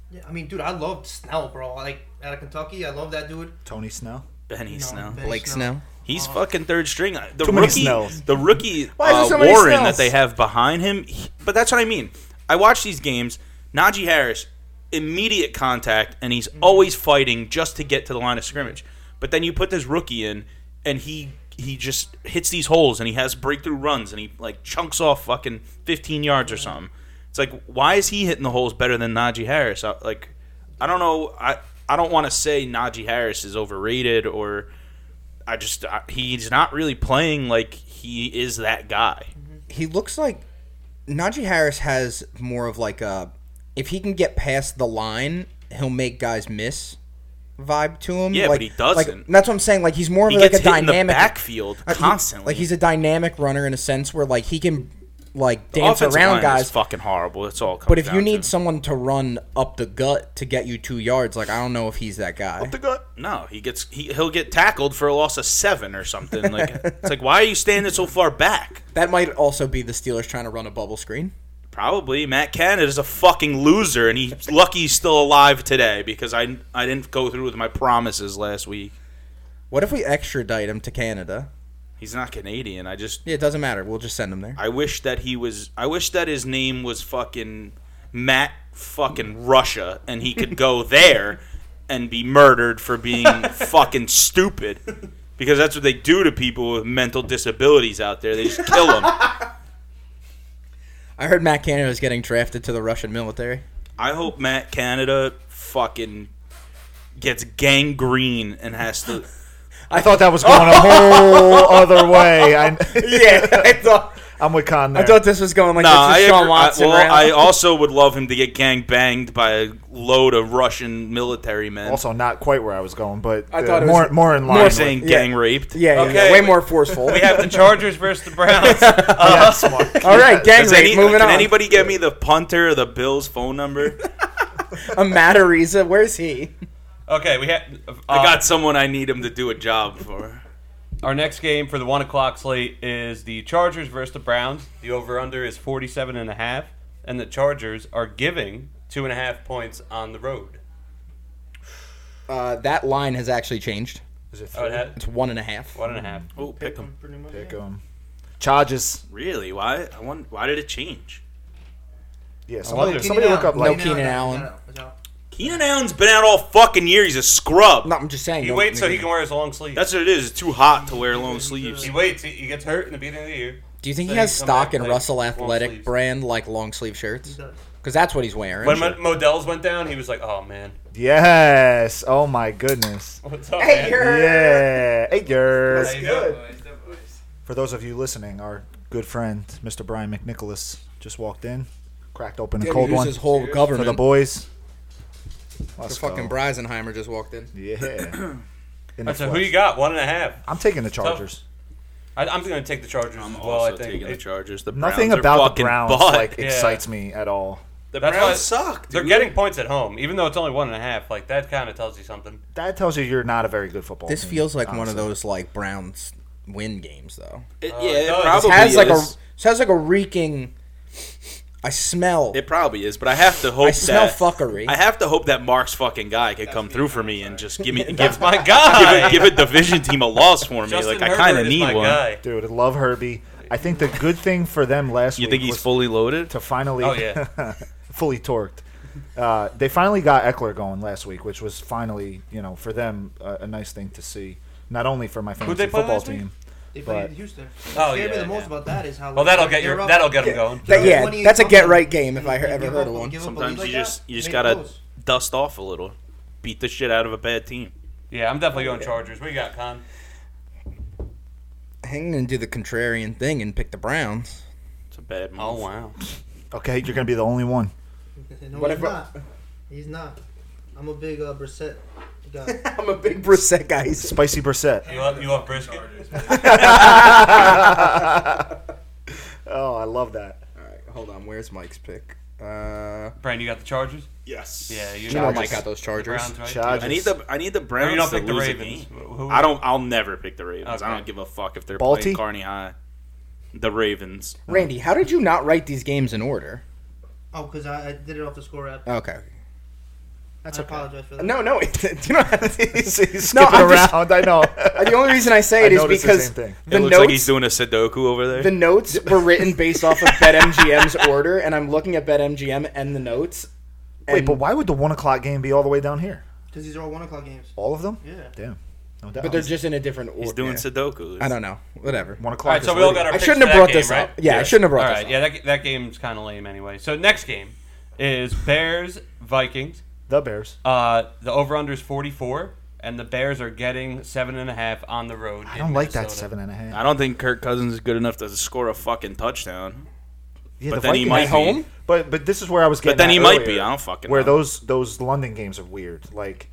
Speaker 5: Yeah, I mean, dude, I loved Snell, bro. Like out of Kentucky, I love that dude.
Speaker 3: Tony Snell.
Speaker 2: Benny
Speaker 5: No,
Speaker 2: Snell.
Speaker 5: Ben
Speaker 1: Blake Snow.
Speaker 2: He's fucking third string. The
Speaker 3: Too many
Speaker 2: rookie,
Speaker 3: smells.
Speaker 2: the rookie
Speaker 1: Why is there
Speaker 2: uh,
Speaker 1: so many
Speaker 2: Warren
Speaker 1: smells?
Speaker 2: that they have behind him. he- but that's what I mean. I watch these games. Najee Harris, immediate contact, and
Speaker 1: Mm-hmm.
Speaker 2: he's always fighting just to get to the line of scrimmage. But then you put this rookie in, and he he just hits these holes, and he has breakthrough runs, and he like chunks off fucking 15 yards
Speaker 1: Mm-hmm.
Speaker 2: or something. It's like why is he hitting the holes better than Najee Harris? I, like I don't know. I I don't want to say Najee Harris is overrated or. I just I, he's not really playing like he is that guy.
Speaker 1: He looks like Najee Harris has more of like a if he can get past the line, he'll make guys miss vibe to him.
Speaker 2: Yeah, but
Speaker 1: like,
Speaker 2: he
Speaker 1: Like,
Speaker 2: doesn't.
Speaker 1: that's what I'm saying. Like he's more of
Speaker 2: He
Speaker 1: like
Speaker 2: gets
Speaker 1: a
Speaker 2: hit in the
Speaker 1: dynamic
Speaker 2: backfield
Speaker 1: uh, he-
Speaker 2: constantly.
Speaker 1: like he's a dynamic runner in a sense where like he can like dance
Speaker 2: Offensive line
Speaker 1: around
Speaker 2: is
Speaker 1: guys.
Speaker 2: fucking horrible. That's all. it comes
Speaker 1: But if you
Speaker 2: down
Speaker 1: need
Speaker 2: to.
Speaker 1: someone to run up the gut to get you two yards, like I don't know if he's that guy.
Speaker 2: no, he gets he he'll get tackled for a loss of seven or something. Like it's like why are you standing so far back?
Speaker 1: That might also be the Steelers trying to run a bubble screen.
Speaker 2: Probably Matt Canada is a fucking loser, and he's lucky he's still alive today because I I didn't go through with my promises last week.
Speaker 1: What if we extradite him to Canada?
Speaker 2: He's not Canadian. I just
Speaker 1: Yeah, it doesn't matter. We'll just send him there.
Speaker 2: I wish that he was. I wish that his name was fucking Matt fucking Russia, and he could go there and be murdered for being fucking stupid, because that's what they do to people with mental disabilities out there. They just kill them.
Speaker 1: I heard Matt Canada is getting drafted to the Russian military.
Speaker 2: I hope Matt Canada fucking gets gangrene and has to.
Speaker 3: I thought that was going a whole other way. I,
Speaker 1: Yeah, I thought
Speaker 3: I'm with Con there.
Speaker 1: I thought this was going like
Speaker 2: Nah, I,
Speaker 1: this is Sean
Speaker 2: agree- I-
Speaker 1: Watson.
Speaker 2: well,
Speaker 1: round.
Speaker 2: I also would love him to get gang banged by a load of Russian military men.
Speaker 3: also, not quite where I was going, but
Speaker 1: I
Speaker 3: uh,
Speaker 1: thought it was-
Speaker 3: more more in line.
Speaker 2: You're
Speaker 3: with-
Speaker 2: saying
Speaker 1: Yeah.
Speaker 2: gang raped?
Speaker 1: yeah, yeah, yeah,
Speaker 4: Okay,
Speaker 1: way
Speaker 4: we-
Speaker 1: more forceful.
Speaker 4: we have the Chargers versus the Browns.
Speaker 3: yes, Mark.
Speaker 1: All right, gang
Speaker 2: Does
Speaker 1: rape,
Speaker 2: any-
Speaker 1: moving
Speaker 2: can
Speaker 1: on.
Speaker 2: anybody get me the punter or the Bills phone number?
Speaker 1: A Matariza, where's he?
Speaker 4: Okay, we had
Speaker 2: I
Speaker 4: Uh,
Speaker 2: got someone I need him to do a job for.
Speaker 4: our next game for the one o'clock slate is the Chargers versus the Browns. The over under is 47 and a half, and the Chargers are giving two and a half points on the road.
Speaker 1: Uh, that line has actually changed.
Speaker 3: Is it
Speaker 4: Oh, it had
Speaker 1: It's one and a half.
Speaker 4: one and a half.
Speaker 2: Oh, pick him.
Speaker 5: pretty much.
Speaker 3: pick 'em. Charges.
Speaker 2: Really? Why? I wonder, Why did it change?
Speaker 3: Yeah,
Speaker 4: wonder.
Speaker 3: somebody, somebody look up
Speaker 1: No
Speaker 3: like
Speaker 1: Keenan Allen.
Speaker 5: Allen.
Speaker 2: Keenan Allen's been out all fucking year. He's a scrub.
Speaker 1: No, I'm just saying.
Speaker 4: He
Speaker 1: don't-
Speaker 4: waits so he can wear his long sleeves.
Speaker 2: That's what it is. It's too hot to wear long sleeves.
Speaker 4: he waits. He, he gets hurt in the beginning of the year.
Speaker 1: Do you think he
Speaker 4: Then
Speaker 1: has
Speaker 4: come back
Speaker 1: stock in
Speaker 4: like
Speaker 1: Russell
Speaker 4: long
Speaker 1: Athletic
Speaker 4: sleeves.
Speaker 1: brand like long sleeve shirts?
Speaker 5: does.
Speaker 1: Because that's what he's wearing.
Speaker 4: When Mo- Modell's went down, he was like, "Oh man,
Speaker 3: Yes. Oh my goodness.
Speaker 4: what's up,
Speaker 1: Hey,
Speaker 4: man?"
Speaker 1: you're-
Speaker 3: Yeah. Hey, girl.
Speaker 4: How you doing?
Speaker 5: good.
Speaker 6: Boys, the boys.
Speaker 3: For those of you listening, our good friend Mr. Brian McNicholas just walked in, cracked open a
Speaker 1: Damn,
Speaker 3: cold
Speaker 1: he
Speaker 3: one
Speaker 1: uses whole
Speaker 6: Cheers.
Speaker 3: for
Speaker 1: government.
Speaker 3: the boys.
Speaker 1: The
Speaker 3: Let's
Speaker 1: fucking
Speaker 3: go.
Speaker 1: Brisenheimer just walked in.
Speaker 3: Yeah. In the
Speaker 4: Alright, so who
Speaker 3: flesh.
Speaker 4: you got? One and a half.
Speaker 3: I'm taking the Chargers.
Speaker 4: I, I'm going to take the Chargers
Speaker 2: I'm
Speaker 4: as well.
Speaker 2: also
Speaker 4: I think
Speaker 2: taking the
Speaker 4: It-
Speaker 2: Chargers. The
Speaker 3: Nothing
Speaker 2: Browns are
Speaker 3: about the
Speaker 2: fucking
Speaker 3: Browns
Speaker 2: butt.
Speaker 3: like
Speaker 4: Yeah.
Speaker 3: excites me at all.
Speaker 2: the
Speaker 4: That's why-
Speaker 2: Browns suck.
Speaker 4: they're
Speaker 2: dude.
Speaker 4: getting points at home, even though it's only one and a half. Like that kind of tells you something.
Speaker 3: That tells you you're not a very good football.
Speaker 1: This
Speaker 3: team,
Speaker 1: feels like one of
Speaker 3: honestly.
Speaker 1: those like Browns win games though.
Speaker 2: It,
Speaker 4: Oh,
Speaker 2: yeah,
Speaker 4: it
Speaker 2: it,
Speaker 4: does.
Speaker 2: probably
Speaker 1: It has
Speaker 2: is.
Speaker 1: like a it has like a reeking. I smell.
Speaker 2: it probably is, but I have to hope
Speaker 1: I smell
Speaker 2: that
Speaker 1: fuckery.
Speaker 2: I have to hope that Mark's fucking guy could come through for me and just give me give,
Speaker 4: My guy,
Speaker 2: give a division team a loss for me.
Speaker 4: Justin
Speaker 2: like I kind of
Speaker 4: Herbert is
Speaker 2: need
Speaker 4: my
Speaker 2: one.
Speaker 4: guy.
Speaker 3: Dude, I love Herbie. I think the good thing for them last
Speaker 2: You
Speaker 3: week
Speaker 2: think he's
Speaker 3: was
Speaker 2: fully loaded?
Speaker 3: to finally,
Speaker 4: Oh, yeah.
Speaker 3: fully torqued. Uh, they finally got Eckler going last week, which was finally, you know, for them uh, a nice thing to see. Not only for my
Speaker 4: Who'd
Speaker 3: fantasy
Speaker 4: they play
Speaker 3: football
Speaker 4: last week?
Speaker 3: team.
Speaker 5: They played
Speaker 3: But-
Speaker 5: Houston.
Speaker 4: Oh,
Speaker 5: What scared me
Speaker 4: yeah,
Speaker 5: the most
Speaker 4: yeah.
Speaker 5: about that is how.
Speaker 4: Well, that'll get your
Speaker 5: they're up-
Speaker 4: that'll get him going.
Speaker 1: That-
Speaker 5: they're
Speaker 1: yeah,
Speaker 5: up 28
Speaker 1: that's a
Speaker 5: something.
Speaker 1: get right game if I
Speaker 5: They
Speaker 1: heard- ever
Speaker 5: give
Speaker 1: heard
Speaker 5: up
Speaker 1: of one.
Speaker 5: give up a lead
Speaker 2: Sometimes
Speaker 5: like
Speaker 2: you
Speaker 5: that,
Speaker 2: just you just
Speaker 5: make it
Speaker 2: gotta
Speaker 5: close.
Speaker 2: dust off a little, beat the shit out of a bad team.
Speaker 4: Yeah, I'm definitely going Chargers. What you got, Con?
Speaker 1: Hang and do the contrarian thing and pick the Browns.
Speaker 2: It's a bad
Speaker 1: Oh,
Speaker 2: move.
Speaker 4: wow.
Speaker 3: Okay, you're gonna be the only one.
Speaker 5: No,
Speaker 1: What
Speaker 5: he's
Speaker 1: if I-
Speaker 5: not. He's not. I'm a big uh, Brissett guy.
Speaker 1: I'm a big Brissett guy. He's
Speaker 3: Spicy Brissett.
Speaker 4: You love you love brisket.
Speaker 3: Oh, I love that.
Speaker 1: All right, hold on. Where's Mike's pick? Uh,
Speaker 4: Brandon, you got the Chargers.
Speaker 2: Yes.
Speaker 4: Yeah, you
Speaker 1: you know
Speaker 4: got
Speaker 1: Mike got those
Speaker 4: the
Speaker 1: Chargers.
Speaker 4: Browns, right?
Speaker 3: Chargers.
Speaker 2: I need the I need the
Speaker 4: Or
Speaker 2: Browns
Speaker 4: you don't
Speaker 2: to
Speaker 4: pick the
Speaker 2: lose a
Speaker 4: Ravens.
Speaker 2: game.
Speaker 4: Who-
Speaker 2: I don't. I'll never pick the Ravens. I
Speaker 4: Okay.
Speaker 2: don't give a fuck if they're
Speaker 3: Balti?
Speaker 2: playing Carney High. The Ravens.
Speaker 1: Randy, how did you not write these games in order?
Speaker 5: Oh, because I, I did it off the score app.
Speaker 1: Okay.
Speaker 5: I apologize for that.
Speaker 1: No, no. It, you don't have to.
Speaker 3: He's, he's
Speaker 1: No,
Speaker 3: skipping
Speaker 1: I'm just-
Speaker 3: around. I know.
Speaker 1: The only reason I say
Speaker 3: I
Speaker 1: it is
Speaker 3: noticed the
Speaker 1: because
Speaker 3: same
Speaker 1: the,
Speaker 3: thing.
Speaker 2: it looks
Speaker 1: notes
Speaker 2: like he's doing a Sudoku over there.
Speaker 1: the notes were written based off of BetMGM's order, and I'm looking at BetMGM and the notes.
Speaker 3: Wait,
Speaker 1: and-
Speaker 3: but why would the one o'clock game be all the way down here?
Speaker 5: Because these are all one o'clock games.
Speaker 3: All of them?
Speaker 5: Yeah.
Speaker 3: Damn. No doubt.
Speaker 1: but they're just in a different order.
Speaker 2: he's doing Sudoku.
Speaker 1: I don't know. Whatever.
Speaker 3: one
Speaker 4: All
Speaker 3: o'clock.
Speaker 4: right, so
Speaker 3: is
Speaker 4: we all
Speaker 3: late.
Speaker 4: got
Speaker 1: I
Speaker 4: our. picks
Speaker 1: shouldn't
Speaker 4: for
Speaker 1: have
Speaker 4: that
Speaker 1: brought
Speaker 4: game,
Speaker 1: this
Speaker 4: right?
Speaker 1: up. Yeah, I shouldn't have brought this
Speaker 4: All right,
Speaker 1: up.
Speaker 4: yeah, that, that game's kind of lame anyway. So next game is Bears Vikings.
Speaker 3: the Bears.
Speaker 4: Uh, the over under is 44, and the Bears are getting seven and a half on the road.
Speaker 3: I
Speaker 4: in
Speaker 3: don't like that
Speaker 4: Minnesota.
Speaker 3: seven and a half.
Speaker 2: I don't think Kirk Cousins is good enough to score a fucking touchdown.
Speaker 3: Yeah,
Speaker 2: But
Speaker 3: the
Speaker 2: then he
Speaker 3: Vikings-
Speaker 2: might be.
Speaker 1: Home?
Speaker 3: But but this is where I was getting.
Speaker 2: But then
Speaker 3: at
Speaker 2: he might
Speaker 3: earlier,
Speaker 2: be. I don't fucking
Speaker 3: Where
Speaker 2: know.
Speaker 3: those those London games are weird. Like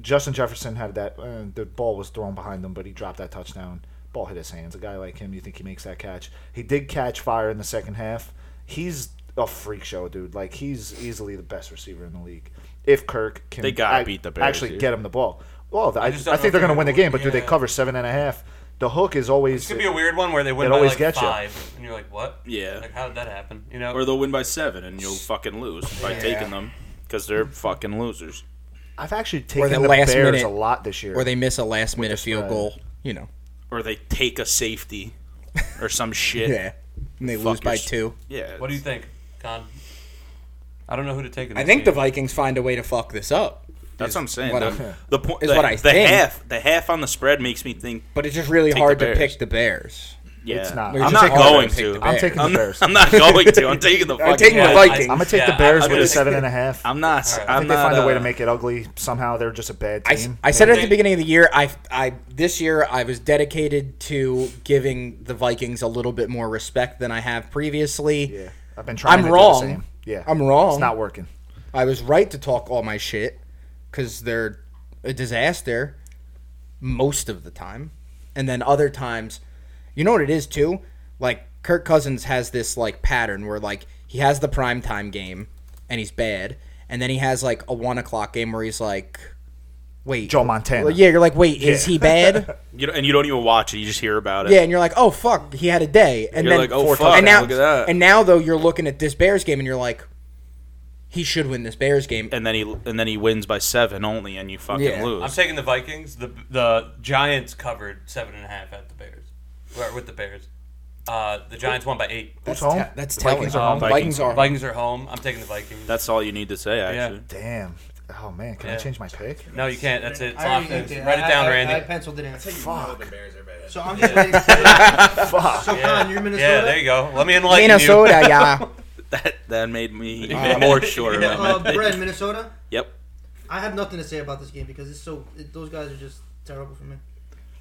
Speaker 3: Justin Jefferson had that. Uh, the ball was thrown behind him, but he dropped that touchdown. Ball hit his hands. A guy like him, you think he makes that catch? He did catch fire in the second half. He's a freak show, dude. Like he's easily the best receiver in the league. If Kirk can,
Speaker 2: They gotta
Speaker 3: ac-
Speaker 2: beat the Bears,
Speaker 3: Actually,
Speaker 2: dude.
Speaker 3: get him the ball. Well, I, I,
Speaker 4: just don't
Speaker 3: think
Speaker 4: know if
Speaker 3: they're
Speaker 4: they're
Speaker 3: going to win the
Speaker 4: gonna-
Speaker 3: game, but do they
Speaker 4: yeah.
Speaker 3: cover seven and a half? The hook is always.
Speaker 4: It's gonna be a weird one where they win
Speaker 3: It
Speaker 4: by
Speaker 3: always
Speaker 4: like
Speaker 3: gets you.
Speaker 4: five, and you're like, "What?
Speaker 2: Yeah.
Speaker 4: like how did that happen?" You know,
Speaker 2: Or they'll win by seven, and you'll fucking lose by
Speaker 1: Yeah.
Speaker 2: taking them because they're fucking losers.
Speaker 3: I've actually taken
Speaker 1: the
Speaker 3: the
Speaker 1: last
Speaker 3: Bears
Speaker 1: minute-
Speaker 3: a lot this year.
Speaker 1: Or they miss a last minute field
Speaker 3: spread.
Speaker 1: goal. You know.
Speaker 2: Or they take a safety or some shit.
Speaker 1: Yeah. And they lose by
Speaker 2: Fuckers.
Speaker 1: two.
Speaker 2: Yeah.
Speaker 4: what do you think, Con? I don't know who to take. In
Speaker 1: I
Speaker 4: this
Speaker 1: think the
Speaker 4: game.
Speaker 1: Vikings find a way to fuck this up.
Speaker 2: That's what I'm saying.
Speaker 1: what
Speaker 2: the,
Speaker 1: I-
Speaker 2: the point
Speaker 1: is
Speaker 2: the,
Speaker 1: what I
Speaker 2: the
Speaker 1: think.
Speaker 2: half the half on the spread makes me think.
Speaker 1: But it's just really
Speaker 2: Take
Speaker 1: hard
Speaker 2: the
Speaker 1: to
Speaker 2: Bears.
Speaker 1: pick the Bears.
Speaker 2: Yeah,
Speaker 3: It's not.
Speaker 1: You're just
Speaker 2: I'm not
Speaker 1: taking the
Speaker 2: going
Speaker 1: Bears.
Speaker 2: to.
Speaker 1: Take
Speaker 3: I'm
Speaker 1: the
Speaker 3: taking
Speaker 2: I'm,
Speaker 3: the Bears.
Speaker 2: I'm not going to. I'm taking the. Fucking
Speaker 1: taking the
Speaker 2: Bears.
Speaker 1: Vikings.
Speaker 4: I-
Speaker 3: I'm gonna take
Speaker 4: yeah,
Speaker 3: the Bears
Speaker 4: I'm
Speaker 3: with a
Speaker 4: gonna-
Speaker 3: seven and a half.
Speaker 2: I'm not.
Speaker 4: All right.
Speaker 2: I'm
Speaker 3: I think they
Speaker 2: not,
Speaker 3: find a way to
Speaker 2: uh,
Speaker 3: make it ugly somehow. They're just a bad
Speaker 1: I,
Speaker 3: team.
Speaker 1: I said it at
Speaker 4: They-
Speaker 1: the beginning of the year. I, I this year I was dedicated to giving the Vikings a little bit more respect than I have previously.
Speaker 3: yeah, I've been trying.
Speaker 1: I'm
Speaker 3: to
Speaker 1: wrong.
Speaker 3: Do the same. Yeah,
Speaker 1: I'm wrong.
Speaker 3: It's not working.
Speaker 1: I was right to talk all my shit because they're a disaster most of the time, and then other times, you know what it is too. Like Kirk Cousins has this like pattern where like he has the prime time game and he's bad, and then he has like a one o'clock game where he's like, wait,
Speaker 3: Joe Montana.
Speaker 1: Well, yeah, you're like, wait, is
Speaker 3: Yeah.
Speaker 1: he bad?
Speaker 2: You don't- and you don't even watch it. You just hear about it.
Speaker 1: yeah, and you're like, oh fuck, he had a day, and
Speaker 2: You're
Speaker 1: then
Speaker 2: like, oh,
Speaker 1: four
Speaker 2: fuck,
Speaker 1: times. and now
Speaker 2: look at that.
Speaker 1: and now though you're looking at this Bears game and you're like, he should win this Bears game,
Speaker 2: And then he and then he wins by seven only, and you fucking
Speaker 1: Yeah.
Speaker 2: lose.
Speaker 4: I'm taking the Vikings. The the Giants covered seven and a half at the Bears, or with the Bears. Uh, the Giants won by eight.
Speaker 3: Who's
Speaker 1: That's
Speaker 3: home?
Speaker 1: te- that's
Speaker 3: The Vikings
Speaker 1: telling. Um,
Speaker 3: are home.
Speaker 1: The Vikings are.
Speaker 4: Vikings are home. I'm taking the Vikings.
Speaker 2: That's all you need to say. Actually,
Speaker 3: Damn, Oh man, can I
Speaker 4: Yeah.
Speaker 3: change my pick?
Speaker 4: No, you can't. That's it. It's
Speaker 5: I already
Speaker 4: locked in.
Speaker 5: did that.
Speaker 4: Write it
Speaker 5: I-
Speaker 4: down,
Speaker 5: I-
Speaker 4: Randy.
Speaker 5: I penciled it in.
Speaker 6: That's how you know the Bears are bad.
Speaker 5: So I'm just waiting. So Con, you're Minnesota.
Speaker 4: Yeah, there you go. Let me enlighten
Speaker 1: Minnesota, yeah. Uh,
Speaker 2: That that made me more sure.
Speaker 4: Yeah.
Speaker 2: About my
Speaker 5: Uh,
Speaker 2: pick.
Speaker 5: Brad, Minnesota.
Speaker 2: Yep.
Speaker 5: I have nothing to say about this game because it's so. It, those guys are just terrible for me.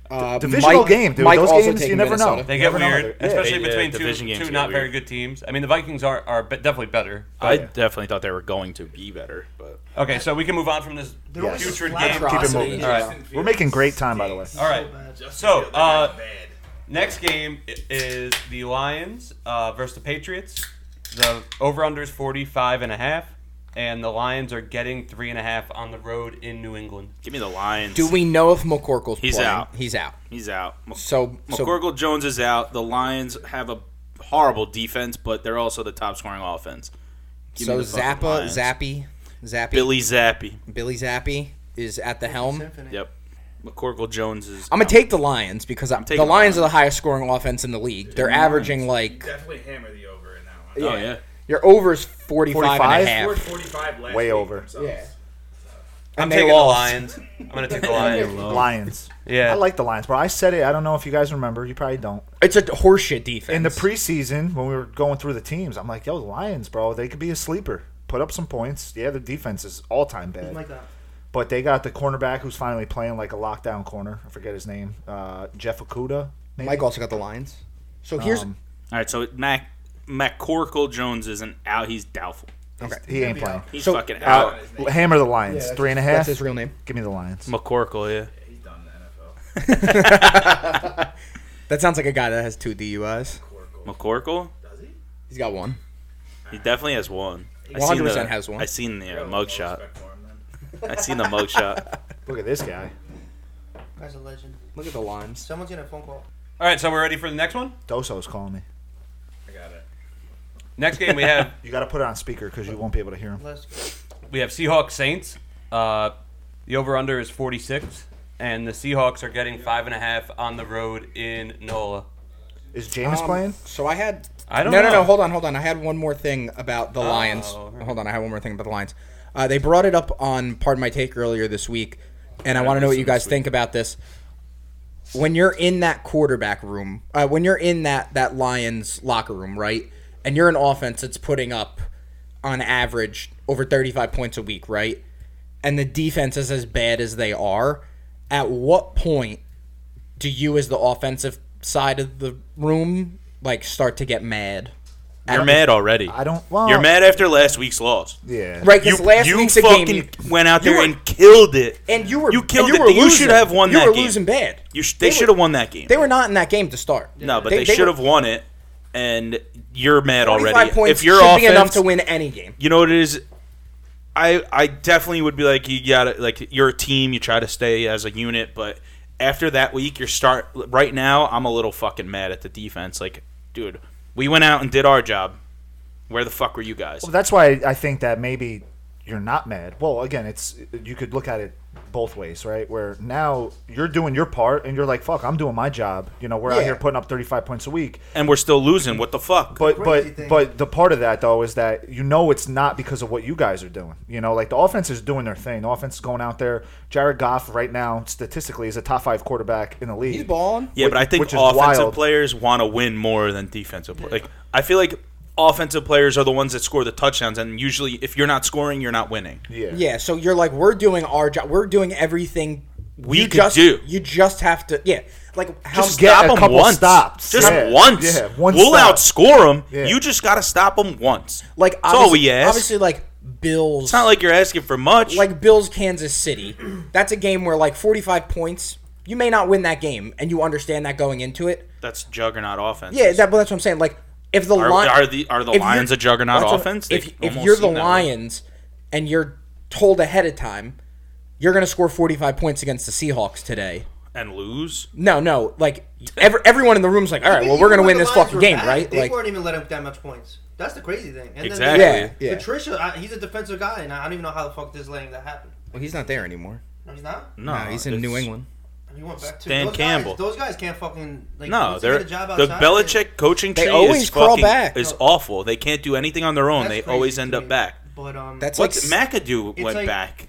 Speaker 1: Uh,
Speaker 3: Divisional
Speaker 1: Mike-
Speaker 3: game, dude.
Speaker 1: Mike
Speaker 3: Those
Speaker 1: also
Speaker 3: games,
Speaker 1: taking
Speaker 3: you never know.
Speaker 1: Minnesota.
Speaker 4: They
Speaker 3: You
Speaker 4: get
Speaker 3: never know
Speaker 4: weird,
Speaker 3: how they're- yeah.
Speaker 4: especially
Speaker 2: They-
Speaker 4: between
Speaker 2: the division
Speaker 4: two,
Speaker 2: games
Speaker 4: two
Speaker 2: get
Speaker 4: not very
Speaker 2: weird.
Speaker 4: good teams. I mean, the Vikings are, are be- definitely better.
Speaker 2: I
Speaker 4: but-
Speaker 2: definitely thought they were going to be better, but
Speaker 4: okay, so we can move on from this
Speaker 5: They're always
Speaker 3: Yes.
Speaker 4: putrid
Speaker 5: flat
Speaker 4: game.
Speaker 1: Keep it
Speaker 3: moving.
Speaker 1: moving.
Speaker 4: All right.
Speaker 3: We're making great time, by the way.
Speaker 4: All right.
Speaker 5: So bad.
Speaker 4: So, uh,
Speaker 6: bad.
Speaker 4: Next game i- is the Lions uh, versus the Patriots. The over-under is 45 and a half, and the Lions are getting three and a half on the road in New England.
Speaker 2: give me the Lions.
Speaker 1: Do we know if McCorkle's
Speaker 2: He's
Speaker 1: playing?
Speaker 2: out.
Speaker 1: He's out.
Speaker 2: He's out. M-
Speaker 1: So, so
Speaker 2: McCorkle Jones is out. The Lions have a horrible defense, but they're also the top scoring offense. Give
Speaker 1: so
Speaker 2: me the fucking
Speaker 1: Zappa,
Speaker 2: Lions.
Speaker 1: Zappy, Zappy, Billy.
Speaker 2: Billy Zappy.
Speaker 1: Zappy is at the helm.
Speaker 5: Symphony.
Speaker 2: Yep. McCorkle Jones is.
Speaker 1: I'm gonna take the Lions because I'm, the
Speaker 2: taking the
Speaker 1: Lions are the
Speaker 2: Lions.
Speaker 1: highest scoring offense in the league. They're averaging like
Speaker 6: Definitely hammer the over in that one.
Speaker 2: Oh yeah.
Speaker 1: your over is 45, and
Speaker 3: 45?
Speaker 1: a half.
Speaker 6: Scored 45 last
Speaker 3: Way
Speaker 6: week
Speaker 3: over.
Speaker 6: themselves.
Speaker 1: Yeah.
Speaker 4: I'm
Speaker 1: they
Speaker 4: taking
Speaker 1: lost.
Speaker 4: the Lions. I'm gonna take the Lions.
Speaker 3: Lions.
Speaker 4: Oh. Yeah.
Speaker 3: I like the Lions, bro. I said it. I don't know if you guys remember. You probably don't.
Speaker 1: It's a horseshit defense.
Speaker 3: In the preseason, when we were going through the teams, I'm like, yo, the Lions, bro, they could be a sleeper. Put up some points. Yeah, the defense is all time bad.
Speaker 5: Like that.
Speaker 3: But they got the cornerback who's finally playing like a lockdown corner. I forget his name. Uh, Jeff Okuda. maybe?
Speaker 1: Mike also got the Lions. So here's
Speaker 3: Um,
Speaker 2: All right. So Mac McCorkle Jones isn't out. He's doubtful.
Speaker 1: okay.
Speaker 3: he ain't playing.
Speaker 2: He's
Speaker 1: So-
Speaker 2: fucking out.
Speaker 3: Out. Hammer the Lions. Three and a half.
Speaker 1: That's his real name.
Speaker 3: Give me the Lions.
Speaker 2: McCorkle. Yeah.
Speaker 6: He's done in the NFL.
Speaker 1: That sounds like a guy that has two DUIs.
Speaker 2: McCorkle.
Speaker 6: Does he?
Speaker 1: He's got one.
Speaker 2: He definitely has one. I seen
Speaker 1: 100%
Speaker 2: the-
Speaker 1: has one.
Speaker 2: I seen the uh,
Speaker 6: No
Speaker 2: mugshot.
Speaker 6: respect for him then.
Speaker 2: I seen the mugshot.
Speaker 3: Look at this guy.
Speaker 5: Guy's a legend.
Speaker 1: Look at the Lions.
Speaker 5: Someone's gonna phone call.
Speaker 4: All right, so we're ready for the next one.
Speaker 3: Doso's calling me.
Speaker 6: I got it.
Speaker 4: Next game we have
Speaker 3: You got to put it on speaker because you won't be able to hear him.
Speaker 5: Let's go.
Speaker 4: we have Seahawks Saints. Uh, the over under is 46, and the Seahawks are getting five and a half on the road in NOLA.
Speaker 3: Is James
Speaker 1: Um,
Speaker 3: playing?
Speaker 1: So I had.
Speaker 4: I don't
Speaker 1: no, No,
Speaker 4: know.
Speaker 1: no, Hold on, hold on. I had one more thing about the Lions.
Speaker 4: right.
Speaker 1: Hold on, I had one more thing about the Lions. Uh, they brought it up on Pardon My Take earlier this week, and I want to know what you guys think about this. When you're in that quarterback room, uh, when you're in that that Lions locker room, right, and you're an offense that's putting up on average over 35 points a week, right, and the defense is as bad as they are, at what point do you as the offensive side of the room like start to get mad?
Speaker 2: You're mad already.
Speaker 3: I don't. Well,
Speaker 2: You're mad after last week's loss.
Speaker 3: Yeah.
Speaker 1: Right, because last
Speaker 2: you
Speaker 1: week's a
Speaker 2: fucking
Speaker 1: game, you-
Speaker 2: went out
Speaker 1: you
Speaker 2: there
Speaker 1: were-
Speaker 2: and killed it.
Speaker 1: and you were
Speaker 2: you killed
Speaker 1: and you
Speaker 2: it.
Speaker 1: were
Speaker 2: They- you
Speaker 1: losing.
Speaker 2: should have won
Speaker 1: You
Speaker 2: that
Speaker 1: were
Speaker 2: game.
Speaker 1: losing bad.
Speaker 2: You sh- they
Speaker 1: were-
Speaker 2: should have won that game.
Speaker 1: They were not in that game to start.
Speaker 2: no, but they, should
Speaker 1: were-
Speaker 2: have won it. And you're mad
Speaker 1: 45
Speaker 2: already.
Speaker 1: Points
Speaker 2: If your
Speaker 1: should
Speaker 2: offense,
Speaker 1: be enough to win any game.
Speaker 2: you know what it is. I I definitely would be like you gotta like you're a team. You try to stay as a unit, but after that week, you're start right now. I'm a little fucking mad at the defense. Like, dude, we went out and did our job. Where the fuck were you guys?
Speaker 3: Well, that's why I think that maybe you're not mad. Well, again, it's you could look at it both ways, right? Where now you're doing your part and you're like, "Fuck, I'm doing my job." You know, we're out
Speaker 1: Yeah.
Speaker 3: here putting up 35 points a week.
Speaker 2: and we're still losing. What the fuck?
Speaker 3: But
Speaker 5: crazy
Speaker 3: but
Speaker 5: thing-
Speaker 3: but the part of that though is that you know it's not because of what you guys are doing. You know, like the offense is doing their thing. The offense is going out there. Jared Goff right now statistically is a top 5 quarterback in the league.
Speaker 1: He's balling.
Speaker 2: Yeah, but I think
Speaker 3: which is
Speaker 2: offensive
Speaker 3: wild.
Speaker 2: players want to win more than defensive players. Like I feel like offensive players are the ones that score the touchdowns, and usually if you're not scoring, you're not winning.
Speaker 3: Yeah.
Speaker 1: Yeah, so you're like, we're doing our job. We're doing everything
Speaker 2: We
Speaker 1: you
Speaker 2: could
Speaker 1: just,
Speaker 2: do.
Speaker 1: You just have to. Yeah, like how
Speaker 2: Just
Speaker 3: get
Speaker 2: stop
Speaker 3: a
Speaker 2: 'em
Speaker 3: couple
Speaker 2: once.
Speaker 3: stops.
Speaker 2: Just
Speaker 3: Yeah,
Speaker 2: once.
Speaker 3: yeah, one
Speaker 2: we'll
Speaker 3: stop.
Speaker 2: outscore them.
Speaker 3: Yeah.
Speaker 2: You just got to stop them once.
Speaker 1: like
Speaker 2: that's all
Speaker 1: obviously-
Speaker 2: we ask.
Speaker 1: Obviously, like Bills.
Speaker 2: it's not like you're asking for much.
Speaker 1: like Bills Kansas City. That's a game where like 45 points, you may not win that game, and you understand that going into it.
Speaker 2: that's juggernaut offense.
Speaker 1: Yeah, that, but that's what I'm saying. Like if the
Speaker 2: Are-
Speaker 1: Lions
Speaker 2: are the- are the Lions a juggernaut offense? They
Speaker 1: If, if
Speaker 2: almost
Speaker 1: you're the
Speaker 2: seem that way.
Speaker 1: Lions and you're told ahead of time you're going to score 45 points against the Seahawks today.
Speaker 2: and lose.
Speaker 1: No, no, like every, everyone in the room's like, all right, well, we're going to win
Speaker 5: Even when
Speaker 1: this
Speaker 5: the Lions
Speaker 1: fucking
Speaker 5: were
Speaker 1: game,
Speaker 5: back,
Speaker 1: right?
Speaker 5: They
Speaker 1: Like,
Speaker 5: weren't even letting up that much points. That's the crazy thing. And
Speaker 2: Exactly.
Speaker 1: yeah, yeah.
Speaker 5: Patricia, I, he's a defensive guy, and I don't even know how the fuck this letting that happen.
Speaker 1: Well, he's not there anymore.
Speaker 5: No, he's not.
Speaker 2: No, it's-
Speaker 5: He went back to
Speaker 2: Stan
Speaker 5: those
Speaker 2: Campbell.
Speaker 5: Guys, those guys can't fucking like.
Speaker 2: No,
Speaker 5: once
Speaker 2: they're
Speaker 5: get a job
Speaker 2: the
Speaker 5: outside,
Speaker 2: Belichick coaching
Speaker 1: They
Speaker 2: tree
Speaker 1: always
Speaker 2: is
Speaker 1: crawl
Speaker 2: fucking
Speaker 1: back.
Speaker 2: is awful. They can't do anything on their own.
Speaker 5: that's
Speaker 2: they
Speaker 5: crazy
Speaker 2: always
Speaker 5: to
Speaker 2: end
Speaker 5: me.
Speaker 2: up back.
Speaker 5: But um,
Speaker 1: That's
Speaker 2: What
Speaker 1: like s-
Speaker 2: McAdoo
Speaker 5: it's
Speaker 2: went
Speaker 5: like-
Speaker 2: back.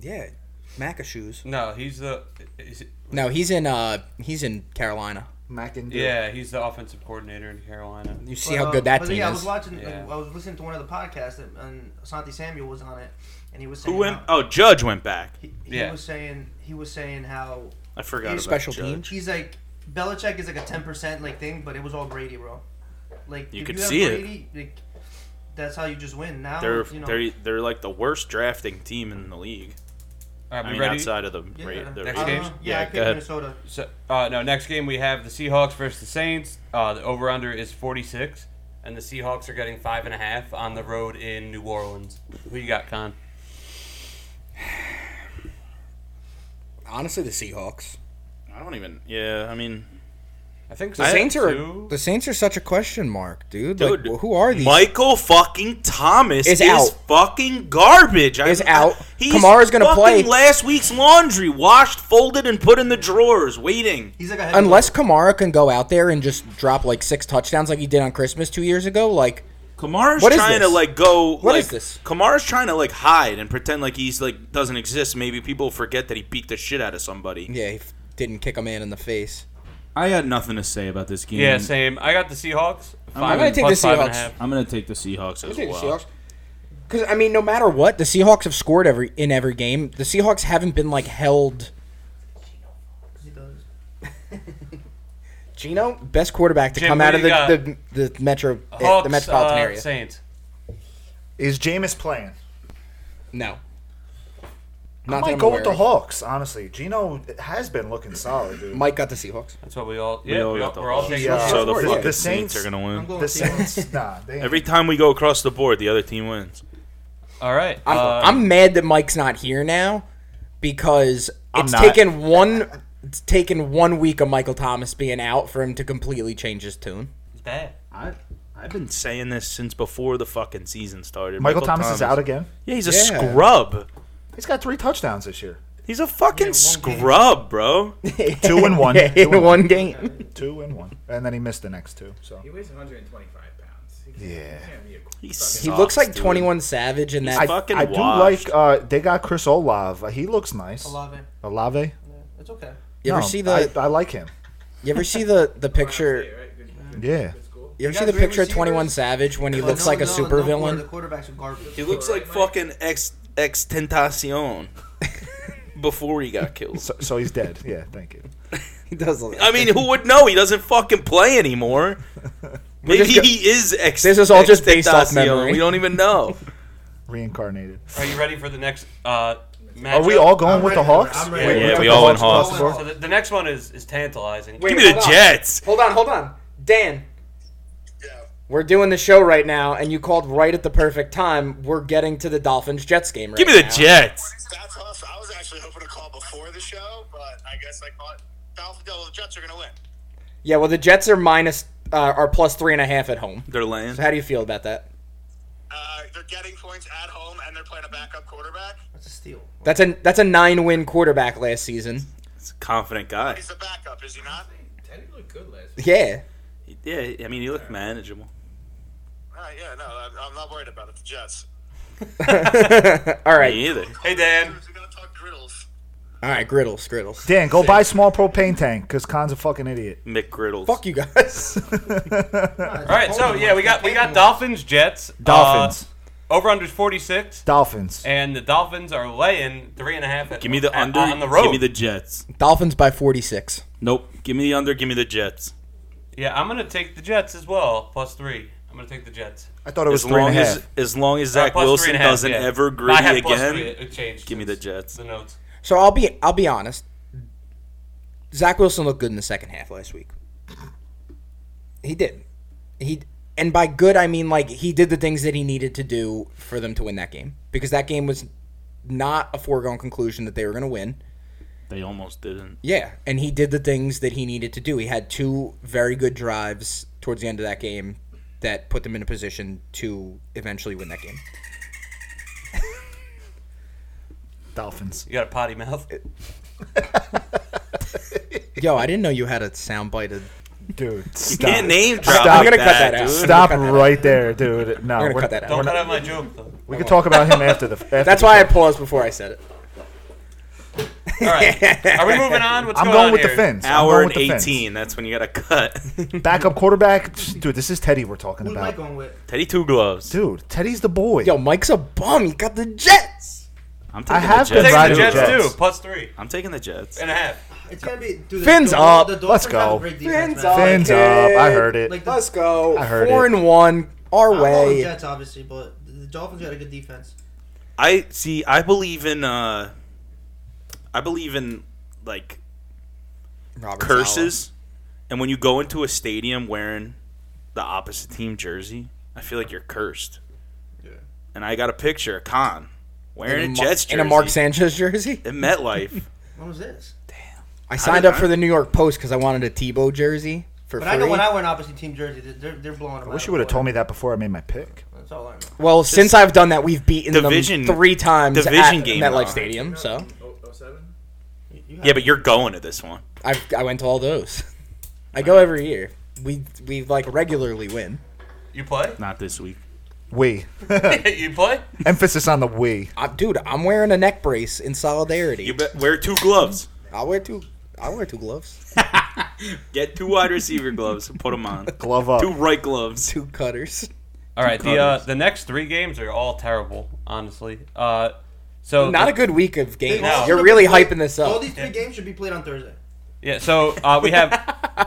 Speaker 1: Yeah, Maca shoes.
Speaker 4: No, he's the. Is it,
Speaker 1: No, he's in uh he's in Carolina.
Speaker 3: Mac and Duke.
Speaker 4: yeah, he's the offensive coordinator in Carolina.
Speaker 1: You see
Speaker 5: But,
Speaker 1: how
Speaker 5: uh,
Speaker 1: good that
Speaker 5: but
Speaker 1: team
Speaker 5: yeah, I
Speaker 1: is.
Speaker 5: was watching.
Speaker 4: Yeah.
Speaker 5: I was listening to one of the podcasts, and, and Asante Samuel was on it, and he was saying
Speaker 2: Who went?
Speaker 5: how-
Speaker 2: Oh, Judge went back.
Speaker 5: he, he
Speaker 4: Yeah.
Speaker 5: was saying he was saying how
Speaker 2: I forgot about
Speaker 1: Special
Speaker 2: Judge.
Speaker 1: teams.
Speaker 5: he's like Belichick is like a ten percent like thing, but it was all Brady, bro. Like
Speaker 2: You
Speaker 5: if
Speaker 2: could
Speaker 5: have
Speaker 2: see it.
Speaker 5: Brady, Like, that's how you just win. Now
Speaker 2: They're
Speaker 5: Oh, you know
Speaker 2: they're they're like the worst drafting team in the league.
Speaker 4: All right,
Speaker 2: I
Speaker 4: we
Speaker 2: mean,
Speaker 4: ready?
Speaker 2: outside of the,
Speaker 5: yeah.
Speaker 2: ra- the
Speaker 4: Next
Speaker 5: Uh,
Speaker 2: Raiders.
Speaker 4: game?
Speaker 5: yeah, I
Speaker 2: Yeah,
Speaker 5: picked
Speaker 2: go ahead.
Speaker 5: Minnesota.
Speaker 4: So, uh, no, next game we have the Seahawks versus the Saints. Uh, the over under is 46, and the Seahawks are getting 5.5 on the road in New Orleans. Who you got, Con?
Speaker 1: Honestly, the Seahawks.
Speaker 2: I don't even. Yeah, I mean,
Speaker 4: I think
Speaker 1: The Saints are
Speaker 4: two.
Speaker 1: the Saints are such a question mark, dude.
Speaker 2: dude,
Speaker 1: like, wh- who are these?
Speaker 2: Michael fucking Thomas
Speaker 1: Is
Speaker 2: is,
Speaker 1: out.
Speaker 2: fucking garbage. I-
Speaker 1: Is out.
Speaker 2: He's
Speaker 1: Kamara's gonna
Speaker 2: fucking
Speaker 1: play.
Speaker 2: last week's laundry, washed, folded, and put in the drawers, waiting.
Speaker 5: He's like a heavy
Speaker 1: Unless Kamara can go out there and just drop like six touchdowns like he did on Christmas two years ago, like
Speaker 2: Kamara's
Speaker 1: What is
Speaker 2: trying to
Speaker 1: this?
Speaker 2: like go.
Speaker 1: What
Speaker 2: like,
Speaker 1: is this?
Speaker 2: Kamara's trying to like hide and pretend like he's like doesn't exist. Maybe people forget that he beat the shit out of somebody.
Speaker 1: yeah, he f- didn't kick a man in the face.
Speaker 2: I got nothing to say about this game.
Speaker 4: Yeah, same. I got the Seahawks. Five
Speaker 1: gonna
Speaker 4: and
Speaker 1: take
Speaker 4: plus
Speaker 1: the
Speaker 4: five and a
Speaker 1: Seahawks.
Speaker 4: half.
Speaker 2: I'm gonna take the Seahawks as
Speaker 1: Because I mean, no matter what, the Seahawks have scored every in every game. The Seahawks haven't been like held.
Speaker 5: He does.
Speaker 1: Gino, best quarterback to
Speaker 4: Jim,
Speaker 1: come
Speaker 4: what
Speaker 1: out
Speaker 4: do
Speaker 1: of
Speaker 4: you
Speaker 1: the, the the metro eh,
Speaker 4: Hawks,
Speaker 1: the metropolitan
Speaker 4: uh,
Speaker 1: area.
Speaker 4: Saints.
Speaker 3: Is Jameis playing?
Speaker 1: No,
Speaker 3: I
Speaker 1: not that
Speaker 3: might
Speaker 1: I'm
Speaker 3: go
Speaker 1: aware
Speaker 3: with the
Speaker 1: of.
Speaker 3: Hawks, honestly. Gino has been looking solid, dude.
Speaker 1: Mike got the Seahawks.
Speaker 4: That's what we all. Yeah, we
Speaker 2: all
Speaker 4: all
Speaker 2: got the
Speaker 4: we're all
Speaker 2: Hawks.
Speaker 4: taking.
Speaker 3: Yeah.
Speaker 4: the
Speaker 2: So
Speaker 4: Seahawks.
Speaker 2: the
Speaker 3: Yeah.
Speaker 2: fucking
Speaker 3: The
Speaker 2: Saints,
Speaker 3: Saints-
Speaker 2: are gonna
Speaker 5: I'm
Speaker 2: win.
Speaker 5: going
Speaker 3: the
Speaker 5: with Seahawks.
Speaker 3: Saints, nah, they ain't-
Speaker 2: Every time we go across the board, the other team wins.
Speaker 4: All right.
Speaker 1: I'm,
Speaker 4: uh,
Speaker 1: I'm mad that Mike's not here now because
Speaker 3: I'm
Speaker 1: it's
Speaker 3: not.
Speaker 1: taken one it's taken one week of Michael Thomas being out for him to completely change his tune.
Speaker 4: it's bad.
Speaker 2: I I've been saying this since before the fucking season started.
Speaker 3: Michael, Thomas, is out again.
Speaker 2: Yeah, he's a
Speaker 1: Yeah.
Speaker 2: scrub.
Speaker 3: He's got three touchdowns this year.
Speaker 2: He's a fucking scrub, bro.
Speaker 3: Two and one.
Speaker 1: Yeah,
Speaker 3: Two and
Speaker 1: in one game.
Speaker 3: Two and one, and then he missed the next two. So
Speaker 6: He weighs 125 pounds. He
Speaker 3: Yeah.
Speaker 6: can't be a qu-
Speaker 2: He,
Speaker 1: He
Speaker 2: sucks,
Speaker 1: looks like
Speaker 2: dude.
Speaker 1: 21 Savage in
Speaker 2: I
Speaker 1: that.
Speaker 2: fucking
Speaker 3: I do
Speaker 2: washed.
Speaker 3: like. Uh, they got Chris Olav. He looks nice.
Speaker 5: I love it.
Speaker 3: Olave.
Speaker 5: Yeah, it's okay.
Speaker 1: You ever
Speaker 3: No,
Speaker 1: see the
Speaker 3: I, I like him.
Speaker 1: You ever see the the picture?
Speaker 6: right? Good, good,
Speaker 3: Yeah.
Speaker 6: good school.
Speaker 1: You ever see
Speaker 5: You got
Speaker 1: the
Speaker 5: great
Speaker 1: picture of 21
Speaker 5: receivers?
Speaker 1: Savage when he
Speaker 5: But
Speaker 1: looks
Speaker 5: no,
Speaker 1: like a
Speaker 5: no,
Speaker 1: super
Speaker 5: no,
Speaker 1: villain?
Speaker 5: The quarterbacks are garbage.
Speaker 2: He looks like fucking ex ex Tentacion before he got killed.
Speaker 3: So, so he's dead. Yeah. Thank you.
Speaker 1: He does look.
Speaker 2: I mean, who would know? He doesn't fucking play anymore. Maybe
Speaker 1: just go-
Speaker 2: he is ex.
Speaker 1: This is all just based off
Speaker 2: Tentacion.
Speaker 1: memory.
Speaker 2: We don't even know.
Speaker 3: Reincarnated.
Speaker 4: Are you ready for the next uh, matchup?
Speaker 3: Are we all going
Speaker 5: I'm
Speaker 3: with the
Speaker 5: ready for it.
Speaker 3: Hawks?
Speaker 5: I'm ready.
Speaker 3: We-
Speaker 2: Yeah,
Speaker 3: took
Speaker 2: we
Speaker 3: the
Speaker 2: all went
Speaker 3: across
Speaker 2: Hawks.
Speaker 3: the board?
Speaker 4: So the, the next one is is tantalizing.
Speaker 1: Wait,
Speaker 2: Give me the
Speaker 1: hold on.
Speaker 2: Jets.
Speaker 1: Hold on, hold on, Dan.
Speaker 7: Yeah.
Speaker 1: We're doing the show right now, and you called right at the perfect time. We're getting to the Dolphins Jets game right
Speaker 2: Give me the
Speaker 1: now.
Speaker 2: Jets.
Speaker 7: That's us. I was actually hoping to call before the show, but I guess I caught Dolphin Devil. The Jets are going to win.
Speaker 1: Yeah, well, the Jets are minus uh, are plus three and a half at home.
Speaker 2: They're laying.
Speaker 1: So how do you feel about that?
Speaker 7: Uh, they're getting points at home, and they're playing a backup quarterback.
Speaker 5: That's a steal.
Speaker 1: That's a that's a nine win quarterback last season.
Speaker 2: He's a confident guy.
Speaker 7: He's the backup, is he not?
Speaker 6: Teddy looked good last week.
Speaker 1: Yeah,
Speaker 2: Yeah, I mean, he looked manageable.
Speaker 7: Uh, yeah, no, I- I'm not worried about it. The Jets.
Speaker 1: all right,
Speaker 2: Me either.
Speaker 4: Hey Dan,
Speaker 7: We're going to talk griddles.
Speaker 1: all right, griddles, griddles.
Speaker 3: Dan, go buy small propane tank because Khan's a fucking idiot.
Speaker 2: McGriddles.
Speaker 1: Fuck you guys.
Speaker 5: All
Speaker 4: All right, so yeah, we got we got Dolphins, Jets, uh,
Speaker 3: Dolphins.
Speaker 4: over under forty six,
Speaker 3: Dolphins.
Speaker 4: and the Dolphins are laying three and a half. At,
Speaker 2: Give me the
Speaker 4: at-
Speaker 2: under.
Speaker 4: on the road.
Speaker 2: Give me the Jets.
Speaker 1: Dolphins by forty six.
Speaker 2: Nope. Give me the under. Give me the Jets.
Speaker 4: yeah, I'm gonna take the Jets as well, plus three. I'm gonna take the Jets.
Speaker 3: I thought it was
Speaker 2: As
Speaker 3: three
Speaker 2: long
Speaker 3: and a half.
Speaker 2: as as long as
Speaker 4: Uh,
Speaker 2: Zach
Speaker 4: plus three
Speaker 2: Wilson
Speaker 4: and a half,
Speaker 2: doesn't
Speaker 4: yeah.
Speaker 2: ever
Speaker 4: I
Speaker 2: gritty
Speaker 4: had plus three,
Speaker 2: again.
Speaker 4: it changed.
Speaker 2: Give me the
Speaker 4: since
Speaker 2: Jets.
Speaker 4: The notes.
Speaker 1: So I'll be I'll be honest. Zach Wilson looked good in the second half last week. He did. He and by good I mean like he did the things that he needed to do for them to win that game because that game was not a foregone conclusion that they were going to win.
Speaker 2: They almost didn't.
Speaker 1: Yeah, and he did the things that he needed to do. He had two very good drives towards the end of that game that put them in a position to eventually win that game.
Speaker 3: Dolphins.
Speaker 4: You got a potty mouth.
Speaker 1: Yo, I didn't know you had a soundbite of
Speaker 3: Dude,
Speaker 2: You
Speaker 3: stop.
Speaker 2: can't name drop.
Speaker 1: I'm
Speaker 2: like
Speaker 1: gonna cut that out.
Speaker 2: dude.
Speaker 3: Stop right there, dude. No,
Speaker 1: We're gonna
Speaker 3: we're-
Speaker 1: cut that out.
Speaker 4: Don't cut out my joke though.
Speaker 3: We can talk about him after the. After
Speaker 1: That's
Speaker 3: the
Speaker 1: why I
Speaker 3: show.
Speaker 1: paused before I said it.
Speaker 4: All right. Are we moving on? What's
Speaker 3: I'm
Speaker 4: going
Speaker 3: going
Speaker 4: on
Speaker 3: with
Speaker 4: here?
Speaker 3: the Finns. I'm
Speaker 2: Hour
Speaker 3: going
Speaker 2: and
Speaker 3: with the Finns.
Speaker 2: 18. That's when you got to cut.
Speaker 3: Backup quarterback, dude. This is Teddy we're talking
Speaker 5: Who's
Speaker 3: about.
Speaker 5: Mike going with?
Speaker 2: Teddy Two Gloves.
Speaker 3: Dude, Teddy's the boy.
Speaker 1: Yo, Mike's a bum. He got the Jets.
Speaker 2: I'm
Speaker 3: I
Speaker 2: taking
Speaker 3: have
Speaker 2: the
Speaker 3: been
Speaker 2: Jets.
Speaker 4: Taking the
Speaker 3: riding
Speaker 4: Jets,
Speaker 3: the Jets.
Speaker 4: too. Plus three
Speaker 2: I'm taking the Jets.
Speaker 4: and a half.
Speaker 5: It's gonna be dude, the
Speaker 1: Fins
Speaker 5: Dol-
Speaker 1: up.
Speaker 5: The Dolphins
Speaker 3: Let's
Speaker 5: have a
Speaker 3: go.
Speaker 5: Great
Speaker 1: Fins
Speaker 5: defense, man.
Speaker 1: up.
Speaker 5: Like,
Speaker 3: Fins up. I heard it.
Speaker 5: Like the,
Speaker 1: Let's go.
Speaker 3: I heard
Speaker 1: Four
Speaker 3: it.
Speaker 1: and one. Our
Speaker 5: I'm going
Speaker 1: way.
Speaker 5: Jets obviously, but the Dolphins got a good defense.
Speaker 2: I see. I believe in. uh I believe in like
Speaker 1: Robert
Speaker 2: curses, and when you go into a stadium wearing the opposite team jersey, I feel like you're cursed. And I got a picture of
Speaker 1: Sala.
Speaker 2: Khan
Speaker 1: In
Speaker 2: wearing a
Speaker 1: Ma-
Speaker 2: Jets jersey
Speaker 1: in a Mark Sanchez jersey.
Speaker 2: at MetLife.
Speaker 5: When was this?
Speaker 1: I signed
Speaker 2: did
Speaker 1: up
Speaker 2: I-
Speaker 1: for the New York Post because I wanted a Tebow jersey for
Speaker 5: But
Speaker 1: free.
Speaker 5: I know when I wear an opposite team jersey, they're- they're they're blowing.
Speaker 3: I wish you would have told me that before I made my pick.
Speaker 5: That's all I know.
Speaker 1: well, since I've done that, we've beaten
Speaker 2: Division-
Speaker 1: them three times
Speaker 2: division
Speaker 1: at
Speaker 2: game,
Speaker 1: MetLife
Speaker 2: though.
Speaker 1: Stadium. So
Speaker 6: Oh, oh, seven?
Speaker 5: You- you
Speaker 2: yeah,
Speaker 5: have-
Speaker 2: but you're going to this one.
Speaker 1: I I went to all those. I go every year. We we like regularly win.
Speaker 4: You play?
Speaker 2: Not this week.
Speaker 3: We.
Speaker 4: you play?
Speaker 3: Emphasis on the we.
Speaker 1: I, dude, I'm wearing a neck brace in solidarity.
Speaker 2: You bet wear two gloves.
Speaker 1: I wear two. I wear two gloves,
Speaker 2: Get two wide receiver gloves and put them on.
Speaker 3: Glove up.
Speaker 2: Two right gloves.
Speaker 1: two cutters.
Speaker 4: All right. The uh,
Speaker 2: colors.
Speaker 4: the next three games are all terrible, honestly. Uh, so
Speaker 1: Not a good week of games.
Speaker 4: No.
Speaker 1: You're really
Speaker 5: Like,
Speaker 1: hyping this
Speaker 5: All
Speaker 1: up.
Speaker 5: these three games should be played on Thursday.
Speaker 4: Yeah, so uh, we have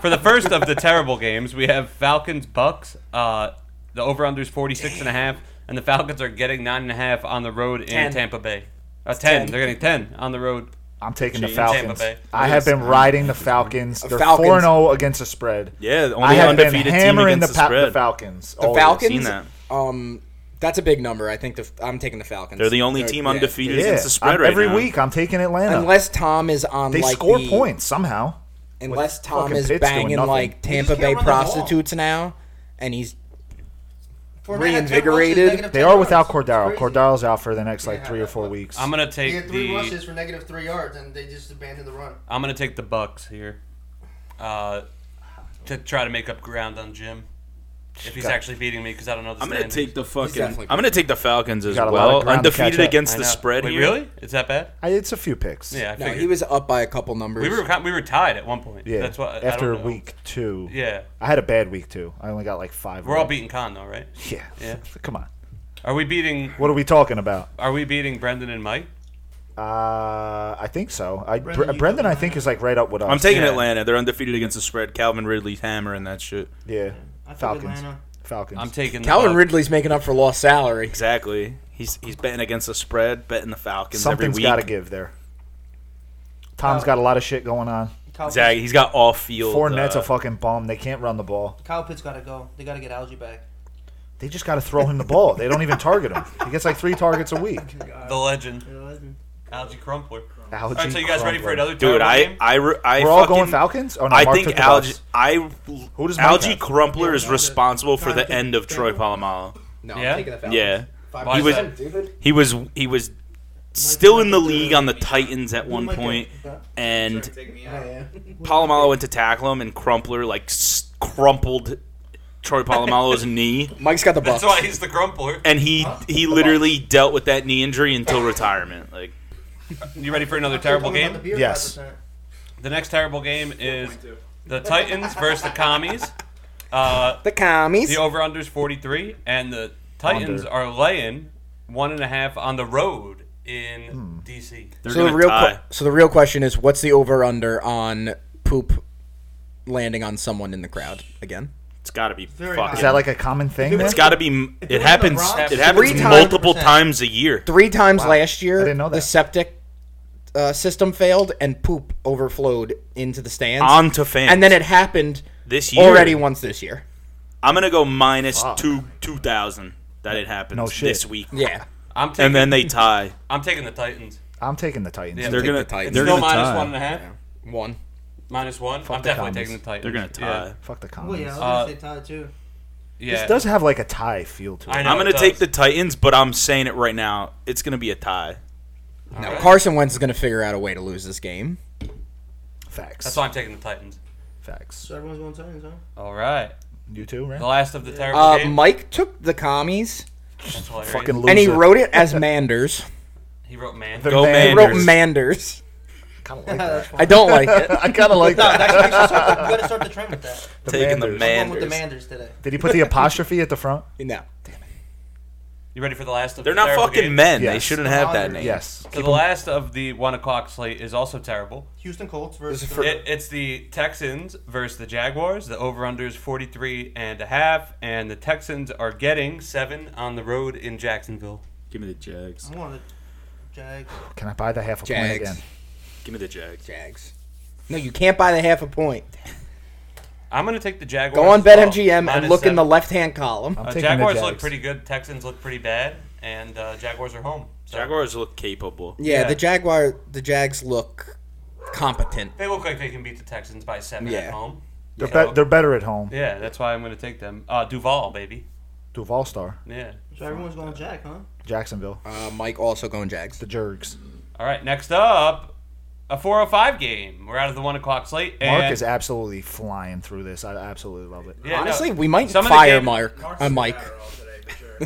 Speaker 4: for the first of the terrible games, we have Falcons Bucks. Uh, the over under is 46 and a half, and the Falcons are getting nine and a half on the road in
Speaker 1: Ten.
Speaker 4: Tampa Bay. Uh, 10.
Speaker 1: ten.
Speaker 4: They're getting 10 on the road.
Speaker 3: I'm taking the
Speaker 2: Jeez.
Speaker 3: Falcons.
Speaker 4: Tampa Bay.
Speaker 3: I have been riding the Falcons. They're
Speaker 1: Falcons.
Speaker 3: 4 0 against the spread.
Speaker 2: Yeah, the
Speaker 3: I
Speaker 2: only
Speaker 3: have been
Speaker 2: undefeated team
Speaker 3: hammering the,
Speaker 2: against the,
Speaker 3: pa- the
Speaker 2: spread.
Speaker 3: Falcons.
Speaker 1: The
Speaker 3: always.
Speaker 2: Seen
Speaker 1: Falcons.
Speaker 2: that.
Speaker 1: Um, that's a big number. I think the, I'm taking the Falcons.
Speaker 2: They're the only team
Speaker 1: yeah.
Speaker 2: undefeated
Speaker 3: Yeah.
Speaker 2: against the spread
Speaker 3: I'm-
Speaker 2: right
Speaker 3: every
Speaker 2: now.
Speaker 3: week I'm taking Atlanta.
Speaker 1: Unless Tom is on
Speaker 3: they
Speaker 1: like
Speaker 3: score
Speaker 1: the-
Speaker 3: points somehow.
Speaker 1: unless Tom
Speaker 3: fucking
Speaker 1: is
Speaker 3: Pitts doing
Speaker 1: banging
Speaker 3: nothing.
Speaker 1: like
Speaker 5: He just
Speaker 1: Tampa
Speaker 5: can't
Speaker 1: Bay
Speaker 5: run the ball.
Speaker 1: prostitutes now, and he's
Speaker 5: Fournette had 10
Speaker 1: Reinvigorated.
Speaker 5: rushes, negative
Speaker 3: They
Speaker 5: 10
Speaker 3: are without
Speaker 5: yards.
Speaker 3: Cordaro.
Speaker 5: It's crazy.
Speaker 3: Cordaro's out for the next like
Speaker 5: Yeah,
Speaker 3: three or four
Speaker 5: but-
Speaker 3: weeks.
Speaker 4: I'm going to
Speaker 5: He
Speaker 4: take
Speaker 5: had three
Speaker 4: the
Speaker 5: rushes for negative three yards, and they just abandoned the run.
Speaker 4: I'm going to take the Bucks here. Uh, to try to make up ground on Jim. If he's
Speaker 3: Got-
Speaker 4: actually beating me cuz I don't know the
Speaker 2: I'm gonna
Speaker 4: standings.
Speaker 2: take the fucking.
Speaker 1: definitely-
Speaker 2: I'm gonna take the Falcons as
Speaker 3: got a lot of
Speaker 2: well.
Speaker 3: ground to catch
Speaker 2: Undefeated
Speaker 3: up.
Speaker 4: I
Speaker 2: against the
Speaker 4: know.
Speaker 2: spread
Speaker 4: Wait,
Speaker 2: here.
Speaker 4: really? It's that bad?
Speaker 3: I, it's a few picks.
Speaker 4: Yeah, I
Speaker 1: no,
Speaker 4: figured.
Speaker 1: he was up by a couple numbers.
Speaker 4: we were con- we were tied at one point.
Speaker 3: Yeah.
Speaker 4: That's what I
Speaker 3: After
Speaker 4: don't know.
Speaker 3: week two.
Speaker 4: Yeah.
Speaker 3: I had a bad week two. I only got like five.
Speaker 4: We're all
Speaker 3: right.
Speaker 4: beating Con though, right?
Speaker 3: Yeah.
Speaker 4: Yeah.
Speaker 3: Come on.
Speaker 4: Are we beating
Speaker 3: What are we talking about?
Speaker 4: Are we beating Brendan and Mike?
Speaker 3: Uh, I think so. I Br-
Speaker 5: Brendan,
Speaker 3: Brendan,
Speaker 5: you
Speaker 3: I
Speaker 5: don't
Speaker 3: think
Speaker 5: know.
Speaker 3: is like right up with us.
Speaker 2: I'm taking
Speaker 4: Yeah.
Speaker 2: Atlanta. They're undefeated against the spread. Calvin Ridley's hammering that shit.
Speaker 3: yeah.
Speaker 5: I took
Speaker 3: Falcons.
Speaker 5: Atlanta.
Speaker 3: Falcons.
Speaker 4: I'm taking the
Speaker 1: Calvin
Speaker 4: Bucs.
Speaker 1: Ridley's making up for lost salary.
Speaker 2: Exactly. He's he's betting against the spread, betting the Falcons
Speaker 3: Something's
Speaker 2: every week.
Speaker 3: got to give there. Tom's got a lot of shit going on.
Speaker 5: Kyle,
Speaker 2: Zag, he's got off field.
Speaker 3: Fournette's
Speaker 2: uh,
Speaker 3: a fucking bum. They can't run the ball.
Speaker 5: Pitts, Kyle Pitts got to go. They got to get Algie back.
Speaker 3: They just got to throw him the ball. They don't even target him. He gets like three targets a week.
Speaker 4: the legend,
Speaker 5: All
Speaker 4: Algie Crumpler. All
Speaker 3: Algae
Speaker 4: right, so you guys ready
Speaker 3: Crumbler.
Speaker 4: for another
Speaker 2: dude,
Speaker 4: terrible
Speaker 2: I
Speaker 4: game?
Speaker 2: I re- I
Speaker 3: We're all
Speaker 2: fucking-
Speaker 3: going Falcons. Oh no,
Speaker 2: I
Speaker 3: Mark
Speaker 2: think
Speaker 3: took the
Speaker 2: Algie
Speaker 3: Bucs.
Speaker 2: I
Speaker 3: Who does Mike
Speaker 2: Algie
Speaker 3: have?
Speaker 2: Crumpler is
Speaker 5: Yeah,
Speaker 2: responsible for the
Speaker 5: Jonathan-
Speaker 2: end of Troy Polamalu.
Speaker 1: No,
Speaker 4: Yeah?
Speaker 1: I'm taking the Falcons.
Speaker 2: Yeah,
Speaker 1: Five
Speaker 4: Why
Speaker 2: he
Speaker 4: is
Speaker 2: was
Speaker 4: that?
Speaker 2: he was he was still in the league on the Titans at one point, and
Speaker 6: Take me out.
Speaker 5: Oh, yeah.
Speaker 2: Palomalo went to tackle him, and Crumpler like s- crumpled Troy Palomalo's knee,
Speaker 1: Mike's got the bucks.
Speaker 4: That's why he's the Crumpler.
Speaker 2: and he he literally dealt with that knee injury until retirement. Like
Speaker 4: You ready for another terrible game?
Speaker 3: Yes.
Speaker 4: The next terrible game is the Titans versus the Commies. Uh,
Speaker 1: the commies.
Speaker 4: the over unders 43, and the Titans
Speaker 3: Under.
Speaker 4: are laying one and a half on the road in DC.
Speaker 2: Hmm. they're
Speaker 1: so the
Speaker 2: gonna
Speaker 1: real
Speaker 2: tie.
Speaker 1: que- so the real question is, what's the over under on poop landing on someone in the crowd again?
Speaker 2: it's got to be
Speaker 5: Very
Speaker 2: fucking.
Speaker 5: high.
Speaker 3: Is that like a common thing?
Speaker 2: It's
Speaker 3: There?
Speaker 2: got to be.
Speaker 5: it
Speaker 2: It
Speaker 5: was
Speaker 2: happens.
Speaker 5: the Bronx,
Speaker 2: It
Speaker 1: three
Speaker 2: happens
Speaker 1: times-
Speaker 2: multiple
Speaker 5: 100%.
Speaker 2: times a year.
Speaker 1: Three times
Speaker 3: Wow.
Speaker 1: last year,
Speaker 3: I didn't know
Speaker 1: the
Speaker 3: that.
Speaker 1: septic uh, system failed and poop overflowed into the stands.
Speaker 2: On to fans.
Speaker 1: and then it happened
Speaker 2: this year
Speaker 1: already once this year.
Speaker 2: I'm gonna go minus
Speaker 3: Fuck.
Speaker 2: two two thousand that it happens
Speaker 3: No shit.
Speaker 2: this week.
Speaker 1: Yeah,
Speaker 4: I'm taking,
Speaker 2: And then they tie.
Speaker 4: I'm taking the Titans.
Speaker 3: I'm taking the Titans.
Speaker 4: Yeah.
Speaker 2: They're
Speaker 1: Take the
Speaker 2: gonna.
Speaker 1: Titans.
Speaker 2: they're
Speaker 1: It's
Speaker 4: Still
Speaker 2: gonna
Speaker 4: minus
Speaker 2: tie.
Speaker 4: one and a half?
Speaker 1: one.
Speaker 4: Minus one? I'm
Speaker 3: the
Speaker 4: definitely
Speaker 3: Commies.
Speaker 4: taking the Titans.
Speaker 2: They're gonna tie.
Speaker 4: Yeah.
Speaker 3: Fuck the
Speaker 5: Well,
Speaker 3: Commies.
Speaker 5: yeah, I was
Speaker 4: Uh,
Speaker 5: gonna say Todd too.
Speaker 4: Yeah.
Speaker 3: This does have like a tie feel to it.
Speaker 4: I know
Speaker 2: I'm gonna
Speaker 4: it
Speaker 2: take
Speaker 4: does.
Speaker 2: the Titans, but I'm saying it right now. It's gonna be a tie.
Speaker 1: No,
Speaker 4: right.
Speaker 1: Carson Wentz is going to figure out a way to lose this game.
Speaker 3: Facts.
Speaker 4: That's why I'm taking the Titans.
Speaker 3: Facts.
Speaker 5: So everyone's going Titans, huh?
Speaker 4: All right.
Speaker 3: You too,
Speaker 4: The
Speaker 3: right?
Speaker 4: last of the terrible
Speaker 1: Uh,
Speaker 4: games.
Speaker 1: Mike took the commies
Speaker 4: That's hilarious.
Speaker 3: Fucking loser.
Speaker 1: and he wrote it as Manders.
Speaker 4: He wrote man.
Speaker 3: The
Speaker 2: Go
Speaker 3: man-
Speaker 1: He wrote
Speaker 2: Manders.
Speaker 1: Manders.
Speaker 3: kind of like that.
Speaker 1: I don't like it.
Speaker 3: I kind of like
Speaker 5: No,
Speaker 3: that.
Speaker 5: that's, you, should start the, you gotta start the trend with that.
Speaker 2: Taking the
Speaker 3: Manders.
Speaker 5: I'm going with
Speaker 2: Manders.
Speaker 5: the Manders today.
Speaker 3: Did he put the apostrophe at the front?
Speaker 1: No.
Speaker 4: You ready for the last of
Speaker 2: They're not
Speaker 4: terrible
Speaker 2: fucking
Speaker 4: games?
Speaker 2: men. They
Speaker 3: Yes.
Speaker 2: shouldn't have that name.
Speaker 3: Yes.
Speaker 4: So the last of the one o'clock slate is also terrible.
Speaker 5: Houston Colts versus
Speaker 3: is for-
Speaker 5: the
Speaker 4: It, it's the Texans versus the Jaguars. The over-under is 43 and a half, and the Texans are getting seven on the road in Jacksonville.
Speaker 2: Give me the Jags.
Speaker 5: I'm going with Jags.
Speaker 3: Can I buy the half a
Speaker 1: Jags.
Speaker 3: point again?
Speaker 2: Give me the Jags.
Speaker 1: Jags. No, you can't buy the half a point.
Speaker 4: I'm going to take the Jaguars.
Speaker 1: Go on
Speaker 4: as well.
Speaker 1: BetMGM and
Speaker 4: Minus
Speaker 1: look in the
Speaker 4: seven.
Speaker 1: left-hand column.
Speaker 3: I'm
Speaker 4: Uh,
Speaker 3: taking the
Speaker 4: Jaguars look
Speaker 3: Jags.
Speaker 4: pretty good. Texans look pretty bad, and uh, Jaguars are home. So
Speaker 2: Jaguars look capable.
Speaker 1: Yeah,
Speaker 4: yeah.
Speaker 1: the Jaguar, the Jags look competent.
Speaker 4: They look like they can beat the Texans by seven
Speaker 1: Yeah.
Speaker 4: at home.
Speaker 3: They're,
Speaker 4: So-
Speaker 3: be- they're better at home.
Speaker 4: Yeah, that's why I'm going to take them. Uh, Duval, baby.
Speaker 3: Duval Star,
Speaker 4: Yeah.
Speaker 5: So everyone's going Jack, huh?
Speaker 3: Jacksonville,
Speaker 1: Uh, Mike also going Jags.
Speaker 3: the Jergs.
Speaker 4: All right, next up, a 4:05 game. We're out of the one o'clock slate. And
Speaker 3: Mark is absolutely flying through this. I absolutely love it.
Speaker 4: Yeah, no.
Speaker 1: Honestly, we might
Speaker 4: Some of the
Speaker 1: fire
Speaker 4: game-
Speaker 1: Mark. Uh, Mike.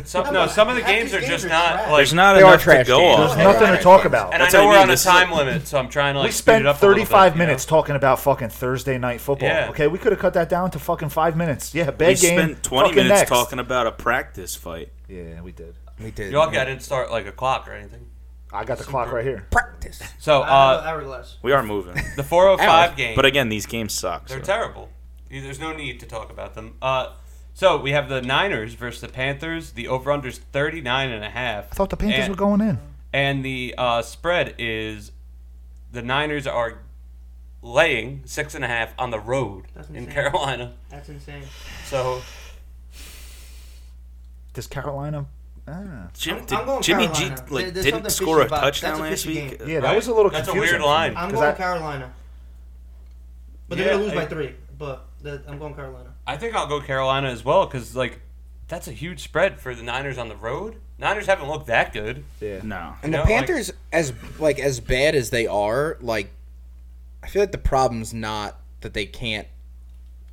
Speaker 4: Some, no, some of the
Speaker 5: Half
Speaker 4: games
Speaker 5: these
Speaker 4: are
Speaker 5: games
Speaker 4: just
Speaker 5: are
Speaker 4: not
Speaker 5: trash.
Speaker 4: like.
Speaker 2: There's not
Speaker 1: They are
Speaker 2: enough to
Speaker 1: trash
Speaker 2: go
Speaker 1: teams.
Speaker 2: off.
Speaker 3: There's nothing to talk about.
Speaker 4: and I
Speaker 2: That's what
Speaker 4: know
Speaker 2: I
Speaker 4: we're
Speaker 2: mean,
Speaker 4: on a
Speaker 2: this is
Speaker 4: time
Speaker 2: a-
Speaker 4: limit, so I'm trying to like
Speaker 3: we
Speaker 4: speed it
Speaker 3: spent
Speaker 4: up a little bit,
Speaker 3: 35
Speaker 4: you know?
Speaker 3: minutes talking about fucking Thursday night football.
Speaker 4: Yeah.
Speaker 3: Okay, we could have cut that down to fucking five minutes. Yeah, bad
Speaker 2: We
Speaker 3: game.
Speaker 2: spent 20
Speaker 3: fucking
Speaker 2: minutes
Speaker 3: next.
Speaker 2: talking about a practice fight.
Speaker 3: Yeah, we did.
Speaker 1: We did.
Speaker 4: You're lucky I didn't start like a clock or anything.
Speaker 3: I got the clock right here.
Speaker 1: practice.
Speaker 4: So
Speaker 5: Uh,
Speaker 4: uh,
Speaker 5: hour less.
Speaker 2: We are moving.
Speaker 4: the 405
Speaker 1: Hours.
Speaker 4: game,
Speaker 2: but again, these games suck.
Speaker 4: they're
Speaker 2: so-
Speaker 4: terrible. You- There's no need to talk about them. Uh, so we have the Niners versus the Panthers. The over/under's 39 and a half.
Speaker 3: I thought the Panthers
Speaker 4: and,
Speaker 3: were going in.
Speaker 4: And the uh, spread is the Niners are laying six and a half on the road
Speaker 5: That's
Speaker 4: in
Speaker 5: insane.
Speaker 4: Carolina.
Speaker 5: That's insane.
Speaker 4: So
Speaker 3: Does Carolina? Ah.
Speaker 2: Jim,
Speaker 5: I'm going
Speaker 2: did, Jimmy G
Speaker 5: Carolina. There-
Speaker 2: like,
Speaker 5: there's
Speaker 2: didn't
Speaker 5: something
Speaker 2: score a
Speaker 5: fishy about-
Speaker 2: touchdown last
Speaker 5: that's a fishy
Speaker 2: week.
Speaker 3: Yeah,
Speaker 4: Right.
Speaker 3: that was a little
Speaker 4: That's a
Speaker 3: confusing.
Speaker 4: weird
Speaker 3: for me,
Speaker 4: line.
Speaker 5: I'm
Speaker 3: 'cause
Speaker 5: going
Speaker 3: I-
Speaker 5: Carolina. But they're
Speaker 4: Yeah,
Speaker 5: gonna lose by
Speaker 4: I-
Speaker 5: three. But the, I'm going Carolina.
Speaker 4: I think I'll go Carolina as well because like that's a huge spread for the Niners on the road. Niners haven't looked that good.
Speaker 3: Yeah.
Speaker 2: No.
Speaker 1: And the
Speaker 4: You know, like-
Speaker 1: Panthers, as like as bad as they are, like I feel like the problem's not that they can't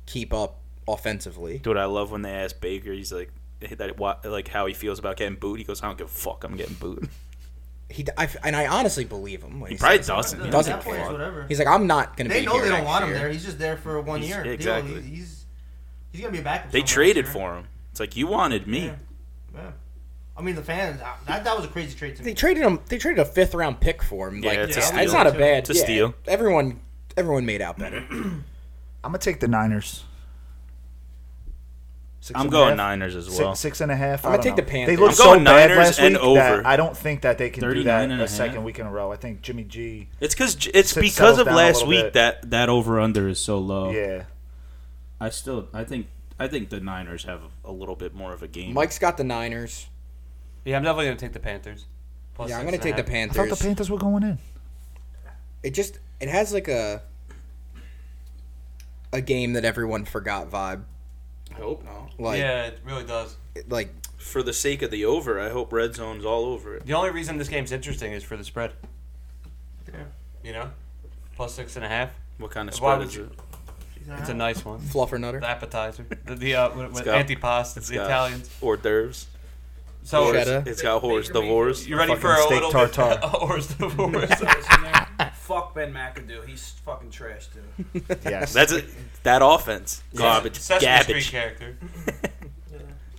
Speaker 1: keep up offensively.
Speaker 2: Dude, I love when they ask Baker. He's like, that what, like how he feels about getting booed. He goes, I don't give a fuck. I'm getting booed.
Speaker 1: He I, and I honestly believe him. when
Speaker 2: He
Speaker 1: says
Speaker 2: probably
Speaker 1: that.
Speaker 2: doesn't. He
Speaker 1: Doesn't
Speaker 5: At that point,
Speaker 1: care.
Speaker 5: it's whatever.
Speaker 1: He's like, I'm not gonna
Speaker 5: They
Speaker 1: be
Speaker 5: know
Speaker 1: here
Speaker 5: they don't
Speaker 1: next
Speaker 5: want him
Speaker 1: year."
Speaker 5: there. He's just there for one
Speaker 2: He's-
Speaker 5: year.
Speaker 2: yeah,
Speaker 5: deal.
Speaker 2: exactly.
Speaker 5: He's, he's he's gonna be a backup.
Speaker 2: They
Speaker 5: somewhere
Speaker 2: traded
Speaker 5: next year.
Speaker 2: for him. It's like you wanted me.
Speaker 5: Yeah. Yeah. I mean, the fans. I- That, that was a crazy trade to
Speaker 1: They
Speaker 5: me.
Speaker 1: traded him. They traded a fifth round pick for him.
Speaker 2: Yeah,
Speaker 1: like
Speaker 2: it's
Speaker 5: a
Speaker 1: it's
Speaker 5: steal.
Speaker 1: not a
Speaker 5: Too.
Speaker 1: bad
Speaker 2: It's a
Speaker 1: yeah.
Speaker 2: steal.
Speaker 1: Everyone, everyone made out better.
Speaker 3: I'm gonna take the Niners. Six
Speaker 2: I'm
Speaker 3: and a
Speaker 2: going
Speaker 3: half.
Speaker 2: Niners as
Speaker 3: Six-
Speaker 2: well.
Speaker 3: six and a half.
Speaker 1: I'm
Speaker 3: I
Speaker 1: gonna
Speaker 3: don't
Speaker 1: take the
Speaker 3: know.
Speaker 1: Panthers.
Speaker 3: They look
Speaker 1: I'm
Speaker 3: so
Speaker 2: going
Speaker 3: bad
Speaker 2: Niners
Speaker 3: last
Speaker 2: and
Speaker 3: week
Speaker 2: over.
Speaker 3: that I don't think that they can do
Speaker 2: 39
Speaker 3: that
Speaker 2: and a
Speaker 3: a,
Speaker 2: half.
Speaker 3: second week in a row. I think Jimmy G.
Speaker 2: It's because it's
Speaker 3: Sit-
Speaker 2: because
Speaker 3: settles
Speaker 2: of
Speaker 3: down a
Speaker 2: last
Speaker 3: little
Speaker 2: week
Speaker 3: bit.
Speaker 2: that that over under is so low.
Speaker 3: Yeah,
Speaker 2: I still I think I think the Niners have a little bit more of a game.
Speaker 1: Mike's got the Niners.
Speaker 4: Yeah, I'm definitely gonna take the Panthers. Plus
Speaker 1: Yeah, I'm
Speaker 4: six
Speaker 1: gonna
Speaker 4: and a
Speaker 1: take the
Speaker 4: half.
Speaker 3: I thought the
Speaker 1: Panthers.
Speaker 3: Panthers were going in.
Speaker 1: It just it has like a a game that everyone forgot vibe.
Speaker 2: I hope not.
Speaker 1: Like
Speaker 4: Yeah, it really does.
Speaker 1: like
Speaker 2: For the sake of the over, I hope red zone's all over it.
Speaker 4: The only reason this game's interesting is for the spread.
Speaker 5: Yeah.
Speaker 4: You know, plus six and a half.
Speaker 2: What kind of
Speaker 4: Why
Speaker 2: spread
Speaker 4: would
Speaker 2: is
Speaker 4: you-
Speaker 2: it?
Speaker 5: "Oh,
Speaker 4: It's a nice one.
Speaker 1: fluffer nutter.
Speaker 4: The appetizer, the, the uh, with, with
Speaker 2: got-
Speaker 4: antipasta, the
Speaker 2: got
Speaker 4: Italians.
Speaker 2: hors d'oeuvres.
Speaker 4: So
Speaker 1: Cheddar.
Speaker 2: It's got horse divorce.
Speaker 4: you ready
Speaker 3: Fucking
Speaker 4: for a
Speaker 3: steak
Speaker 4: little
Speaker 3: tartare.
Speaker 4: bit of hors d'oeuvres?
Speaker 6: Fuck Ben McAdoo. He's fucking trash, dude.
Speaker 3: Yes,
Speaker 2: That's it. That offense, garbage,
Speaker 4: Sesame Street
Speaker 2: garbage,
Speaker 4: character.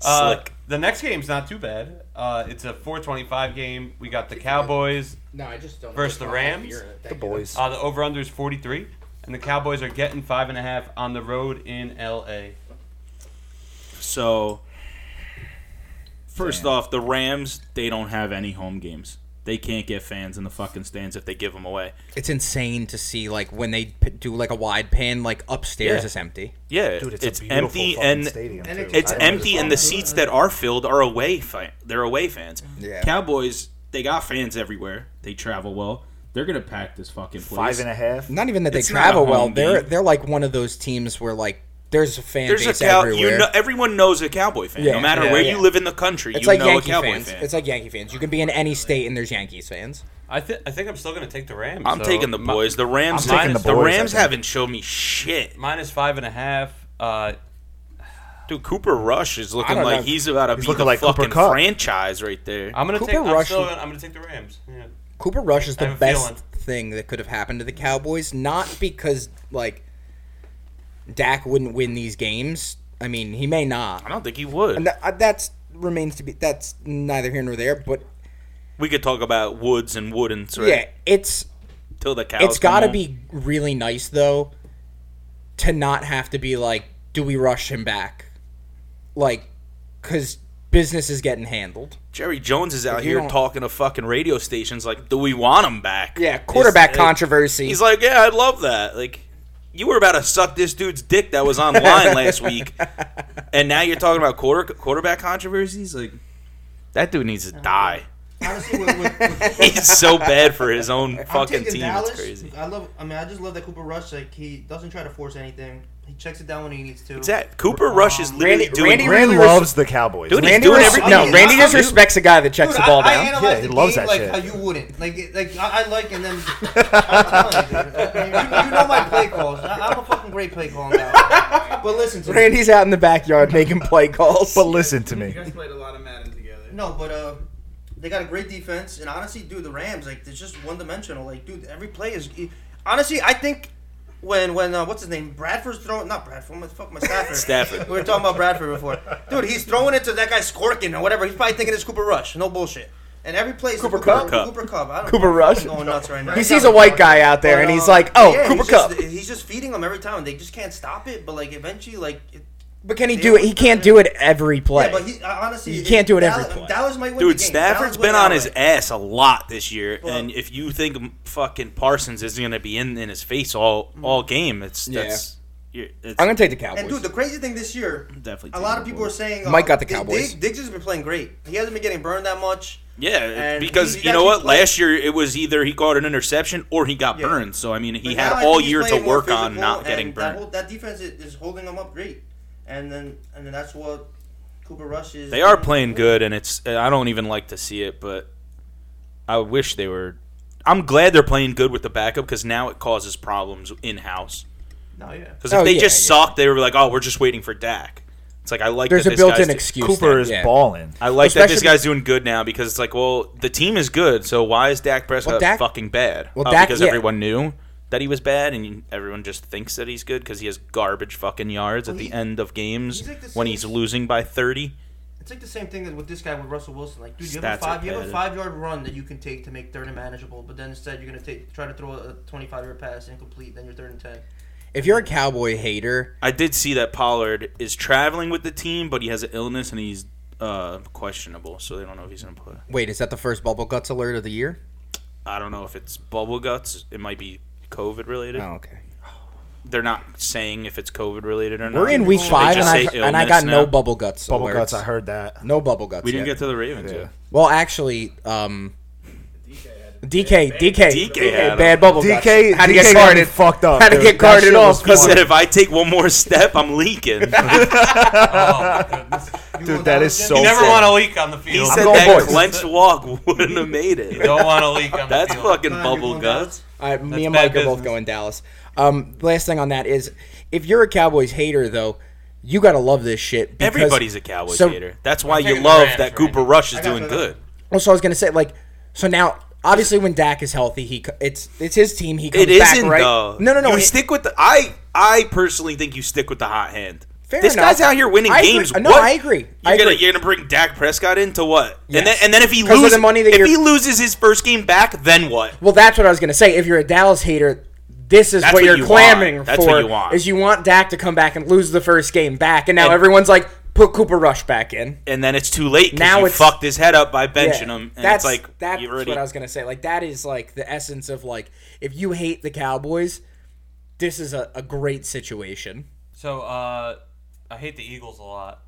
Speaker 4: Uh,
Speaker 2: slick.
Speaker 4: the next game's not too bad. Uh, it's a 425 game. We got the Cowboys.
Speaker 1: No, I just don't.
Speaker 4: Versus the Rams?
Speaker 3: the boys.
Speaker 4: Uh, the over/under is 43, and the Cowboys are getting five and a half on the road in LA.
Speaker 2: So, first off, the Rams they don't have any home games. They can't get fans in the fucking stands if they give them away.
Speaker 1: It's insane to see like when they p- do like a wide pan, like upstairs
Speaker 2: Yeah.
Speaker 1: is empty.
Speaker 2: Yeah,
Speaker 3: Dude, it's,
Speaker 2: it's
Speaker 3: a beautiful
Speaker 2: empty
Speaker 3: fucking
Speaker 2: and
Speaker 3: stadium.
Speaker 5: and
Speaker 3: too.
Speaker 5: it's-
Speaker 2: It's
Speaker 3: I don't
Speaker 2: empty,
Speaker 3: understand.
Speaker 2: and the seats that are filled are away. Fi- they're away fans.
Speaker 1: Yeah.
Speaker 2: Cowboys, they got fans everywhere. They travel well. They're gonna pack this fucking place.
Speaker 3: five and a half.
Speaker 1: Not even that they
Speaker 2: It's not a
Speaker 1: travel
Speaker 2: home
Speaker 1: well. They're
Speaker 2: game.
Speaker 1: they're like one of those teams where like there's a fan
Speaker 2: There's a
Speaker 1: base
Speaker 2: cow.
Speaker 1: everywhere.
Speaker 2: You know, everyone knows a Cowboy fan.
Speaker 1: Yeah.
Speaker 2: no matter
Speaker 4: Yeah.
Speaker 2: where
Speaker 1: Yeah.
Speaker 2: you live in the country,
Speaker 1: it's
Speaker 2: you
Speaker 1: like
Speaker 2: know
Speaker 1: Yankee
Speaker 2: a Cowboy
Speaker 1: fans.
Speaker 2: fan.
Speaker 1: It's like Yankee fans. You can be in any state and there's Yankees fans.
Speaker 4: I think I think I'm still gonna take the Rams.
Speaker 2: I'm
Speaker 4: so
Speaker 2: taking the
Speaker 4: mi-
Speaker 2: boys. The Rams.
Speaker 3: I'm taking
Speaker 2: minus-
Speaker 3: the boys, I
Speaker 2: Rams
Speaker 3: think.
Speaker 2: haven't shown me shit.
Speaker 4: minus five and a half. Uh,
Speaker 2: Dude, Cooper Rush is looking
Speaker 1: don't
Speaker 2: like
Speaker 1: know.
Speaker 2: he's about to be
Speaker 3: looking
Speaker 2: the
Speaker 3: like Cooper
Speaker 2: fucking
Speaker 3: Kupp.
Speaker 2: franchise right there.
Speaker 4: I'm gonna
Speaker 1: Cooper
Speaker 4: take. I'm,
Speaker 1: Rush-
Speaker 4: still gonna, I'm gonna take the Rams. Yeah.
Speaker 1: Cooper Rush is
Speaker 4: I
Speaker 1: the
Speaker 4: have a
Speaker 1: best
Speaker 4: feeling.
Speaker 1: thing that could have happened to the Cowboys, not because like Dak wouldn't win these games. I mean, he may not.
Speaker 2: I don't think he would.
Speaker 1: And that- uh, that's remains to be that's neither here nor there, but
Speaker 2: we could talk about Woods and Woodens, right?
Speaker 1: yeah, it's
Speaker 2: Till the cows.
Speaker 1: it's
Speaker 2: come
Speaker 1: got to
Speaker 2: home.
Speaker 1: be really nice though to not have to be like do we rush him back? Like cuz business is getting handled.
Speaker 2: Jerry Jones is out
Speaker 1: If you
Speaker 2: here
Speaker 1: don't-
Speaker 2: talking to fucking radio stations like, "Do we want him back?"
Speaker 1: Yeah, quarterback
Speaker 2: He's-
Speaker 1: controversy.
Speaker 2: He's like, "Yeah, I'd love that." Like, you were about to suck this dude's dick that was online last week, and now you're talking about quarter quarterback controversies. Like, that dude needs to die.
Speaker 5: Honestly, with, with, with
Speaker 2: He's so bad for his own
Speaker 5: I'm
Speaker 2: fucking
Speaker 5: taking
Speaker 2: team.
Speaker 5: Dallas.
Speaker 2: It's crazy.
Speaker 5: I love. I mean, I just love that Cooper Rush. Like he doesn't try to force anything. He checks it down when he needs to.
Speaker 2: Exact. Cooper Rush is literally
Speaker 1: Randy-
Speaker 2: doing.
Speaker 1: Randy-
Speaker 3: Rand
Speaker 1: really res-
Speaker 3: loves the Cowboys.
Speaker 2: Dude, he's
Speaker 1: Randy
Speaker 2: doing
Speaker 1: res-
Speaker 2: everything.
Speaker 1: no,
Speaker 2: he's
Speaker 1: Randy
Speaker 2: not
Speaker 1: just
Speaker 2: doing.
Speaker 1: respects a guy that checks
Speaker 5: Dude,
Speaker 1: the ball
Speaker 5: I,
Speaker 1: down.
Speaker 5: I analyze
Speaker 3: Yeah, he
Speaker 5: the
Speaker 3: loves
Speaker 5: game
Speaker 3: that
Speaker 5: like
Speaker 3: shit.
Speaker 5: how you wouldn't. Like, like I, I like, and then I'm telling you, dude. you, you know my play calls. I, I'm a fucking great play caller now. But listen to me.
Speaker 1: Randy's out in the backyard making play calls.
Speaker 3: But listen to me.
Speaker 6: You guys played a lot of Madden together.
Speaker 5: No, but uh, they got a great defense, and honestly, dude, the Rams like it's just one dimensional. Like, dude, every play is. e, Honestly, I think. When when uh, what's his name Bradford's throwing not Bradford my, fuck my Stafford
Speaker 2: Stafford.
Speaker 5: we were talking about Bradford before dude he's throwing it to that guy Skorkin or whatever he's probably thinking it's Cooper Rush no bullshit and every play is Cooper
Speaker 1: Kupp.
Speaker 5: Cup Cooper Cup I don't
Speaker 1: Cooper
Speaker 5: know. I'm
Speaker 1: Rush.
Speaker 5: going nuts right now
Speaker 1: He sees a white guy out there
Speaker 5: But,
Speaker 1: and he's
Speaker 5: um,
Speaker 1: like, "Oh,
Speaker 5: yeah,
Speaker 1: Cooper
Speaker 5: he's
Speaker 1: Cup."
Speaker 5: Just, he's just feeding them every time. They just can't stop it. But like eventually, like it,
Speaker 1: But can he do it? He can't do it every play.
Speaker 5: yeah. But he, uh, honestly,
Speaker 1: You can't do it every
Speaker 5: Dallas,
Speaker 1: play.
Speaker 5: Dallas might win.
Speaker 2: Dude,
Speaker 5: the game.
Speaker 2: Stafford's
Speaker 5: Dallas win
Speaker 2: been on his
Speaker 5: outright.
Speaker 2: ass a lot this year,
Speaker 5: Well-
Speaker 2: and if you think m- fucking Parsons is going to be in, in his face all all
Speaker 5: Mm.
Speaker 2: game, it's
Speaker 1: Yeah.
Speaker 2: that's you're, it's
Speaker 1: I'm gonna take the Cowboys.
Speaker 5: And dude, the crazy thing this year,
Speaker 2: definitely.
Speaker 5: a lot of
Speaker 2: taking
Speaker 5: people are saying uh,
Speaker 1: Mike got the
Speaker 5: Dig-
Speaker 1: Cowboys.
Speaker 5: Dig- Diggs has been playing great. He hasn't been getting burned that much.
Speaker 2: yeah,
Speaker 5: and
Speaker 2: because
Speaker 5: he's
Speaker 2: you know what?
Speaker 5: actually playing-
Speaker 2: Last year it was either he caught an interception or he got
Speaker 5: Yeah.
Speaker 2: burned. So I mean, he
Speaker 5: But now I
Speaker 2: had
Speaker 5: think
Speaker 2: all
Speaker 5: he's
Speaker 2: year to
Speaker 5: playing more
Speaker 2: work on
Speaker 5: physical,
Speaker 2: not
Speaker 5: and
Speaker 2: getting
Speaker 5: That,
Speaker 2: burned.
Speaker 5: whole, that defense is, is holding them up great, and then and then that's what Cooper Rush is.
Speaker 2: they are playing good, and it's uh, I don't even like to see it, but I wish they were. I'm glad they're playing good with the backup because now it causes problems in house.
Speaker 5: No, yeah.
Speaker 2: Because if
Speaker 1: Oh,
Speaker 2: they
Speaker 1: yeah,
Speaker 2: just
Speaker 1: yeah.
Speaker 2: sucked, they were like, "Oh, we're just waiting for Dak." It's like I like
Speaker 1: There's
Speaker 2: that
Speaker 1: a
Speaker 2: this guy's
Speaker 1: built-in
Speaker 2: do-
Speaker 1: excuse.
Speaker 3: Cooper
Speaker 1: then,
Speaker 3: is
Speaker 1: yeah.
Speaker 3: balling.
Speaker 2: I like that this
Speaker 1: Especially-
Speaker 2: guy's doing good now because it's like, well, the team is good, so why is Dak Prescott
Speaker 1: Well, Dak-
Speaker 2: fucking bad?
Speaker 1: well,
Speaker 2: Oh,
Speaker 1: Dak-
Speaker 2: because
Speaker 1: yeah.
Speaker 2: everyone knew that he was bad, and everyone just thinks that he's good because he has garbage fucking yards at
Speaker 5: Well,
Speaker 2: the
Speaker 5: he-
Speaker 2: end of games
Speaker 5: he's like the
Speaker 2: when
Speaker 5: same-
Speaker 2: he's losing by thirty.
Speaker 5: It's like the same thing as with this guy with Russell Wilson. Like, dude, you
Speaker 2: Stats
Speaker 5: have a
Speaker 2: are
Speaker 5: five, you have a
Speaker 2: padded.
Speaker 5: five yard run that you can take to make third and manageable, but then instead you're gonna take try to throw a twenty five yard pass incomplete, then you're third and ten.
Speaker 1: if you're a Cowboy hater,
Speaker 2: I did see that Pollard is traveling with the team, but he has an illness and he's uh, questionable, so they don't know if he's going to play.
Speaker 1: wait, is that the first bubble guts alert of the year?
Speaker 2: I don't know if it's bubble guts. It might be COVID related.
Speaker 1: Oh, okay.
Speaker 2: They're not saying if it's COVID related or not.
Speaker 1: We're in week
Speaker 2: They
Speaker 1: five, and
Speaker 2: just
Speaker 1: I,
Speaker 2: say
Speaker 1: and I
Speaker 2: illness
Speaker 1: got no
Speaker 2: now.
Speaker 1: bubble guts.
Speaker 3: Bubble
Speaker 1: alerts.
Speaker 3: guts. I heard that.
Speaker 1: No bubble guts.
Speaker 2: We didn't
Speaker 1: yet.
Speaker 2: get to the Ravens yet.
Speaker 1: Well, actually, um, DK, DK,
Speaker 2: DK had him.
Speaker 1: bad bubble guts.
Speaker 3: DK
Speaker 1: Had to
Speaker 3: DK
Speaker 1: get
Speaker 3: got
Speaker 1: carded.
Speaker 3: fucked up.
Speaker 1: Had to
Speaker 3: dude.
Speaker 1: get
Speaker 3: That
Speaker 1: carded
Speaker 3: shit
Speaker 1: off
Speaker 3: was
Speaker 1: 'cause
Speaker 2: He said,
Speaker 3: funny.
Speaker 2: if I take one more step, I'm leaking.
Speaker 4: Oh, my goodness.
Speaker 3: Dude, that is so.
Speaker 4: You never
Speaker 3: funny.
Speaker 4: want to leak on the
Speaker 2: He
Speaker 4: field.
Speaker 2: said
Speaker 3: going
Speaker 2: that
Speaker 3: boys.
Speaker 2: clenched walk wouldn't have made
Speaker 4: You
Speaker 2: it.
Speaker 4: don't want to leak on the
Speaker 2: That's
Speaker 4: field.
Speaker 2: fucking
Speaker 5: Come on, you're
Speaker 2: bubble
Speaker 5: going
Speaker 2: guts.
Speaker 1: All right, me
Speaker 4: That's
Speaker 1: and
Speaker 4: bad
Speaker 1: Mike are both
Speaker 4: business.
Speaker 1: going Dallas. Um, last thing on that is, if you're a Cowboys hater, though, you gotta love this shit. because-
Speaker 2: Everybody's a Cowboys
Speaker 1: so-
Speaker 2: hater. That's why you
Speaker 4: taking the
Speaker 2: love
Speaker 4: Rams,
Speaker 2: that
Speaker 4: Randy.
Speaker 2: Cooper Rush is
Speaker 5: got
Speaker 2: doing
Speaker 5: you.
Speaker 2: good.
Speaker 1: Well, so I was gonna say, like, so now obviously when Dak is healthy, he co- it's it's his team. He comes
Speaker 2: It isn't
Speaker 1: back, right?
Speaker 2: though.
Speaker 1: No, no, no.
Speaker 2: You
Speaker 1: it-
Speaker 2: stick with the. I I personally think you stick with the hot hand.
Speaker 1: Fair
Speaker 2: this
Speaker 1: enough.
Speaker 2: guy's out here winning
Speaker 1: I agree- Uh,
Speaker 2: games.
Speaker 1: no,
Speaker 2: What?
Speaker 1: I agree.
Speaker 2: You're
Speaker 1: I
Speaker 2: gonna
Speaker 1: agree.
Speaker 2: you're gonna bring Dak Prescott into what?
Speaker 1: Yes.
Speaker 2: And then and then if he
Speaker 1: 'Cause of
Speaker 2: loses
Speaker 1: the money that
Speaker 2: if
Speaker 1: you're-
Speaker 2: he loses his first game back, then what?
Speaker 1: well, that's what I was gonna say. If you're a Dallas hater, this is
Speaker 2: That's
Speaker 1: what
Speaker 2: what
Speaker 1: you're
Speaker 2: you
Speaker 1: clamoring
Speaker 2: want. That's
Speaker 1: for.
Speaker 2: what you want.
Speaker 1: Is you want Dak to come back and lose the first game back, and now
Speaker 2: And-
Speaker 1: everyone's like, put Cooper Rush back in.
Speaker 2: And then it's too late.
Speaker 1: Now
Speaker 2: Now you
Speaker 1: it's-
Speaker 2: fucked his head up by benching
Speaker 1: Yeah.
Speaker 2: him. And
Speaker 1: that's
Speaker 2: it's like
Speaker 1: that's
Speaker 2: you already
Speaker 1: what I was gonna say. Like that is like the essence of like if you hate the Cowboys, this is a, a great situation.
Speaker 4: So uh, I hate the Eagles a lot,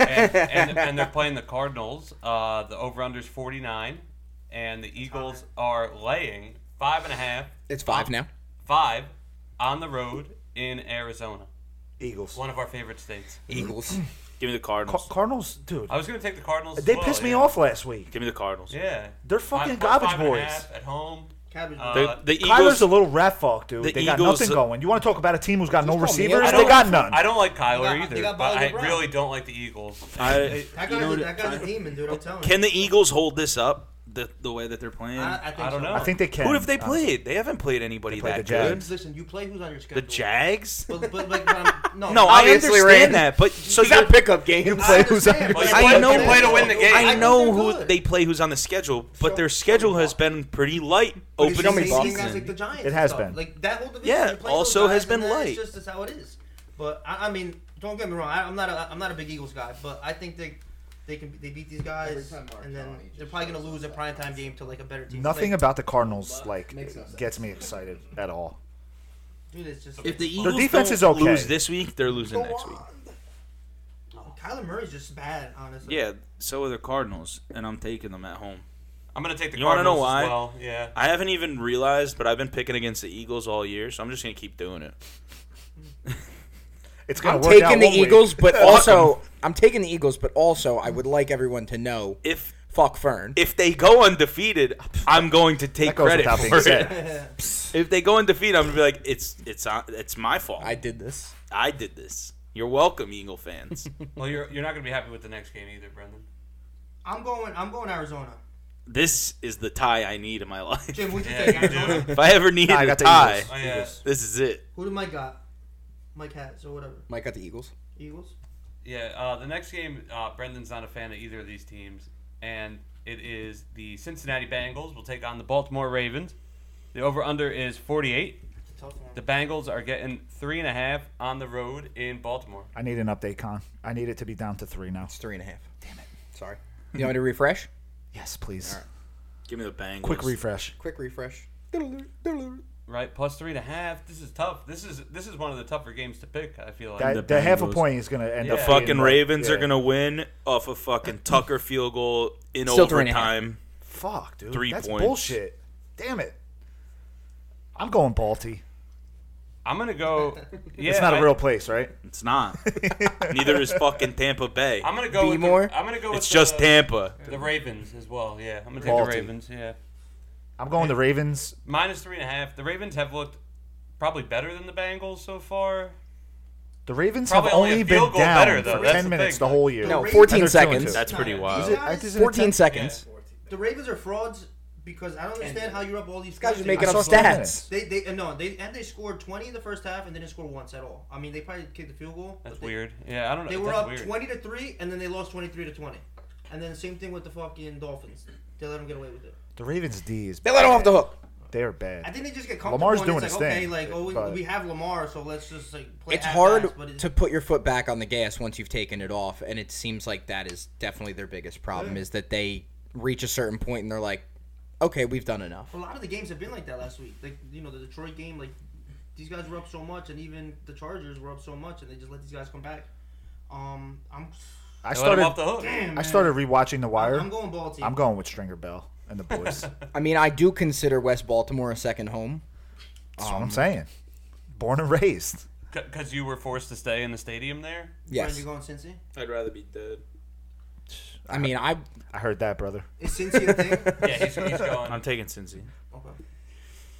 Speaker 4: and, and, and they're playing the Cardinals. Uh, the over unders forty nine, and the Eagles are laying five and a half.
Speaker 1: It's five now.
Speaker 4: Five on the road in Arizona,
Speaker 3: Eagles.
Speaker 4: one of our favorite states.
Speaker 2: Mm-hmm.
Speaker 1: Eagles.
Speaker 2: give me the
Speaker 3: Ca-
Speaker 2: Cardinals.
Speaker 3: Cardinals, dude.
Speaker 4: I was gonna take the Cardinals. as
Speaker 3: They
Speaker 4: well,
Speaker 3: pissed me
Speaker 4: yeah.
Speaker 3: off last week.
Speaker 2: give me the Cardinals.
Speaker 4: Yeah,
Speaker 3: They're fucking garbage
Speaker 4: five and a
Speaker 3: boys.
Speaker 4: half at home.
Speaker 5: Cabbage.
Speaker 4: Uh,
Speaker 2: The, the
Speaker 3: Kyler's
Speaker 2: Eagles
Speaker 3: a little rat fuck, dude.
Speaker 2: The
Speaker 3: they got
Speaker 2: Eagles-
Speaker 3: nothing going. You want to talk about a team who's got no
Speaker 1: call me up.
Speaker 3: receivers?
Speaker 1: I
Speaker 3: They
Speaker 1: don't-
Speaker 3: got none.
Speaker 4: I don't like Kyler
Speaker 5: They got-
Speaker 4: either,
Speaker 5: they got
Speaker 4: but
Speaker 5: Bobby
Speaker 4: I
Speaker 5: Brown.
Speaker 4: really don't like the Eagles.
Speaker 2: I-
Speaker 5: that
Speaker 2: you
Speaker 5: guy's,
Speaker 2: know
Speaker 5: a-
Speaker 2: what-
Speaker 5: that guy's a demon, dude. I'm telling you.
Speaker 2: Can the Eagles hold this up? the, the way that they're playing?
Speaker 5: I, I think
Speaker 4: I don't
Speaker 5: so.
Speaker 4: know.
Speaker 3: I think they can. Uh,
Speaker 2: Who have they
Speaker 3: honestly.
Speaker 2: played? They haven't played anybody
Speaker 3: They played
Speaker 2: that
Speaker 3: the
Speaker 2: good.
Speaker 3: Jags.
Speaker 5: Listen, you play who's on your
Speaker 2: The
Speaker 5: schedule.
Speaker 2: Jags?
Speaker 5: But, but like, um, no,
Speaker 2: No, I
Speaker 1: Obviously,
Speaker 2: understand
Speaker 1: Randy.
Speaker 2: that, but so
Speaker 1: He's
Speaker 2: you
Speaker 1: not pickup game. You
Speaker 5: I
Speaker 3: play who's on
Speaker 5: understand,
Speaker 3: your
Speaker 5: but
Speaker 2: I
Speaker 5: like-
Speaker 2: know- You play
Speaker 4: to win the game.
Speaker 2: I
Speaker 5: think
Speaker 2: know
Speaker 5: they're
Speaker 2: who
Speaker 5: good.
Speaker 2: they play who's on the schedule, but
Speaker 5: Show-
Speaker 2: their schedule
Speaker 5: show me
Speaker 2: has
Speaker 5: Boston.
Speaker 2: been pretty light
Speaker 5: But it's
Speaker 2: opening
Speaker 1: show me
Speaker 5: the same guys
Speaker 2: season.
Speaker 5: Like the Giants
Speaker 3: It
Speaker 5: and
Speaker 3: has
Speaker 5: stuff.
Speaker 3: been.
Speaker 5: Like that whole division.
Speaker 2: Yeah,
Speaker 5: you play those
Speaker 2: also
Speaker 5: guys
Speaker 2: has
Speaker 5: and
Speaker 2: been
Speaker 5: then
Speaker 2: light.
Speaker 5: It's just it's how it is. But I, I mean, don't get me wrong. I, I'm not a I'm not a big Eagles guy, but I think they they can they beat these guys,
Speaker 6: time Mark
Speaker 5: and then
Speaker 6: Johnny
Speaker 5: they're probably gonna lose a primetime game to like a better team.
Speaker 3: Nothing
Speaker 5: Like,
Speaker 3: about the Cardinals like
Speaker 6: Makes no sense.
Speaker 3: gets me excited at all.
Speaker 5: dude, it's just
Speaker 2: If the Eagles
Speaker 3: defense
Speaker 2: don't
Speaker 3: is okay.
Speaker 2: lose this week, they're losing next week.
Speaker 5: Kyler Murray's just bad, honestly.
Speaker 2: Yeah, so are the Cardinals, and I'm taking them at home.
Speaker 4: I'm gonna take the
Speaker 2: You wanna know
Speaker 4: Cardinals
Speaker 2: why?
Speaker 4: as well. Yeah.
Speaker 2: I haven't even realized, but I've been picking against the Eagles all year, so I'm just gonna keep doing it.
Speaker 3: It's gonna
Speaker 1: I'm
Speaker 3: work out
Speaker 1: taking the
Speaker 3: one way.
Speaker 1: Eagles, but also I'm taking the Eagles, but also I would like everyone to know
Speaker 2: If
Speaker 1: fuck Fern.
Speaker 2: if they go undefeated, I'm going to take
Speaker 3: That goes
Speaker 2: credit
Speaker 3: without
Speaker 2: for
Speaker 3: being
Speaker 2: it.
Speaker 3: said.
Speaker 2: If they go undefeated, I'm gonna be like, it's it's on, it's my fault.
Speaker 1: I
Speaker 2: I,
Speaker 1: did this.
Speaker 2: did this. You're welcome, Eagle fans.
Speaker 4: Well, you're you're not gonna be happy with the next game either, Brendan.
Speaker 5: I'm going. I'm going Arizona.
Speaker 2: this is the tie I need in my life.
Speaker 5: Jim, would you
Speaker 4: Yeah,
Speaker 5: take
Speaker 4: you do.
Speaker 5: Arizona?
Speaker 2: If I ever need
Speaker 3: Nah, I
Speaker 2: a
Speaker 3: got the
Speaker 2: tie,
Speaker 3: Eagles.
Speaker 4: Oh yeah.
Speaker 2: this is it.
Speaker 5: Who did Mike got? Mike Hats or whatever.
Speaker 1: Mike got the Eagles.
Speaker 5: Eagles.
Speaker 4: Yeah, uh, the next game, uh, Brendan's not a fan of either of these teams, and it is the Cincinnati Bengals will take on the Baltimore Ravens. The over/under is 48.
Speaker 5: It's a tough one.
Speaker 4: The Bengals are getting three and a half on the road in Baltimore.
Speaker 3: I need an update, Con. I need it to be down to three now.
Speaker 1: It's three and a half. Damn it. Sorry. You want me to refresh?
Speaker 3: Yes, please.
Speaker 2: Give me the Bengals.
Speaker 3: Quick refresh.
Speaker 1: Quick refresh.
Speaker 4: Right, plus three and a half. This is tough. This is this is one of the tougher games to pick. I feel like.
Speaker 3: That,
Speaker 2: The
Speaker 3: that half a
Speaker 2: Bengals.
Speaker 3: point is gonna end
Speaker 4: The
Speaker 3: up.
Speaker 2: The
Speaker 3: being,
Speaker 2: fucking
Speaker 3: like,
Speaker 2: Ravens
Speaker 3: yeah.
Speaker 2: are gonna win off a fucking Tucker field goal in
Speaker 1: Still three and a half.
Speaker 2: overtime.
Speaker 3: Fuck, dude.
Speaker 2: Three
Speaker 3: That's
Speaker 2: points.
Speaker 3: bullshit. Damn it. I'm going Balti.
Speaker 4: I'm gonna go. Yeah,
Speaker 3: it's not
Speaker 4: I-
Speaker 3: a real place, right?
Speaker 2: It's not. Neither is fucking Tampa Bay.
Speaker 4: I'm gonna go with.
Speaker 1: Be more?
Speaker 4: The, I'm gonna go with.
Speaker 2: It's just
Speaker 4: the,
Speaker 2: Tampa.
Speaker 4: The Ravens as well. Yeah, I'm gonna take
Speaker 3: Balti.
Speaker 4: the Ravens. Yeah.
Speaker 3: I'm going the Ravens.
Speaker 4: minus three and a half. The Ravens have looked probably better than the Bengals so far.
Speaker 3: The Ravens
Speaker 4: Probably
Speaker 3: have
Speaker 4: only a
Speaker 3: only
Speaker 4: field
Speaker 3: been
Speaker 4: goal
Speaker 3: down
Speaker 4: better, though.
Speaker 3: for
Speaker 4: That's
Speaker 3: ten
Speaker 4: the
Speaker 3: minutes
Speaker 4: thing.
Speaker 3: the whole year.
Speaker 1: No,
Speaker 5: Ra-
Speaker 3: And
Speaker 1: 14
Speaker 3: they're two and
Speaker 1: seconds.
Speaker 3: two.
Speaker 2: That's pretty
Speaker 5: Nah,
Speaker 2: wild.
Speaker 5: these
Speaker 3: I
Speaker 5: guys-
Speaker 3: just- Is it
Speaker 1: 14
Speaker 3: ten?
Speaker 1: seconds.
Speaker 5: The Ravens are frauds because I don't understand how you're up all these
Speaker 1: Guys are
Speaker 5: points.
Speaker 1: making
Speaker 3: I
Speaker 1: up
Speaker 3: saw some
Speaker 1: stats.
Speaker 3: minutes.
Speaker 5: They they uh, no they and they scored twenty in the first half and they didn't score once at all. I mean they probably kicked the field goal.
Speaker 4: That's
Speaker 5: but they,
Speaker 4: weird. Yeah, I don't know.
Speaker 5: They were
Speaker 4: That's
Speaker 5: up
Speaker 4: weird.
Speaker 5: twenty to three and then they lost twenty three to twenty, and then same thing with the fucking Dolphins. They let them get away with it.
Speaker 3: The Ravens D is
Speaker 1: They let him off the hook.
Speaker 3: they are
Speaker 5: I
Speaker 3: bad.
Speaker 5: think they just get comfortable.
Speaker 3: Lamar's
Speaker 5: and
Speaker 3: doing
Speaker 5: it's
Speaker 3: his
Speaker 5: like, okay,
Speaker 3: thing,
Speaker 5: Like oh we,
Speaker 3: but-
Speaker 5: we have Lamar, so let's just like play.
Speaker 1: It's
Speaker 5: at
Speaker 1: hard
Speaker 5: bats, but it's,
Speaker 1: to put your foot back on the gas once you've taken it off, and it seems like that is definitely their biggest problem is that they reach a certain point and they're like, okay, we've done enough.
Speaker 5: A lot of the games have been like that last week. Like you know the Detroit game, like these guys were up so much, and even the Chargers were up so much, and they just let these guys come back. Um, I'm.
Speaker 3: I
Speaker 4: They let 'em
Speaker 3: started.
Speaker 4: off the hook.
Speaker 5: Damn,
Speaker 3: I
Speaker 5: man.
Speaker 3: started rewatching The Wire.
Speaker 5: I'm going ball team.
Speaker 3: I'm going with Stringer Bell and the boys. That's
Speaker 1: I mean, I do consider West Baltimore a second home.
Speaker 3: what
Speaker 2: Um,
Speaker 3: I'm saying. Born and raised.
Speaker 4: Because you were forced to stay in the stadium there.
Speaker 5: Brian,
Speaker 1: Yes.
Speaker 5: you going Cincy?
Speaker 2: I'd rather be dead.
Speaker 1: I mean, I
Speaker 3: I heard that, brother.
Speaker 5: Is Cincy a thing?
Speaker 4: Yeah, he's, he's
Speaker 2: I'm
Speaker 4: going.
Speaker 2: taking Cincy.
Speaker 5: Okay.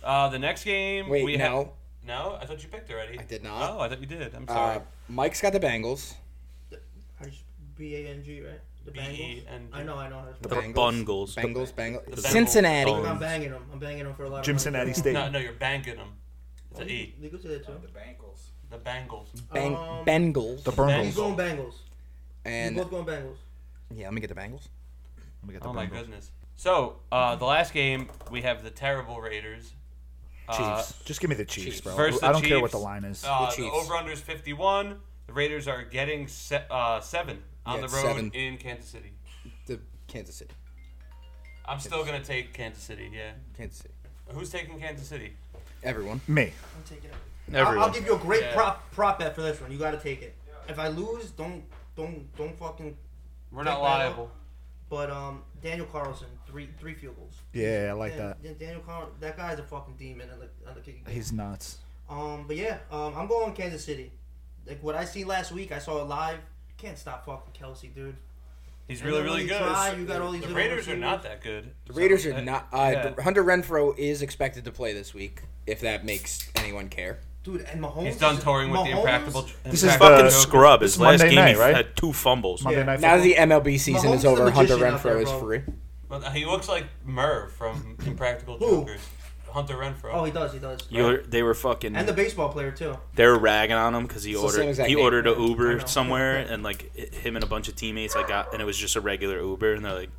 Speaker 4: Uh, the next game.
Speaker 1: wait
Speaker 4: we
Speaker 1: no.
Speaker 4: Have, no, I thought you picked already. I
Speaker 1: did not.
Speaker 4: Oh, I thought you did. I'm
Speaker 1: Uh,
Speaker 4: sorry.
Speaker 1: Mike's got the Bengals.
Speaker 5: How do you s- B A N G right? The Bengals.
Speaker 4: B-E-N-G.
Speaker 5: I know, I know. How to
Speaker 1: The
Speaker 5: spell
Speaker 2: The
Speaker 5: it.
Speaker 1: Bengals.
Speaker 2: Bungles.
Speaker 1: Bengals, Bengals,
Speaker 4: The Bengals.
Speaker 1: Cincinnati.
Speaker 2: Bengals.
Speaker 5: I'm banging them. I'm banging them for a lot of
Speaker 3: Jim Cincinnati
Speaker 5: money. They
Speaker 3: State.
Speaker 4: no, no, you're banking them. It's an E.
Speaker 5: could say that too.
Speaker 6: The Bengals.
Speaker 4: The Bengals.
Speaker 1: Bang-
Speaker 5: Um,
Speaker 1: Bengals.
Speaker 3: The
Speaker 5: He's
Speaker 3: Bengals.
Speaker 5: going Bengals.
Speaker 1: and
Speaker 5: He's both going Bengals.
Speaker 1: yeah, let me get the Bengals.
Speaker 3: Let me get the
Speaker 4: Oh my
Speaker 3: Bengals.
Speaker 4: goodness. So uh, the last game we have the terrible Raiders. Uh,
Speaker 1: Chiefs.
Speaker 3: Just give me the Chiefs,
Speaker 1: Chiefs.
Speaker 3: bro.
Speaker 4: Versus
Speaker 3: I don't
Speaker 4: the
Speaker 3: care what the
Speaker 4: Chiefs.
Speaker 3: line is.
Speaker 4: Uh,
Speaker 1: The
Speaker 4: the
Speaker 1: Chiefs.
Speaker 4: over under is 51. The Raiders are getting se- uh, seven on
Speaker 1: Yeah,
Speaker 4: the road
Speaker 1: seven.
Speaker 4: in Kansas City.
Speaker 1: The Kansas City.
Speaker 4: I'm still going to take Kansas City, yeah.
Speaker 1: Kansas City.
Speaker 4: Who's taking Kansas City?
Speaker 1: Everyone.
Speaker 3: Me.
Speaker 5: I'm taking it. I'll, I'll
Speaker 2: Everyone.
Speaker 5: give you a great
Speaker 4: Yeah.
Speaker 5: prop prop bet for this one. You got to take it. If I lose, don't don't don't fucking.
Speaker 4: We're
Speaker 5: Take
Speaker 4: not
Speaker 5: that
Speaker 4: liable.
Speaker 5: But um, Daniel Carlson, three three field goals.
Speaker 3: Yeah, I like
Speaker 5: Dan-
Speaker 3: that.
Speaker 5: Dan- Daniel Carlson, that guy's a fucking demon on the, on the kicking. game.
Speaker 3: He's nuts.
Speaker 5: Um, but yeah, um, I'm going Kansas City. Like what I see last week, I saw it live. Can't stop fucking Kelsey, dude.
Speaker 4: He's
Speaker 5: And
Speaker 4: really,
Speaker 5: then when
Speaker 4: really
Speaker 5: you
Speaker 4: good.
Speaker 5: try, you got all these
Speaker 4: the
Speaker 5: little
Speaker 4: Raiders are
Speaker 5: receivers.
Speaker 4: not that good.
Speaker 1: The Raiders
Speaker 4: So,
Speaker 1: are
Speaker 4: uh,
Speaker 1: not. Uh,
Speaker 4: yeah.
Speaker 1: Hunter Renfro is expected to play this week, if that makes anyone care.
Speaker 5: Dude, and Mahomes.
Speaker 4: He's done
Speaker 5: is-
Speaker 4: touring with the
Speaker 5: Mahomes-
Speaker 4: impractical.
Speaker 3: This
Speaker 2: He's
Speaker 3: is
Speaker 4: Impractical
Speaker 2: fucking
Speaker 3: the-
Speaker 4: Joker.
Speaker 2: scrub. His
Speaker 3: uh, this is
Speaker 2: last
Speaker 3: Monday
Speaker 2: game,
Speaker 3: night,
Speaker 2: he
Speaker 3: right?
Speaker 2: had two fumbles.
Speaker 3: Monday Night
Speaker 1: Now that
Speaker 3: Football.
Speaker 1: the MLB season
Speaker 5: Mahomes is
Speaker 1: is
Speaker 5: a
Speaker 1: over, Hunter
Speaker 5: magician out
Speaker 1: Renfro
Speaker 5: there,
Speaker 1: is
Speaker 5: bro.
Speaker 1: free.
Speaker 4: But he looks like Merv from Impractical
Speaker 5: Who?
Speaker 4: Jokers. Hunter Renfro.
Speaker 5: Oh, he does. He does.
Speaker 2: You were- they were fucking.
Speaker 5: and the baseball player too.
Speaker 2: they were ragging on him because he
Speaker 1: It's the same
Speaker 2: ordered
Speaker 1: exact
Speaker 2: he
Speaker 1: name.
Speaker 2: ordered an
Speaker 5: I know.
Speaker 2: Uber somewhere, and like it- him and a bunch of teammates like got, and it was just a regular Uber, and they're like,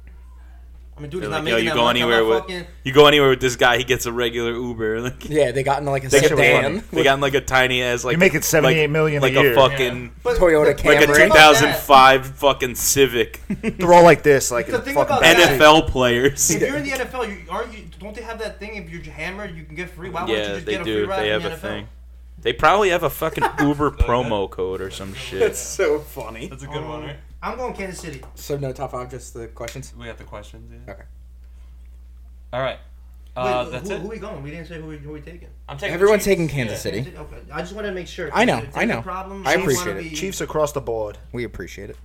Speaker 5: I mean, dude,
Speaker 2: they're
Speaker 5: he's
Speaker 2: like
Speaker 5: not
Speaker 2: yo,
Speaker 5: making
Speaker 2: you
Speaker 5: that
Speaker 2: go
Speaker 5: much. I'm
Speaker 2: anywhere
Speaker 5: not
Speaker 2: with
Speaker 5: fucking-
Speaker 2: you go anywhere with this guy, he gets a regular Uber, like.
Speaker 1: Yeah, they got in like a
Speaker 2: They got,
Speaker 1: sedan.
Speaker 2: they got in like a tiny ass like
Speaker 3: You're making 78
Speaker 2: like,
Speaker 3: million a
Speaker 2: like
Speaker 3: year.
Speaker 2: fucking
Speaker 5: But
Speaker 1: Toyota
Speaker 5: the-
Speaker 1: Camry.
Speaker 2: like a
Speaker 1: Think about that.
Speaker 2: 2005 fucking Civic
Speaker 3: They're all like this, like
Speaker 5: The
Speaker 3: in
Speaker 5: thing
Speaker 3: fucking
Speaker 5: about
Speaker 3: back
Speaker 5: that-
Speaker 3: seat.
Speaker 2: NFL players.
Speaker 5: If you're in the NFL, you aren't you? Don't they have that thing? If you're hammered, you can get free. Why wouldn't you
Speaker 2: Yeah,
Speaker 5: just
Speaker 2: they
Speaker 5: get a free
Speaker 2: do.
Speaker 5: ride
Speaker 2: They
Speaker 5: in
Speaker 2: have
Speaker 5: the
Speaker 2: a
Speaker 5: NFL?
Speaker 2: thing. They probably have a fucking Uber promo code or some shit.
Speaker 1: so funny.
Speaker 4: That's a good
Speaker 5: Oh.
Speaker 4: one, right?
Speaker 5: Um, I'm going Kansas City.
Speaker 1: So no top five, just the questions.
Speaker 4: We got the questions, yeah.
Speaker 1: Okay.
Speaker 4: All right. Uh,
Speaker 5: Wait,
Speaker 4: that's
Speaker 5: who,
Speaker 4: it.
Speaker 5: who we going? We didn't say who we, who we taking.
Speaker 4: I'm taking the
Speaker 1: Everyone's
Speaker 4: Chiefs.
Speaker 1: taking Kansas City.
Speaker 5: Okay, I just want to make sure.
Speaker 1: I know,
Speaker 5: If it's
Speaker 1: I
Speaker 5: a
Speaker 1: know.
Speaker 5: Problem,
Speaker 1: I
Speaker 5: you wanna
Speaker 1: appreciate it.
Speaker 5: be-
Speaker 3: Chiefs across the board.
Speaker 1: We appreciate it.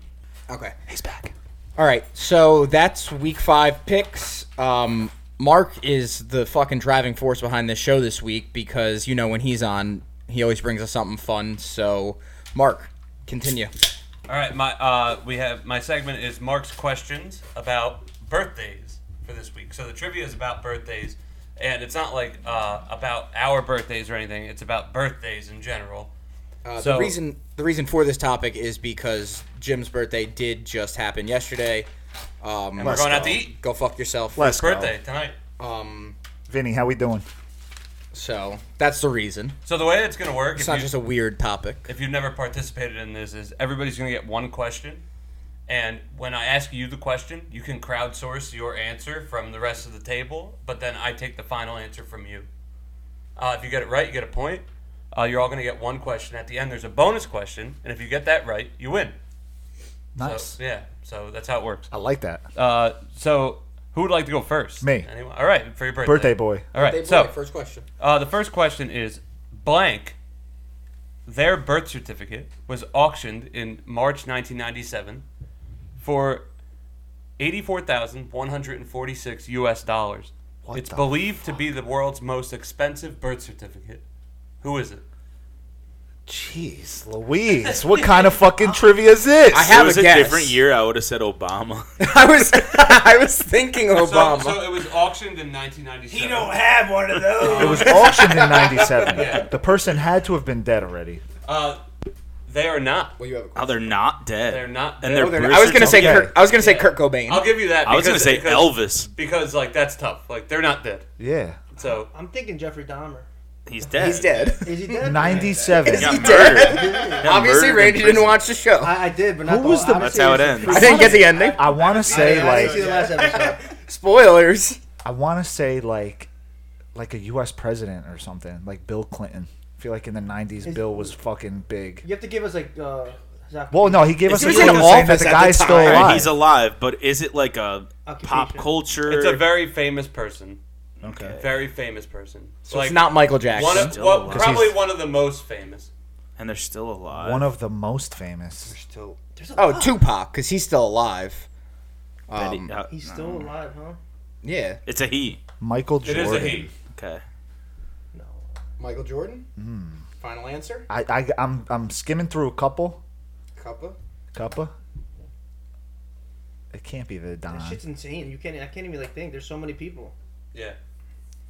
Speaker 1: Okay.
Speaker 3: He's back.
Speaker 1: All right, so that's week five picks. Um, Mark is the fucking driving force behind this show this week because you know when he's on, he always brings us something fun. So, Mark, continue.
Speaker 4: All right, my uh, we have my segment is Mark's questions about birthdays for this week. So the trivia is about birthdays, and it's not like uh, about our birthdays or anything. It's about birthdays in general.
Speaker 1: Uh,
Speaker 4: So-
Speaker 1: the reason the reason for this topic is because Jim's birthday did just happen yesterday. Um,
Speaker 4: We're
Speaker 3: Let's
Speaker 4: going out
Speaker 3: go.
Speaker 4: to eat.
Speaker 1: go fuck yourself.
Speaker 3: Let's go.
Speaker 4: Birthday tonight.
Speaker 1: Um,
Speaker 3: Vinny, how we doing?
Speaker 1: so that's the reason.
Speaker 4: So the way it's gonna work,
Speaker 1: It's
Speaker 4: if,
Speaker 1: not
Speaker 4: you,
Speaker 1: just a weird topic.
Speaker 4: if you've never participated in this, is everybody's gonna get one question, and when I ask you the question, you can crowdsource your answer from the rest of the table, but then I take the final answer from you. Uh, if you get it right, you get a point. Uh, you're all going to get one question. At the end, there's a bonus question, and if you get that right, you win.
Speaker 3: Nice.
Speaker 4: So, yeah, so that's how it works.
Speaker 3: I like that.
Speaker 4: Uh, so, who would like to go first?
Speaker 3: Me.
Speaker 4: Anyone? All right, for your birthday.
Speaker 3: Birthday boy.
Speaker 4: All right,
Speaker 1: Dave
Speaker 4: so
Speaker 1: Boyd, first question.
Speaker 4: uh, the first question is blank. Their birth certificate was auctioned in March 1997 for 84,146 US dollars.
Speaker 3: What
Speaker 4: it's
Speaker 3: the
Speaker 4: believed to be the world's most expensive birth certificate. Who is it?
Speaker 3: Jeez, Louise, what kind of fucking trivia is this?
Speaker 1: I
Speaker 2: If
Speaker 1: have
Speaker 2: it was
Speaker 1: a
Speaker 2: a,
Speaker 1: guess.
Speaker 2: different year, I would have said Obama.
Speaker 1: I was I was thinking
Speaker 4: So,
Speaker 1: Obama.
Speaker 4: so it was auctioned in 1997.
Speaker 6: You don't have one of
Speaker 3: it
Speaker 6: those.
Speaker 3: was auctioned in '97.
Speaker 4: Yeah.
Speaker 3: The person had to have been dead already.
Speaker 4: Uh, they are not.
Speaker 1: well, you have a question.
Speaker 2: Now they're not dead.
Speaker 4: They're not.
Speaker 2: And they're
Speaker 1: Oh, they're
Speaker 2: birth
Speaker 1: not- I was gonna say
Speaker 3: Okay.
Speaker 1: Kurt, I was gonna say Kurt Cobain.
Speaker 4: I'll give you that.
Speaker 2: I was gonna
Speaker 4: because-
Speaker 2: say
Speaker 4: because-
Speaker 2: Elvis.
Speaker 4: because like that's tough. Like they're not dead.
Speaker 3: Yeah,
Speaker 4: So
Speaker 5: I'm thinking Jeffrey Dahmer.
Speaker 2: He's dead.
Speaker 1: He's dead.
Speaker 5: Is he dead?
Speaker 3: '97.
Speaker 2: He got
Speaker 1: Is he
Speaker 2: murdered.
Speaker 1: dead?
Speaker 2: Got murdered
Speaker 1: Obviously,
Speaker 2: in
Speaker 1: Randy didn't
Speaker 2: prison.
Speaker 1: watch the show. I,
Speaker 5: I, I did, but not
Speaker 3: Who
Speaker 5: the
Speaker 3: was the-
Speaker 5: whole-
Speaker 2: That's
Speaker 5: obviously
Speaker 2: how it
Speaker 5: was a
Speaker 2: ends.
Speaker 5: free-
Speaker 1: didn't get the ending.
Speaker 3: I want to say
Speaker 5: I didn't see
Speaker 3: like
Speaker 5: the last episode.
Speaker 1: Spoilers.
Speaker 3: I want to say like like a U.S. president or something, like Bill Clinton. I feel like in the '90s,
Speaker 5: Is-
Speaker 3: Bill was fucking big.
Speaker 5: You have to give us like. Uh, Zach-
Speaker 3: Well, no, he gave us
Speaker 1: He
Speaker 3: a
Speaker 1: was in
Speaker 3: clue saying that
Speaker 1: office
Speaker 3: the
Speaker 1: at
Speaker 3: guy's
Speaker 1: the
Speaker 3: still
Speaker 1: time.
Speaker 3: alive.
Speaker 2: He's alive, but is it like a pop
Speaker 5: Occupation.
Speaker 2: culture?
Speaker 4: it's a very famous person.
Speaker 2: okay.
Speaker 4: Very famous person.
Speaker 1: So it's not Michael Jackson.
Speaker 4: one of,
Speaker 2: Still
Speaker 4: well,
Speaker 2: alive.
Speaker 4: probably
Speaker 3: He's-
Speaker 4: one of the most famous.
Speaker 2: and they're still alive.
Speaker 3: One of the most famous.
Speaker 5: Still, there's a
Speaker 1: oh,
Speaker 5: lot.
Speaker 1: Tupac, because he's still alive.
Speaker 2: That he-
Speaker 1: Um,
Speaker 2: uh,
Speaker 5: He's
Speaker 2: no.
Speaker 5: still alive, huh?
Speaker 1: yeah,
Speaker 2: It's a he.
Speaker 3: Michael
Speaker 4: It
Speaker 3: Jordan.
Speaker 4: is a he.
Speaker 2: Okay.
Speaker 5: No.
Speaker 1: Michael Jordan. Final answer.
Speaker 3: I, I I'm I'm skimming through a couple.
Speaker 1: Cuppa.
Speaker 3: Cuppa. It can't be the Don.
Speaker 5: That shit's insane. You can't. I can't even like think. There's so many people.
Speaker 4: Yeah.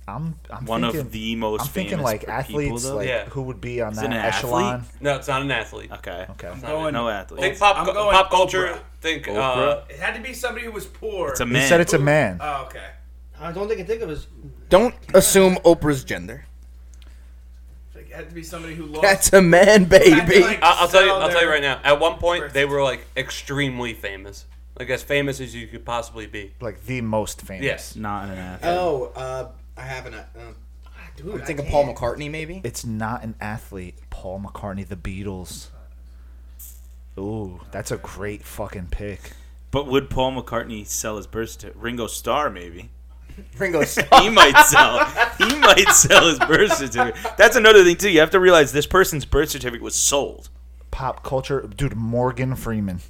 Speaker 3: I'm I'm
Speaker 2: One
Speaker 3: thinking,
Speaker 2: of the most.
Speaker 3: I'm thinking
Speaker 2: famous
Speaker 3: like
Speaker 2: people,
Speaker 3: athletes,
Speaker 2: though.
Speaker 3: like
Speaker 4: Yeah.
Speaker 3: who would be on
Speaker 2: Is it
Speaker 3: that
Speaker 2: an athlete?
Speaker 3: echelon.
Speaker 4: No, it's not an athlete.
Speaker 2: Okay.
Speaker 3: Okay.
Speaker 6: going-
Speaker 2: No athlete.
Speaker 4: Think pop
Speaker 6: I'm
Speaker 4: cu-
Speaker 6: going
Speaker 4: pop culture.
Speaker 6: Oprah.
Speaker 4: Think uh,
Speaker 2: Oprah?
Speaker 6: It had to be somebody who was poor.
Speaker 2: It's a
Speaker 3: He
Speaker 2: man.
Speaker 3: said it's a man.
Speaker 6: Oh, okay.
Speaker 5: I don't think I can think of his.
Speaker 1: Don't assume Oprah's gender.
Speaker 6: It's like, it had to be somebody who lost.
Speaker 1: That's a man,
Speaker 6: Had to,
Speaker 1: baby.
Speaker 6: like,
Speaker 4: I- I'll tell you.
Speaker 6: sell
Speaker 4: I'll tell you
Speaker 6: their-
Speaker 4: right now. At one point,
Speaker 6: First.
Speaker 4: they were like extremely famous, like as famous as you could possibly be.
Speaker 3: Like the most famous.
Speaker 4: Yes.
Speaker 2: Not an athlete.
Speaker 1: Oh, uh, I haven't. Uh,
Speaker 5: ah, Dude,
Speaker 1: I'm
Speaker 5: I
Speaker 1: thinking
Speaker 5: can't.
Speaker 1: Paul McCartney, maybe.
Speaker 3: It's not an athlete. Paul McCartney, the Beatles. Ooh, that's a great fucking pick.
Speaker 2: But would Paul McCartney sell his birth certificate? Ringo Starr, maybe.
Speaker 1: Ringo
Speaker 2: He might sell. he might sell his birth certificate. That's another thing too. You have to realize this person's birth certificate was sold.
Speaker 3: Pop culture, dude. Morgan Freeman.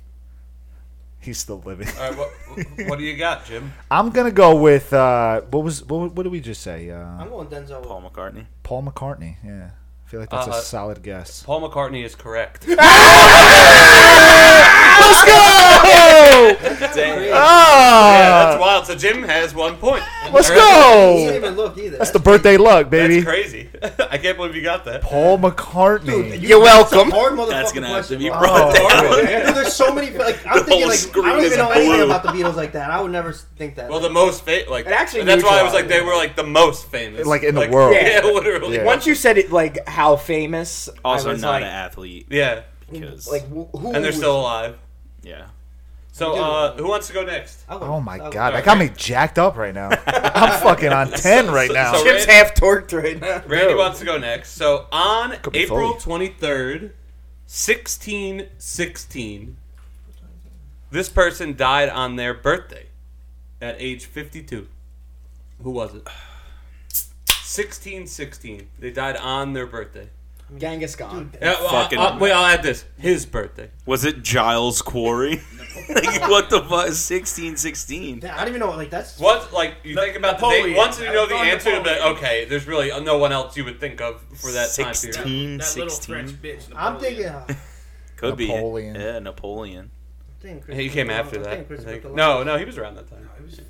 Speaker 3: He's still living.
Speaker 4: All right. What, what do you got, Jim?
Speaker 3: I'm gonna go with uh, what was what, what did we just say? Uh,
Speaker 5: I'm going Denzel.
Speaker 2: Paul McCartney.
Speaker 3: Paul McCartney. Yeah, I feel like that's
Speaker 4: Uh,
Speaker 3: a solid guess.
Speaker 4: Paul McCartney is correct.
Speaker 3: go!
Speaker 4: Dang. Yeah, that's
Speaker 3: Ah,
Speaker 4: wild. So Jim has one point.
Speaker 3: let's
Speaker 5: He didn't
Speaker 3: go!
Speaker 5: even look either.
Speaker 3: Oh. That's the birthday luck, baby.
Speaker 4: That's crazy. I can't believe you got that.
Speaker 3: Paul McCartney.
Speaker 1: You're welcome.
Speaker 5: hard motherfucking
Speaker 2: That's gonna have to
Speaker 5: question.
Speaker 2: be
Speaker 5: bro.
Speaker 2: brought down.
Speaker 5: Yeah, dude, there's so many. Like, I'm
Speaker 2: The
Speaker 5: thinking
Speaker 2: whole
Speaker 5: like
Speaker 2: screen
Speaker 5: I don't
Speaker 2: is
Speaker 5: even know anything
Speaker 2: blue.
Speaker 5: about the Beatles like that. I would never s- think that.
Speaker 4: Well, the most famous, like
Speaker 1: It actually
Speaker 4: that's why I was
Speaker 1: neutralized
Speaker 4: like they
Speaker 1: it.
Speaker 4: were like the most famous,
Speaker 3: Like, in the world.
Speaker 4: Yeah,
Speaker 1: Yeah.
Speaker 4: literally.
Speaker 3: Yeah.
Speaker 4: Yeah.
Speaker 1: Once you said it, like how famous, I
Speaker 2: Also,
Speaker 1: was
Speaker 2: not
Speaker 1: like,
Speaker 2: an athlete because
Speaker 1: like wh- who?
Speaker 4: and they're still alive.
Speaker 2: yeah,
Speaker 4: So uh, who wants to go next?
Speaker 5: I would-
Speaker 3: Oh my
Speaker 5: I would-
Speaker 3: god, that got me jacked up right now. I'm fucking on ten right
Speaker 4: so-
Speaker 3: now.
Speaker 4: so-
Speaker 1: Chip's half torqued right now.
Speaker 4: Randy wants to go next. So on
Speaker 3: Could be
Speaker 4: April
Speaker 3: Foley.
Speaker 4: twenty third, sixteen sixteen, this person died on their birthday at age fifty two. Who was it? Sixteen sixteen. They died on their birthday.
Speaker 1: Genghis Khan.
Speaker 4: Yeah, well,
Speaker 2: Fucking-
Speaker 4: I'll- I'll- wait, I'll add this. His birthday.
Speaker 2: was it Giles Quarry? like, what the fuck? Sixteen, sixteen.
Speaker 5: Yeah, I don't even know. Like that's
Speaker 4: Once, like, you think about the date.
Speaker 6: Napoleon.
Speaker 4: Once you know the
Speaker 6: Alexander
Speaker 4: answer, but
Speaker 6: Napoleon.
Speaker 4: okay, there's really no one else you would think of for that time period.
Speaker 2: Sixteen,
Speaker 6: That little French
Speaker 2: sixteen.
Speaker 6: bitch.
Speaker 5: I'm thinking.
Speaker 6: Napoleon.
Speaker 5: Uh,
Speaker 2: Could
Speaker 3: Napoleon.
Speaker 2: be. Yeah, Napoleon.
Speaker 5: dang,
Speaker 4: He
Speaker 5: Christopher
Speaker 4: came
Speaker 5: Columbus.
Speaker 4: after
Speaker 5: I'm
Speaker 4: that.
Speaker 5: thinking
Speaker 4: I
Speaker 5: Christopher
Speaker 4: think.
Speaker 5: Columbus.
Speaker 4: No, no, he was around that time.
Speaker 6: He was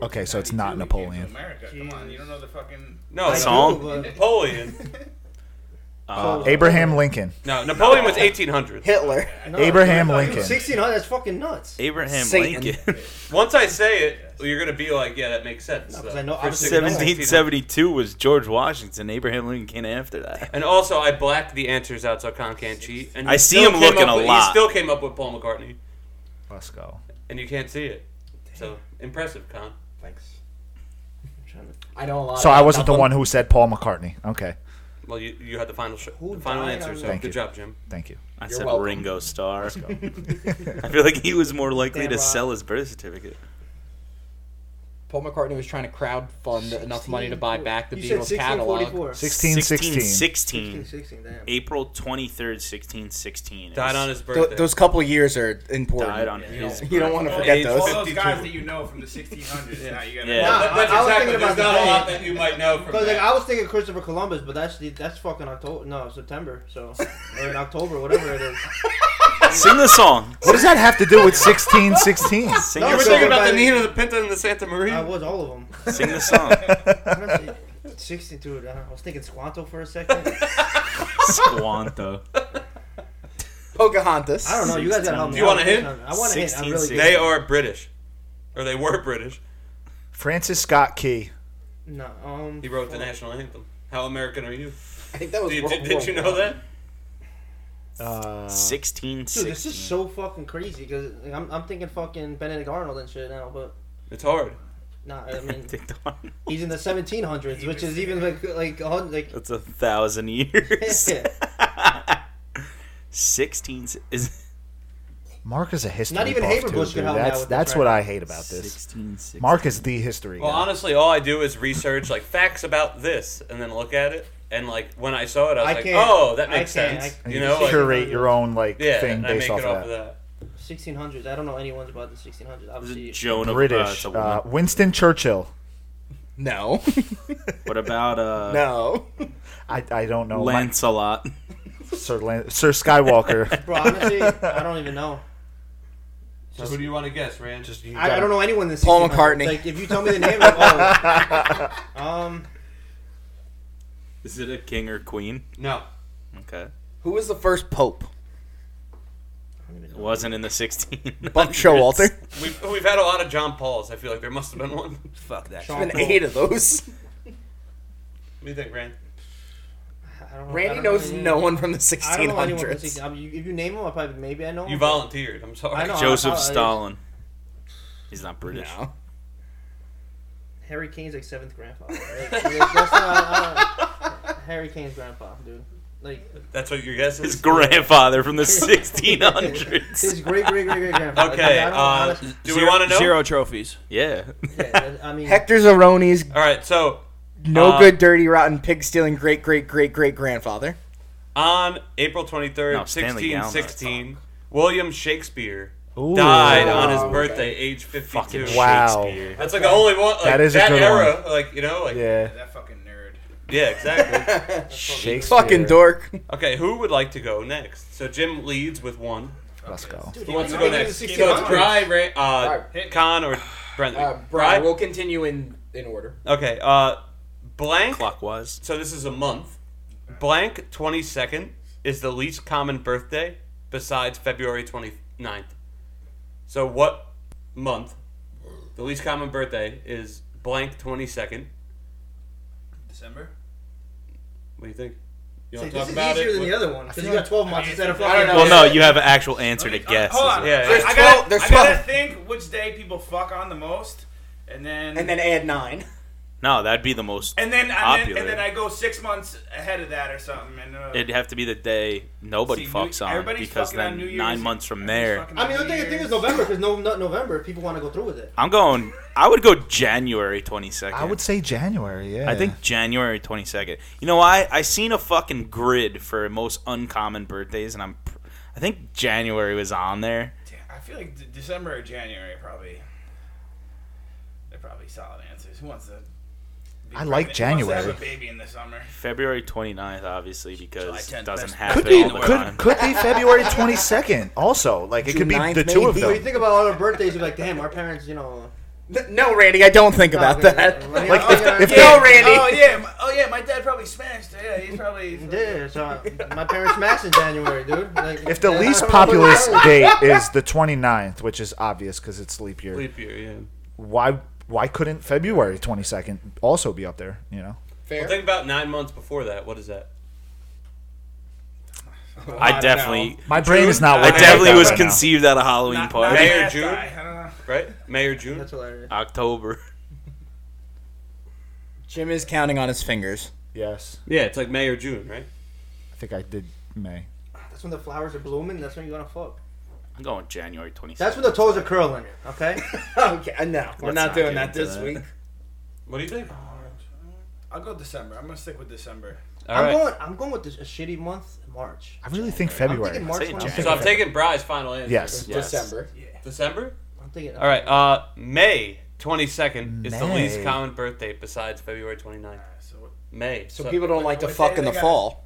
Speaker 3: Okay, so it's not
Speaker 6: 1492. He came to
Speaker 3: Napoleon.
Speaker 6: America, come on, you don't know the fucking.
Speaker 4: No,
Speaker 5: I
Speaker 4: no.
Speaker 2: Song?
Speaker 5: do, but-
Speaker 4: Napoleon.
Speaker 2: Uh,
Speaker 3: Abraham Lincoln.
Speaker 4: No, Napoleon was 1800.
Speaker 1: Hitler.
Speaker 5: No,
Speaker 3: Abraham
Speaker 5: dude,
Speaker 3: Lincoln.
Speaker 5: 1600. That's fucking nuts.
Speaker 2: Abraham
Speaker 1: Satan.
Speaker 2: Lincoln.
Speaker 4: Once I say it, you're gonna be like, yeah, that makes sense.
Speaker 5: No, 'cause
Speaker 4: though.
Speaker 5: I know-
Speaker 4: For
Speaker 5: obviously-
Speaker 4: 1600.
Speaker 2: 1772 was George Washington. Abraham Lincoln came after that.
Speaker 4: And also, I blacked the answers out so Con can't cheat. And he
Speaker 2: I see
Speaker 4: still
Speaker 2: him
Speaker 4: came
Speaker 2: looking
Speaker 4: up
Speaker 2: a
Speaker 4: with-
Speaker 2: lot.
Speaker 4: He still came up with Paul McCartney,
Speaker 3: Let's go.
Speaker 4: and you can't see it. So impressive, Con.
Speaker 5: Thanks. I'm trying to-
Speaker 1: I know a lot.
Speaker 3: So I wasn't the
Speaker 1: about
Speaker 3: one who said Paul McCartney. Okay,
Speaker 4: Well, you, you had the final sh-
Speaker 5: Who
Speaker 4: the final
Speaker 5: died
Speaker 4: answer.
Speaker 5: on
Speaker 4: So
Speaker 5: that?
Speaker 4: good
Speaker 3: Thank you.
Speaker 4: job, Jim.
Speaker 3: thank you.
Speaker 2: I
Speaker 1: You're
Speaker 2: said
Speaker 1: welcome.
Speaker 2: Ringo Starr.
Speaker 3: Let's go.
Speaker 2: I feel like he was more likely
Speaker 5: Damn
Speaker 2: to
Speaker 5: right.
Speaker 2: sell his birth certificate.
Speaker 1: Paul McCartney was trying to crowd fund enough money to buy back the
Speaker 5: You said
Speaker 1: Beatles catalog.
Speaker 5: 1644.
Speaker 3: 16, 16.
Speaker 2: 16.
Speaker 5: 1616, damn.
Speaker 2: April 23rd, 1616.
Speaker 4: Died on his
Speaker 1: Th-
Speaker 4: birthday.
Speaker 1: those couple years are important.
Speaker 2: Died on his
Speaker 1: You don't want to
Speaker 4: birthday.
Speaker 1: forget
Speaker 4: Age
Speaker 1: those.
Speaker 6: All those
Speaker 4: 52.
Speaker 6: guys that you know from the 1600s. Now you gotta.
Speaker 2: Yeah.
Speaker 5: Nah,
Speaker 4: That- that's
Speaker 5: I- I
Speaker 4: exactly.
Speaker 5: was thinking
Speaker 4: There's not a
Speaker 5: about the
Speaker 4: lot
Speaker 5: date.
Speaker 4: that you might know from
Speaker 5: Cause like
Speaker 4: that.
Speaker 5: I was thinking Christopher Columbus, but that's the, that's fucking October. No, September. So or in October, whatever it is.
Speaker 2: Sing the song.
Speaker 3: What does that have to do with sixteen sixteen?
Speaker 2: Sing,
Speaker 5: No,
Speaker 4: You
Speaker 2: your
Speaker 4: were
Speaker 5: so-
Speaker 4: thinking
Speaker 2: song.
Speaker 4: about the
Speaker 5: everybody-
Speaker 4: Nina, the Pinta, and the Santa Maria.
Speaker 5: I was all of them.
Speaker 2: Sing the song.
Speaker 5: Honestly, Sixty-two. I don't know, I was thinking Squanto for a second.
Speaker 2: Squanto.
Speaker 1: Pocahontas.
Speaker 5: I don't know. You guys gotta help me.
Speaker 4: Do you want
Speaker 5: out.
Speaker 4: a hint?
Speaker 5: I want to hint. I
Speaker 2: 16,
Speaker 5: really.
Speaker 2: six-
Speaker 4: They are British, or they were British.
Speaker 3: Francis Scott Key.
Speaker 5: No. Um.
Speaker 4: He wrote the national anthem. How American are you?
Speaker 1: I think that was
Speaker 4: Did,
Speaker 1: World
Speaker 4: did,
Speaker 1: War
Speaker 4: did you know
Speaker 1: One.
Speaker 4: that?
Speaker 3: Uh,
Speaker 5: Dude,
Speaker 2: 1616.
Speaker 5: this is so fucking crazy because like, I'm, I'm thinking fucking Benedict Arnold and shit now, but
Speaker 4: It's hard.
Speaker 5: nah, I mean
Speaker 2: TikTok.
Speaker 5: he's in the 1700s, which is even like like a hundred- like
Speaker 2: That's a thousand years. Sixteen si- is
Speaker 3: Mark is a history.
Speaker 5: Not even
Speaker 3: buff,
Speaker 5: Haber
Speaker 3: too,
Speaker 5: Bush could
Speaker 3: dude.
Speaker 5: help me out
Speaker 3: That's
Speaker 5: with this
Speaker 3: that's
Speaker 5: right
Speaker 3: what
Speaker 5: now.
Speaker 3: I hate about this.
Speaker 2: sixteen sixteen.
Speaker 3: Mark is the history.
Speaker 4: Well,
Speaker 3: guy.
Speaker 4: honestly, all I do is research like facts about this, and then look at it. And like when I saw it, I was
Speaker 5: I
Speaker 4: like,
Speaker 5: can't-
Speaker 4: "Oh, that
Speaker 5: I
Speaker 4: makes
Speaker 5: can't-
Speaker 4: sense."
Speaker 5: I-
Speaker 4: you know, like,
Speaker 3: curate your own like
Speaker 4: yeah,
Speaker 3: thing
Speaker 4: and I make
Speaker 3: based
Speaker 4: it
Speaker 3: off of
Speaker 4: off
Speaker 3: that.
Speaker 4: of that.
Speaker 5: 1600s. I don't know anyone's about the 1600s. Obviously,
Speaker 2: Joan of
Speaker 3: British.
Speaker 2: Uh, it's a
Speaker 3: Uh,
Speaker 2: woman.
Speaker 3: Winston Churchill.
Speaker 1: No.
Speaker 2: what about uh,
Speaker 1: no.
Speaker 3: I, I don't know. My-
Speaker 2: Lancelot?
Speaker 3: Sir, Lan- Sir Skywalker.
Speaker 5: bro, honestly, I don't even know.
Speaker 4: So who do you want to guess, Rand? Just you
Speaker 5: I, I don't know anyone this.
Speaker 1: Paul McCartney.
Speaker 5: Like if you tell me the name, like, oh, um,
Speaker 2: Is it a king or queen?
Speaker 4: no.
Speaker 2: Okay,
Speaker 1: Who was the first pope?
Speaker 2: it wasn't in the sixteen.
Speaker 1: Buck Showalter.
Speaker 4: We've we've had a lot of John Pauls. I feel like there must have been one.
Speaker 6: Fuck that.
Speaker 5: Sean
Speaker 1: Been
Speaker 5: Paul.
Speaker 1: eight of those.
Speaker 4: What do you think, Rand?
Speaker 5: I don't know, I
Speaker 1: Randy
Speaker 5: don't
Speaker 1: knows
Speaker 5: know
Speaker 1: no one from the
Speaker 5: I don't know anyone. From
Speaker 1: 1600s.
Speaker 5: 16, I mean, you- if you name them, I probably maybe I know.
Speaker 4: You
Speaker 5: 'em.
Speaker 4: volunteered. I'm sorry.
Speaker 5: I know.
Speaker 2: Joseph
Speaker 6: Uh,
Speaker 5: Oh,
Speaker 2: Stalin. He's not British.
Speaker 1: No.
Speaker 5: Harry Kane's like seventh grandfather. Like, like, that's not, I don't- Harry Kane's grandpa, dude. Like
Speaker 4: That's what your guess
Speaker 2: His
Speaker 4: is.
Speaker 2: grandfather from the sixteen hundreds.
Speaker 5: his great great great great grandfather.
Speaker 4: Okay.
Speaker 5: Like, I don't
Speaker 4: Uh,
Speaker 5: honestly-
Speaker 4: do we want to know?
Speaker 6: Zero trophies.
Speaker 2: Yeah.
Speaker 5: yeah, I mean,
Speaker 1: Hector Zeroni's
Speaker 4: All right. So
Speaker 1: no
Speaker 4: Uh,
Speaker 1: good, dirty, rotten, pig stealing great, great, great, great grandfather.
Speaker 4: On April 23rd,
Speaker 2: No, Stanley Gallner,
Speaker 4: 1616, William Shakespeare
Speaker 3: Ooh.
Speaker 4: died on his
Speaker 1: Oh, okay.
Speaker 4: birthday, age 52.
Speaker 2: Fucking
Speaker 3: Wow.
Speaker 2: Shakespeare.
Speaker 4: That's like the only one. Like,
Speaker 3: That
Speaker 4: that
Speaker 3: is
Speaker 4: is
Speaker 3: a
Speaker 4: that
Speaker 3: good
Speaker 4: era. Like, you know, like, yeah,
Speaker 3: yeah.
Speaker 6: That fucking nerd.
Speaker 4: exactly.
Speaker 3: Shakespeare.
Speaker 1: Fucking dork.
Speaker 4: okay, who would like to go next? So Jim leads with one.
Speaker 3: Let's go.
Speaker 4: Who wants to
Speaker 1: You're
Speaker 4: go
Speaker 1: not
Speaker 4: next? So
Speaker 1: even
Speaker 4: it's
Speaker 1: 1600.
Speaker 4: Bry, Ray, uh,
Speaker 1: Alright.
Speaker 4: Con, or Brendan?
Speaker 1: Uh,
Speaker 4: Bry?
Speaker 1: Brian, we'll continue in in order.
Speaker 4: Okay. Uh, blank.
Speaker 2: Clockwise.
Speaker 4: So this is a month. Blank 22nd is the least common birthday besides February 29th. So what month? The least common birthday is blank 22nd.
Speaker 6: December.
Speaker 4: What do you think? You
Speaker 5: See,
Speaker 4: want to
Speaker 5: this
Speaker 4: talk
Speaker 5: is
Speaker 4: about
Speaker 5: easier
Speaker 4: it?
Speaker 5: than the other one because you got 12 months instead of
Speaker 1: don't
Speaker 5: fucking.
Speaker 1: know.
Speaker 2: Well, no, you have an actual answer to
Speaker 6: Let me-
Speaker 2: guess.
Speaker 6: uh, hold on.
Speaker 4: Yeah,
Speaker 6: I-
Speaker 4: there's
Speaker 6: I,
Speaker 1: twelve-
Speaker 6: gotta,
Speaker 1: there's
Speaker 6: I gotta
Speaker 1: twelve.
Speaker 6: think which day people fuck on the most, and then
Speaker 1: And then add nine.
Speaker 2: No, that'd be the most.
Speaker 6: and then, and then,
Speaker 2: popular.
Speaker 6: and then I go six months ahead of that or something. And uh,
Speaker 2: It'd have to be the day nobody
Speaker 6: See, New-
Speaker 2: fucks on
Speaker 6: everybody's
Speaker 2: because
Speaker 6: fucking on
Speaker 2: then
Speaker 6: New Year's.
Speaker 2: nine months from
Speaker 6: everybody's
Speaker 2: there,
Speaker 6: fucking
Speaker 5: I mean,
Speaker 6: on
Speaker 5: the thing,
Speaker 6: New
Speaker 5: the thing is
Speaker 6: Year's.
Speaker 5: November because no, not November. if People want to go through with it.
Speaker 2: I'm going. I would go January 22nd.
Speaker 3: I would say January. Yeah.
Speaker 2: I think January 22nd. You know, I I seen a fucking grid for most uncommon birthdays, and I'm. pr- I think January was on there.
Speaker 6: I feel like d- December or January probably. They're probably solid answers. Who wants to? be
Speaker 3: I like
Speaker 6: pregnant? Who
Speaker 3: January.
Speaker 6: wants to have a baby in the summer.
Speaker 2: February 29th, obviously, because
Speaker 6: July
Speaker 2: it
Speaker 6: 10th,
Speaker 2: doesn't
Speaker 6: best-
Speaker 2: happen
Speaker 3: Could be
Speaker 2: all the
Speaker 3: could
Speaker 2: time.
Speaker 3: could be February twenty second. Also, like it
Speaker 1: June
Speaker 3: could be
Speaker 1: 9th,
Speaker 3: the two of
Speaker 1: maybe.
Speaker 5: So you
Speaker 3: them.
Speaker 5: think about other birthdays, you're like, damn, our parents, you know.
Speaker 1: No, Randy, I don't think about
Speaker 5: okay,
Speaker 1: that.
Speaker 5: right,
Speaker 3: Like,
Speaker 5: oh,
Speaker 3: if-
Speaker 5: yeah,
Speaker 3: if
Speaker 5: yeah,
Speaker 3: they-
Speaker 1: No, Randy.
Speaker 6: Oh yeah, my, oh yeah. My dad probably smashed. Yeah, he's probably.
Speaker 5: Yeah, so my parents smashed in January, dude. Like,
Speaker 3: If the
Speaker 5: yeah,
Speaker 3: least
Speaker 5: I don't know what
Speaker 3: populous
Speaker 5: to tell you.
Speaker 3: date is the 29th, which is obvious because it's leap year,
Speaker 4: Leap year, yeah.
Speaker 3: why why couldn't February 22nd also be up there? You know,
Speaker 4: Well, think about nine months before that. What is that?
Speaker 2: I definitely,
Speaker 3: my brain is not.
Speaker 2: I
Speaker 4: I
Speaker 3: working like
Speaker 2: definitely
Speaker 3: that
Speaker 2: was
Speaker 3: right now.
Speaker 2: conceived at a Halloween
Speaker 6: Not- not
Speaker 2: party.
Speaker 4: May or
Speaker 6: that
Speaker 4: June?
Speaker 6: guy, I don't know.
Speaker 4: Right? May or June?
Speaker 5: That's hilarious.
Speaker 2: October.
Speaker 1: Jim is counting on his fingers.
Speaker 3: Yes,
Speaker 4: Yeah, it's like May or June, right?
Speaker 3: I think I did May.
Speaker 5: That's when the flowers are blooming. That's when you're gonna fuck.
Speaker 2: I'm going January 22nd.
Speaker 5: That's when the toes are curling. Okay.
Speaker 1: okay, Uh, no, we're not,
Speaker 2: Let's not
Speaker 1: doing
Speaker 2: get
Speaker 1: that
Speaker 2: into
Speaker 1: this
Speaker 2: that.
Speaker 1: week.
Speaker 4: What do you think?
Speaker 6: I'll go December. I'm gonna stick with December.
Speaker 4: All
Speaker 5: I'm
Speaker 4: right.
Speaker 5: going. I'm going with this a shitty month, March.
Speaker 3: I really think
Speaker 5: I'm
Speaker 3: February.
Speaker 5: thinking March.
Speaker 2: saying
Speaker 5: When I'm,
Speaker 2: January.
Speaker 4: So I'm taking Bry's final answer.
Speaker 3: Yes.
Speaker 2: Yes.
Speaker 1: December.
Speaker 4: December?
Speaker 5: I'm thinking.
Speaker 4: All right. Uh, May 22nd is the
Speaker 3: May.
Speaker 4: least common birthday besides February 29th.
Speaker 6: So
Speaker 4: May.
Speaker 1: So, people don't like to
Speaker 6: what
Speaker 1: fuck
Speaker 6: day
Speaker 1: in
Speaker 6: they
Speaker 1: the
Speaker 6: got?
Speaker 1: fall.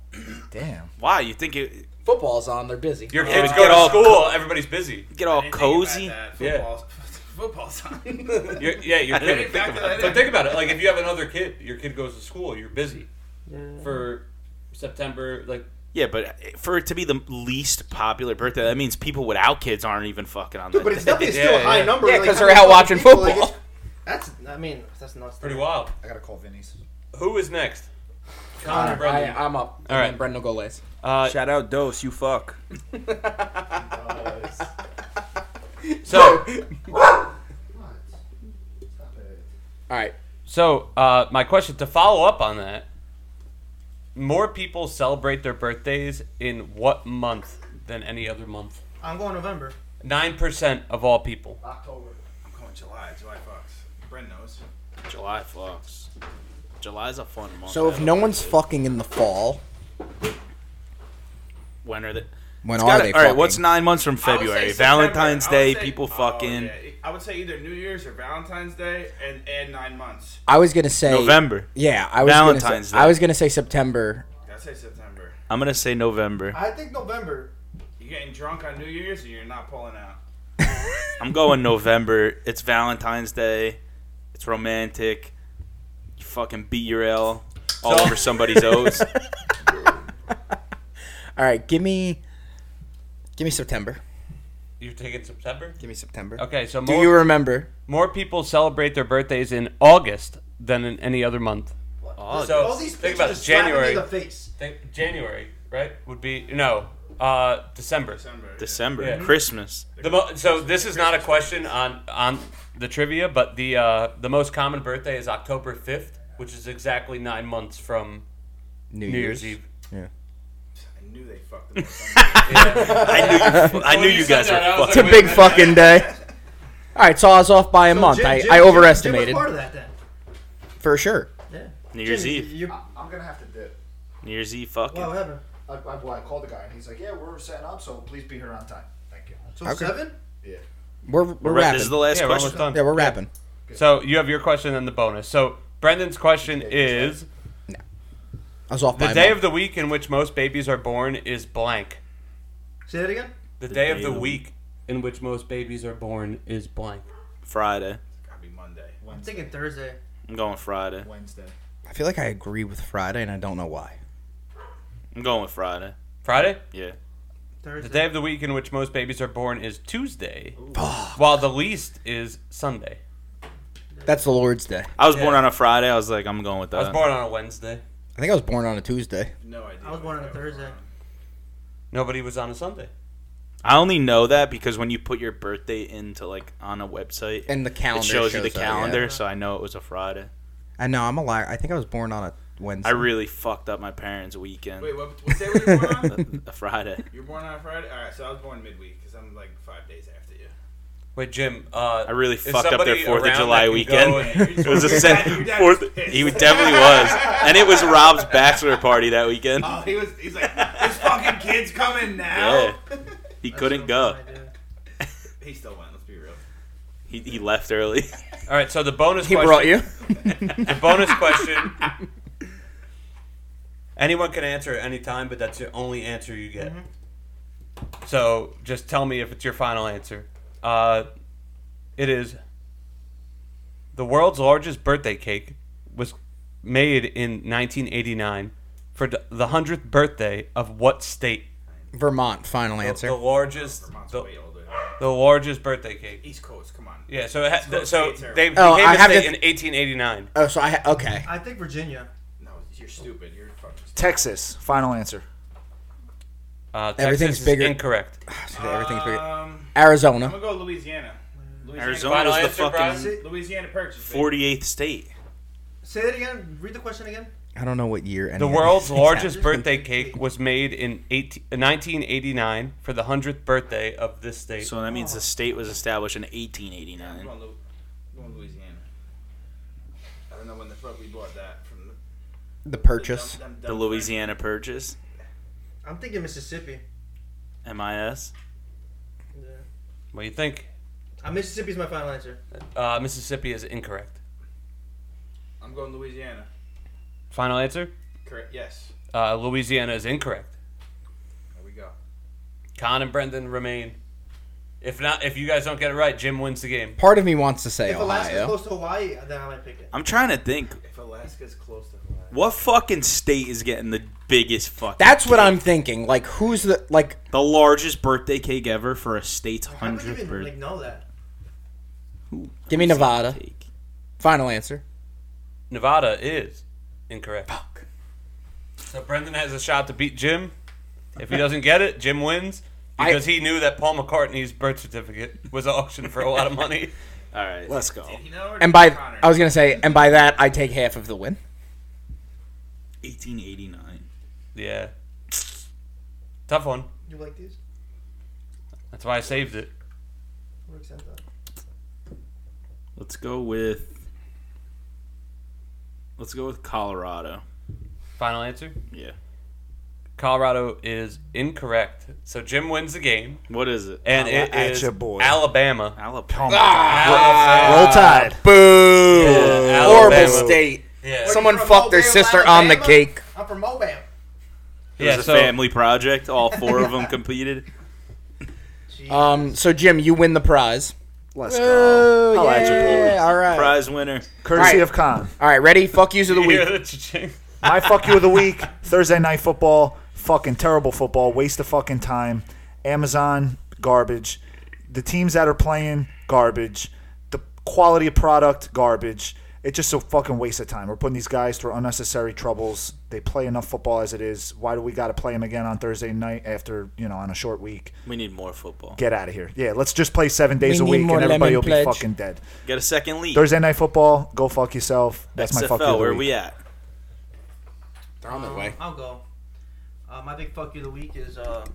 Speaker 3: Damn.
Speaker 2: Wow, you think it
Speaker 1: Football's on. They're busy.
Speaker 4: Your kids
Speaker 2: Yeah.
Speaker 4: go
Speaker 2: Get
Speaker 4: to
Speaker 2: all
Speaker 4: school.
Speaker 2: co-
Speaker 4: everybody's busy.
Speaker 2: get all
Speaker 6: I didn't think about
Speaker 2: Oh, cozy?
Speaker 6: that.
Speaker 4: Yeah.
Speaker 6: Football's, football's on.
Speaker 4: You're, yeah, your
Speaker 2: I didn't
Speaker 4: kid.
Speaker 2: even think about
Speaker 4: But think about it. Like if you have another kid, your kid goes to school. You're busy
Speaker 5: Yeah.
Speaker 4: for September. Like
Speaker 2: Yeah, but eh, for it to be the least popular birthday, that means people without kids aren't even fucking on that.
Speaker 5: But it's
Speaker 2: day.
Speaker 5: definitely
Speaker 4: Yeah,
Speaker 5: still a high
Speaker 4: yeah.
Speaker 5: number.
Speaker 1: Yeah,
Speaker 5: like,
Speaker 1: 'cause
Speaker 5: how
Speaker 1: they're
Speaker 5: many
Speaker 1: out watching
Speaker 5: fucking people, like,
Speaker 1: football.
Speaker 5: it's- that's. I mean, that's nuts.
Speaker 4: pretty wild.
Speaker 3: I gotta call Vinny's.
Speaker 4: Who is next?
Speaker 1: Connor,
Speaker 4: Connor, Brendan.
Speaker 1: I, am up.
Speaker 4: All
Speaker 1: All
Speaker 4: right.
Speaker 1: right, and Brendan Goles.
Speaker 4: Uh,
Speaker 6: Shout out Dose, you fuck.
Speaker 4: so
Speaker 1: All right,
Speaker 4: So, uh, my question to follow up on that: More people celebrate their birthdays in what month than any other month?
Speaker 5: I'm going November.
Speaker 4: Nine percent of all people.
Speaker 6: October. I'm going July. July fucks. Brent knows.
Speaker 2: July fucks. July's a fun month.
Speaker 1: so if
Speaker 2: I don't
Speaker 1: no
Speaker 2: know.
Speaker 1: one's fucking in the fall,
Speaker 2: when are they?
Speaker 1: when
Speaker 2: It's
Speaker 1: are
Speaker 2: gotta-
Speaker 1: they?
Speaker 2: all right,
Speaker 1: fucking?
Speaker 2: what's nine months from
Speaker 6: I would say
Speaker 2: February?
Speaker 6: September.
Speaker 2: Valentine's
Speaker 6: I would
Speaker 2: Day,
Speaker 6: say-
Speaker 2: people
Speaker 6: oh,
Speaker 2: fucking
Speaker 6: yeah. I would say either New Year's or Valentine's Day, and add nine months.
Speaker 1: I was gonna say
Speaker 2: November.
Speaker 1: Yeah, I was gonna say-
Speaker 2: Valentine's Day.
Speaker 1: I was gonna say September.
Speaker 6: I say September.
Speaker 2: I'm gonna say November.
Speaker 5: I think November.
Speaker 6: You're getting drunk on New Year's, and you're not pulling out.
Speaker 2: I'm going November. It's Valentine's Day. It's romantic. You fucking beat your L all
Speaker 4: So-
Speaker 2: over somebody's O's.
Speaker 1: All right, give me, give me September.
Speaker 4: You're taking September.
Speaker 1: Give me September.
Speaker 4: Okay, so
Speaker 1: Do
Speaker 4: more
Speaker 1: you remember?
Speaker 4: more people celebrate their birthdays in August than in any other month. So,
Speaker 5: All these
Speaker 4: think
Speaker 5: things
Speaker 4: about
Speaker 5: are
Speaker 4: it.
Speaker 5: slapping me
Speaker 4: January.
Speaker 5: in the face.
Speaker 4: Think January, right? Would be no, uh, December.
Speaker 6: December.
Speaker 2: December,
Speaker 4: Yeah.
Speaker 2: Christmas.
Speaker 4: The mo- so this is not a question on on the trivia, but the uh, the most common birthday is October fifth, which is exactly nine months from New Year's Eve.
Speaker 6: I knew they fucked the most.
Speaker 2: I knew you. I knew
Speaker 4: you
Speaker 2: you
Speaker 4: said
Speaker 2: guys
Speaker 4: that, I was
Speaker 1: It's a
Speaker 2: were
Speaker 4: like,
Speaker 2: fucking.
Speaker 4: wait.
Speaker 1: big fucking day. All right, so I was off by a
Speaker 5: So
Speaker 1: month.
Speaker 5: Jim-
Speaker 1: I,
Speaker 5: Jim-
Speaker 1: I
Speaker 5: Jim-
Speaker 1: overestimated
Speaker 5: Jim was part of that then.
Speaker 1: for sure.
Speaker 5: Yeah.
Speaker 2: New Year's
Speaker 5: Jimmy,
Speaker 2: Eve.
Speaker 4: Uh,
Speaker 5: you-
Speaker 3: I'm gonna have to dip.
Speaker 2: New Year's Eve, fucking.
Speaker 5: Wow, what happened?
Speaker 3: I, I, well, I called the guy and he's like, "Yeah, we're setting up, so please be here on time." Thank you.
Speaker 5: So
Speaker 1: Okay.
Speaker 5: seven?
Speaker 3: Yeah.
Speaker 1: We're we're,
Speaker 2: All right,
Speaker 1: rapping.
Speaker 2: this is the last
Speaker 4: Yeah, we're
Speaker 2: question.
Speaker 4: almost done.
Speaker 1: yeah, we're rapping.
Speaker 4: So you have your question and the bonus. So Brendan's question is
Speaker 1: I was off
Speaker 4: the
Speaker 1: by
Speaker 4: day
Speaker 1: a
Speaker 4: of
Speaker 1: month.
Speaker 4: the week in which most babies are born is blank.
Speaker 5: Say that again.
Speaker 4: The, day, of the week in which most babies are born is blank.
Speaker 2: Friday.
Speaker 6: Gotta be Monday.
Speaker 5: I'm thinking Thursday.
Speaker 2: I'm going Friday.
Speaker 3: Wednesday.
Speaker 1: I feel like I agree with Friday, and I don't know why.
Speaker 2: I'm going with Friday.
Speaker 4: Friday?
Speaker 2: Yeah.
Speaker 5: Thursday.
Speaker 4: The day of the week in which most babies are born is Tuesday, while the least is Sunday.
Speaker 1: That's the Lord's Day.
Speaker 2: I was born
Speaker 4: Yeah.
Speaker 2: on a Friday. I was like, I'm going with that.
Speaker 4: I was born on a Wednesday.
Speaker 1: I think I was born on a Tuesday.
Speaker 6: No idea.
Speaker 5: I was born on a Thursday.
Speaker 4: Nobody was on a Sunday.
Speaker 2: I only know that because when you put your birthday into like on a website,
Speaker 1: And the
Speaker 2: it
Speaker 1: calendar
Speaker 2: shows you the
Speaker 1: up, yeah.
Speaker 2: calendar, so I know it was a Friday.
Speaker 1: I know I'm a liar. I think I was born on a Wednesday.
Speaker 2: I really fucked up my parents' weekend.
Speaker 6: Wait, what, what day were you born on?
Speaker 2: a Friday.
Speaker 6: you were born on a Friday? Alright, so I was born midweek because I'm like five days after you.
Speaker 4: Wait, Jim. Uh,
Speaker 2: I really
Speaker 4: is
Speaker 2: fucked up their
Speaker 4: somebody
Speaker 2: Fourth of
Speaker 4: around
Speaker 2: July
Speaker 4: that can
Speaker 2: weekend.
Speaker 4: go and-
Speaker 2: It was a
Speaker 6: Your
Speaker 2: sen-
Speaker 6: dad- your dad was
Speaker 2: fourth.
Speaker 6: pissed.
Speaker 2: He definitely was, and it was Rob's bachelor party that weekend.
Speaker 6: Oh, he was. He's like, this fucking kid's coming now.
Speaker 2: He couldn't go.
Speaker 6: he still went. Let's be real.
Speaker 2: He, he left early.
Speaker 4: All right, so the bonus
Speaker 1: he
Speaker 4: question.
Speaker 1: brought you.
Speaker 4: The bonus question. Anyone can answer at any time, but that's the only answer you get. So just tell me if it's your final answer. Uh, it is. The world's largest birthday cake was made in 1989 for the- the 100th birthday of what state?
Speaker 1: Vermont. Final
Speaker 4: The-
Speaker 1: answer.
Speaker 4: The largest,
Speaker 6: Vermont's
Speaker 4: the,
Speaker 6: way older.
Speaker 4: the largest birthday cake.
Speaker 6: East Coast, come on.
Speaker 4: Yeah, so it ha-
Speaker 6: Let's go
Speaker 4: so
Speaker 6: states,
Speaker 4: they
Speaker 6: Eric.
Speaker 4: became
Speaker 1: Oh, I
Speaker 4: a
Speaker 1: have
Speaker 4: state
Speaker 1: to-
Speaker 4: in 1889.
Speaker 1: Oh, so I ha- okay.
Speaker 5: I think Virginia.
Speaker 6: No, you're stupid. You're fucking. Stupid.
Speaker 3: Texas. Final answer.
Speaker 4: Uh,
Speaker 1: Everything's
Speaker 4: Texas is
Speaker 1: bigger.
Speaker 4: incorrect.
Speaker 1: So everything's bigger.
Speaker 6: Um,
Speaker 1: Arizona.
Speaker 6: I'm gonna go Louisiana. Louisiana
Speaker 2: Arizona was the
Speaker 4: answer, Brian?
Speaker 2: fucking
Speaker 5: Say,
Speaker 6: Louisiana purchase. baby.
Speaker 2: 48th state.
Speaker 5: say that again. Read the question again.
Speaker 1: I don't know what year. any
Speaker 4: The
Speaker 1: of these
Speaker 4: world's
Speaker 1: things
Speaker 4: largest
Speaker 1: happened.
Speaker 4: birthday cake was made in 18, 1989 for the 100th birthday of this state.
Speaker 2: So that means the state was established in
Speaker 6: I'm
Speaker 2: 1889.
Speaker 6: going, Lu- I'm going Louisiana. I don't know when the fuck we bought that from. The,
Speaker 1: The
Speaker 6: the
Speaker 1: purchase.
Speaker 6: dumb- dumb-
Speaker 2: The
Speaker 6: dumb-
Speaker 2: Louisiana Purchase,
Speaker 5: I'm thinking Mississippi.
Speaker 2: MIS.
Speaker 5: Yeah.
Speaker 4: what do you think?
Speaker 5: Uh, Mississippi's my final answer.
Speaker 4: Uh, Mississippi is incorrect.
Speaker 6: I'm going Louisiana.
Speaker 4: Final answer?
Speaker 6: Correct. Yes.
Speaker 4: Uh, Louisiana is incorrect.
Speaker 6: There we go.
Speaker 4: Con and Brendan remain. If not, if you guys don't get it right, Jim wins the game.
Speaker 1: Part of me wants to say
Speaker 5: If Alaska's
Speaker 1: Ohio.
Speaker 5: close to Hawaii, then I might pick it.
Speaker 2: I'm trying to think.
Speaker 6: If Alaska's close to Hawaii.
Speaker 2: What fucking state is getting the biggest fucking?
Speaker 1: That's what
Speaker 2: cake?
Speaker 1: I'm thinking. Like, who's the like?
Speaker 2: The largest birthday cake ever for a state's
Speaker 5: How would you
Speaker 2: hundredth
Speaker 5: even
Speaker 2: birthday.
Speaker 5: like know that?
Speaker 1: Give me Nevada. Final answer.
Speaker 4: Nevada is incorrect. So Brendan has a shot to beat Jim. If he doesn't get it, Jim wins because he knew that Paul McCartney's birth certificate was auctioned for a lot of money.
Speaker 2: All right, let's go.
Speaker 6: You know, or
Speaker 1: And by
Speaker 6: Connor?
Speaker 1: I was gonna say, and by that I take half of the win.
Speaker 2: 1889.
Speaker 4: Yeah. Tough one.
Speaker 5: You like these?
Speaker 4: That's why I saved it.
Speaker 5: Works out though.
Speaker 2: Let's go with. Let's go with Colorado.
Speaker 4: Final answer?
Speaker 2: Yeah.
Speaker 4: Colorado is incorrect. So Jim wins the game,
Speaker 2: What is it?
Speaker 4: and it
Speaker 3: Holla at
Speaker 4: is
Speaker 3: ya, boy.
Speaker 4: Alabama.
Speaker 2: Alabama.
Speaker 4: Alabama.
Speaker 3: Roll Tide.
Speaker 1: Boo!
Speaker 4: Yeah,
Speaker 1: Horrible
Speaker 4: Alabama.
Speaker 1: state.
Speaker 4: Yeah.
Speaker 1: Someone
Speaker 5: You're from
Speaker 1: fucked their
Speaker 5: Mobile,
Speaker 1: sister on the
Speaker 5: Alabama?
Speaker 1: cake.
Speaker 5: I'm from Mobile.
Speaker 2: It was
Speaker 4: Yeah,
Speaker 2: a
Speaker 4: so-
Speaker 2: family project. All four of them completed.
Speaker 1: Um. So Jim, you win the prize.
Speaker 3: Let's go. Holla at ya, boy.
Speaker 1: All right.
Speaker 2: Prize winner.
Speaker 3: Courtesy
Speaker 1: Right.
Speaker 3: of Con.
Speaker 1: All right. Ready? Fuck yous of the
Speaker 4: You hear
Speaker 1: week.
Speaker 4: the cha-ching?
Speaker 3: My fuck you of the week. Thursday night football. Fucking terrible football. Waste of fucking time. Amazon garbage. The teams that are playing garbage. The quality of product garbage. It's just a fucking waste of time. We're putting these guys through unnecessary troubles. They play enough football as it is. Why do we got to play them again on Thursday night after you know on a short week?
Speaker 2: We need more football.
Speaker 3: Get out of here. Yeah, let's just play seven days
Speaker 1: We
Speaker 3: a
Speaker 1: need
Speaker 3: week
Speaker 1: more
Speaker 3: and everybody will
Speaker 1: lemon
Speaker 3: be
Speaker 1: pledge.
Speaker 3: fucking dead.
Speaker 2: Got a second lead.
Speaker 3: Thursday night football. Go fuck yourself. That's my fuck you.
Speaker 2: XFL.
Speaker 3: of the
Speaker 2: Where
Speaker 3: week.
Speaker 2: we at?
Speaker 1: They're on their way.
Speaker 5: Um, I'll go. Uh, my big fuck you of the week is uh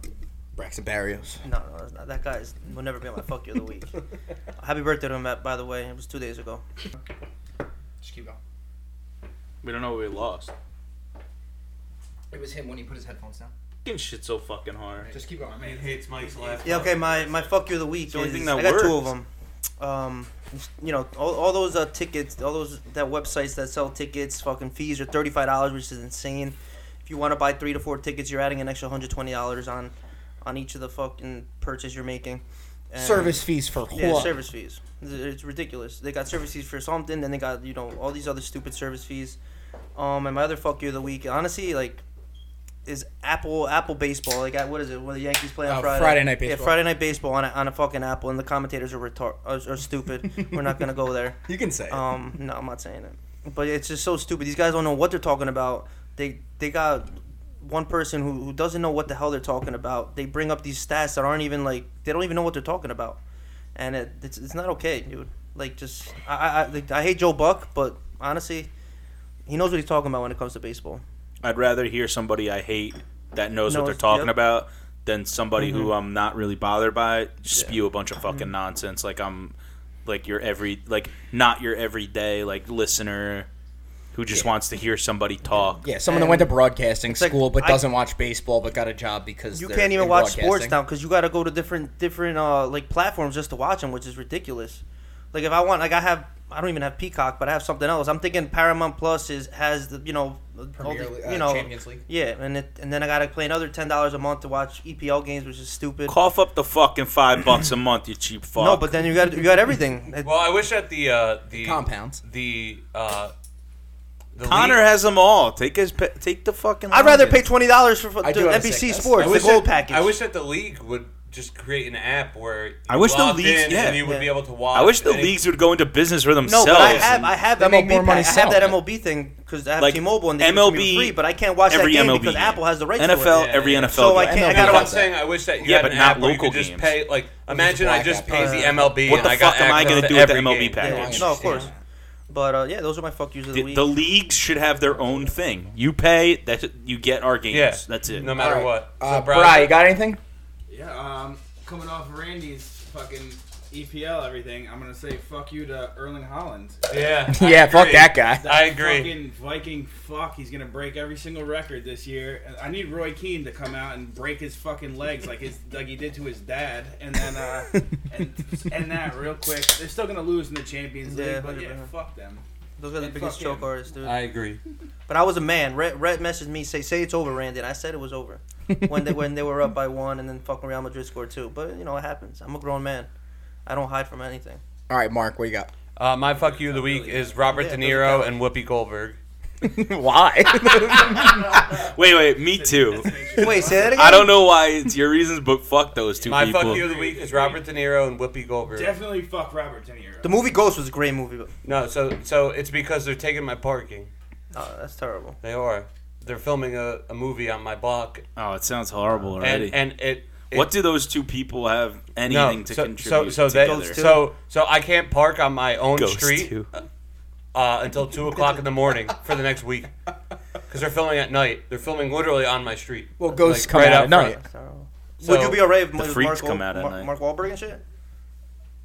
Speaker 1: Braxton Barrios.
Speaker 5: no, no that's not- that guy is, will never be my fuck you of the week. Happy birthday to him by- by the way. It was two days ago.
Speaker 1: Just keep going.
Speaker 2: We don't know what we lost.
Speaker 1: It was him when he put his headphones down.
Speaker 2: Fucking shit so fucking hard.
Speaker 1: Just keep going.
Speaker 4: It hates Mike's laugh.
Speaker 5: Yeah, okay. My my fuck you of the week
Speaker 2: the only
Speaker 5: is
Speaker 2: thing that
Speaker 5: I got two of
Speaker 2: works.
Speaker 5: them. Um, you know, all, all those uh, tickets, all those that websites that sell tickets, fucking fees are thirty five dollars, which is insane. If you want to buy three to four tickets, you're adding an extra hundred twenty dollars on. on each of the fucking purchase you're making. And-
Speaker 1: Service fees for
Speaker 5: Yeah,
Speaker 1: what?
Speaker 5: service fees. It's- It's ridiculous. They got service fees for something, then they got you know all these other stupid service fees. Um, and my other fuck you of the week, honestly, like, is Apple Apple baseball. Like, I- what is it? When the Yankees play on
Speaker 1: Oh,
Speaker 5: Friday?
Speaker 1: Friday night baseball.
Speaker 5: Yeah, Friday night baseball on a, on a fucking Apple, and the commentators are retard are, are stupid. We're not gonna go there.
Speaker 1: You can say. it.
Speaker 5: Um, no, I'm not saying it. But it's just so stupid. These guys don't know what they're talking about. They they got one person who, who doesn't know what the hell they're talking about. They bring up these stats that aren't even like they don't even know what they're talking about, and it, it's it's not okay, dude. Like just I I I, like, I hate Joe Buck, but honestly, he knows what he's talking about when it comes to baseball.
Speaker 2: I'd rather hear somebody I hate that knows what
Speaker 5: Knows-
Speaker 2: they're talking
Speaker 5: yep.
Speaker 2: about than somebody
Speaker 3: Mm-hmm.
Speaker 2: who I'm not really bothered by spew a bunch of fucking nonsense like I'm like your every like not your everyday like listener who just wants to hear somebody talk.
Speaker 1: yeah, someone that went to broadcasting
Speaker 5: like,
Speaker 1: school but
Speaker 5: I-
Speaker 1: doesn't watch baseball but got a job because
Speaker 5: You
Speaker 1: they're
Speaker 5: can't even
Speaker 1: in
Speaker 5: watch sports
Speaker 1: broadcasting.
Speaker 5: now because you got to go to different different uh like platforms just to watch them, which is ridiculous. Like if I want, like I have, I don't even have Peacock, but I have something else. I'm thinking Paramount Plus is has the you know all
Speaker 1: Premier
Speaker 5: the,
Speaker 1: League-
Speaker 5: you
Speaker 1: uh,
Speaker 5: know
Speaker 1: Champions League.
Speaker 5: Yeah, and it, and then I gotta pay another ten dollars a month to watch EPL games, which is stupid.
Speaker 2: Cough up the fucking five bucks a month, you cheap fuck.
Speaker 5: no, but then you got you got everything. It-
Speaker 4: Well, I wish that the uh, the
Speaker 1: Compounds.
Speaker 4: the uh, the
Speaker 2: Connor
Speaker 4: league-
Speaker 2: has them all. Take his pa- take the fucking.
Speaker 5: I'd rather
Speaker 2: Lions.
Speaker 5: pay twenty dollars for for-
Speaker 1: I
Speaker 5: to
Speaker 1: do have a
Speaker 5: NBC
Speaker 1: sick-
Speaker 5: Sports,
Speaker 4: I
Speaker 5: the
Speaker 4: wish
Speaker 5: gold
Speaker 4: that-
Speaker 5: package.
Speaker 4: I wish that the league would just create an app where you
Speaker 2: I wish the
Speaker 4: logged
Speaker 2: leagues-
Speaker 4: in
Speaker 2: yeah.
Speaker 4: and you would be
Speaker 5: Yeah.
Speaker 4: able to watch.
Speaker 2: I wish the
Speaker 4: and-
Speaker 2: leagues would go into business for
Speaker 5: no,
Speaker 2: themselves.
Speaker 5: but I have I have
Speaker 1: They make
Speaker 5: MLB
Speaker 1: more money
Speaker 5: pa- I have that
Speaker 1: selling it.
Speaker 5: MLB thing because I have
Speaker 2: Like,
Speaker 5: T-Mobile and they give it to me for
Speaker 2: MLB,
Speaker 5: free, but I can't watch that
Speaker 2: every
Speaker 5: game
Speaker 2: MLB
Speaker 5: because
Speaker 2: game.
Speaker 5: Apple has the rights to it.
Speaker 2: NFL,
Speaker 4: Yeah,
Speaker 2: every
Speaker 4: yeah.
Speaker 2: NFL.
Speaker 5: So I
Speaker 2: game.
Speaker 5: can't- I
Speaker 4: I got
Speaker 5: gotta
Speaker 4: what I'm
Speaker 5: watch
Speaker 4: saying. I wish that you
Speaker 2: Yeah,
Speaker 4: had
Speaker 2: but
Speaker 4: an
Speaker 2: not
Speaker 4: app where you
Speaker 2: local
Speaker 4: could just
Speaker 2: games.
Speaker 4: pay. Like, imagine I
Speaker 1: black
Speaker 4: just
Speaker 1: app.
Speaker 4: pay the
Speaker 5: Uh,
Speaker 4: MLB.
Speaker 2: what
Speaker 4: and
Speaker 2: the
Speaker 4: I got
Speaker 2: fuck am I
Speaker 4: going
Speaker 2: gonna
Speaker 4: to
Speaker 2: do with the
Speaker 4: every
Speaker 2: MLB
Speaker 4: game.
Speaker 2: package?
Speaker 1: Yeah.
Speaker 5: No, of course. But uh, yeah, those are my fuck yous of the
Speaker 2: The,
Speaker 5: week.
Speaker 2: the leagues should have their own thing. You pay, that you get our games.
Speaker 4: Yeah,
Speaker 2: That's it.
Speaker 4: No
Speaker 1: All
Speaker 4: matter
Speaker 1: right.
Speaker 4: what. So,
Speaker 1: Uh,
Speaker 4: Brian,
Speaker 1: Bri, you got anything?
Speaker 6: Yeah, um, coming off of Randy's fucking EPL everything, I'm gonna say fuck you to Erling Holland.
Speaker 4: Yeah.
Speaker 1: yeah, fuck
Speaker 4: agree.
Speaker 1: that guy.
Speaker 4: I agree.
Speaker 6: Fucking Viking fuck, he's gonna break every single record this year. And I need Roy Keane to come out and break his fucking legs like his like he did to his dad, and then uh, and end that real quick. They're still gonna lose in the Champions League,
Speaker 5: Yeah,
Speaker 6: but yeah,
Speaker 5: 100%.
Speaker 6: fuck them.
Speaker 5: those are the
Speaker 6: and
Speaker 5: biggest
Speaker 6: fuck him.
Speaker 5: choke artists, dude.
Speaker 4: I agree.
Speaker 5: But I was a man. Red, Red messaged me say say it's over, Randy. And I said it was over when they when they were up by one, and then fucking Real Madrid scored two. But you know it happens. I'm a grown man. I don't hide from anything.
Speaker 1: All right, Mark, what you got?
Speaker 4: Uh, my fuck you of the week is Robert De
Speaker 5: Yeah, it doesn't
Speaker 4: Niro
Speaker 5: count.
Speaker 4: and Whoopi Goldberg.
Speaker 1: Why?
Speaker 2: Wait, wait, me too.
Speaker 5: Wait, say that again.
Speaker 2: I don't know why it's your reasons, but fuck those two
Speaker 4: My
Speaker 2: people.
Speaker 4: fuck you of the week is Robert De Niro and Whoopi Goldberg.
Speaker 6: Definitely fuck Robert De Niro.
Speaker 5: The movie Ghost was a great movie, but
Speaker 4: No, so so it's because they're taking my parking.
Speaker 5: oh, that's terrible.
Speaker 4: They are. They're filming a, a movie on my block,
Speaker 2: Oh, it sounds horrible
Speaker 4: and
Speaker 2: already.
Speaker 4: and it. it-
Speaker 2: what do those two people have
Speaker 4: no,
Speaker 2: anything to
Speaker 4: so, so
Speaker 2: contribute
Speaker 4: so
Speaker 2: together?
Speaker 4: they, so so I can't park on my own
Speaker 2: Ghost
Speaker 4: street
Speaker 2: two.
Speaker 4: uh, until two o'clock in the morning for the next week because they're filming at night. They're filming literally on my street.
Speaker 1: well, ghosts
Speaker 4: Like,
Speaker 1: come out
Speaker 4: right out
Speaker 1: at night.
Speaker 5: That's terrible.
Speaker 4: So-
Speaker 5: Would you be alright if Mark,
Speaker 2: freaks come
Speaker 5: Wahl-
Speaker 2: out at
Speaker 5: Mar-
Speaker 2: night.
Speaker 5: Mark Wahlberg and shit?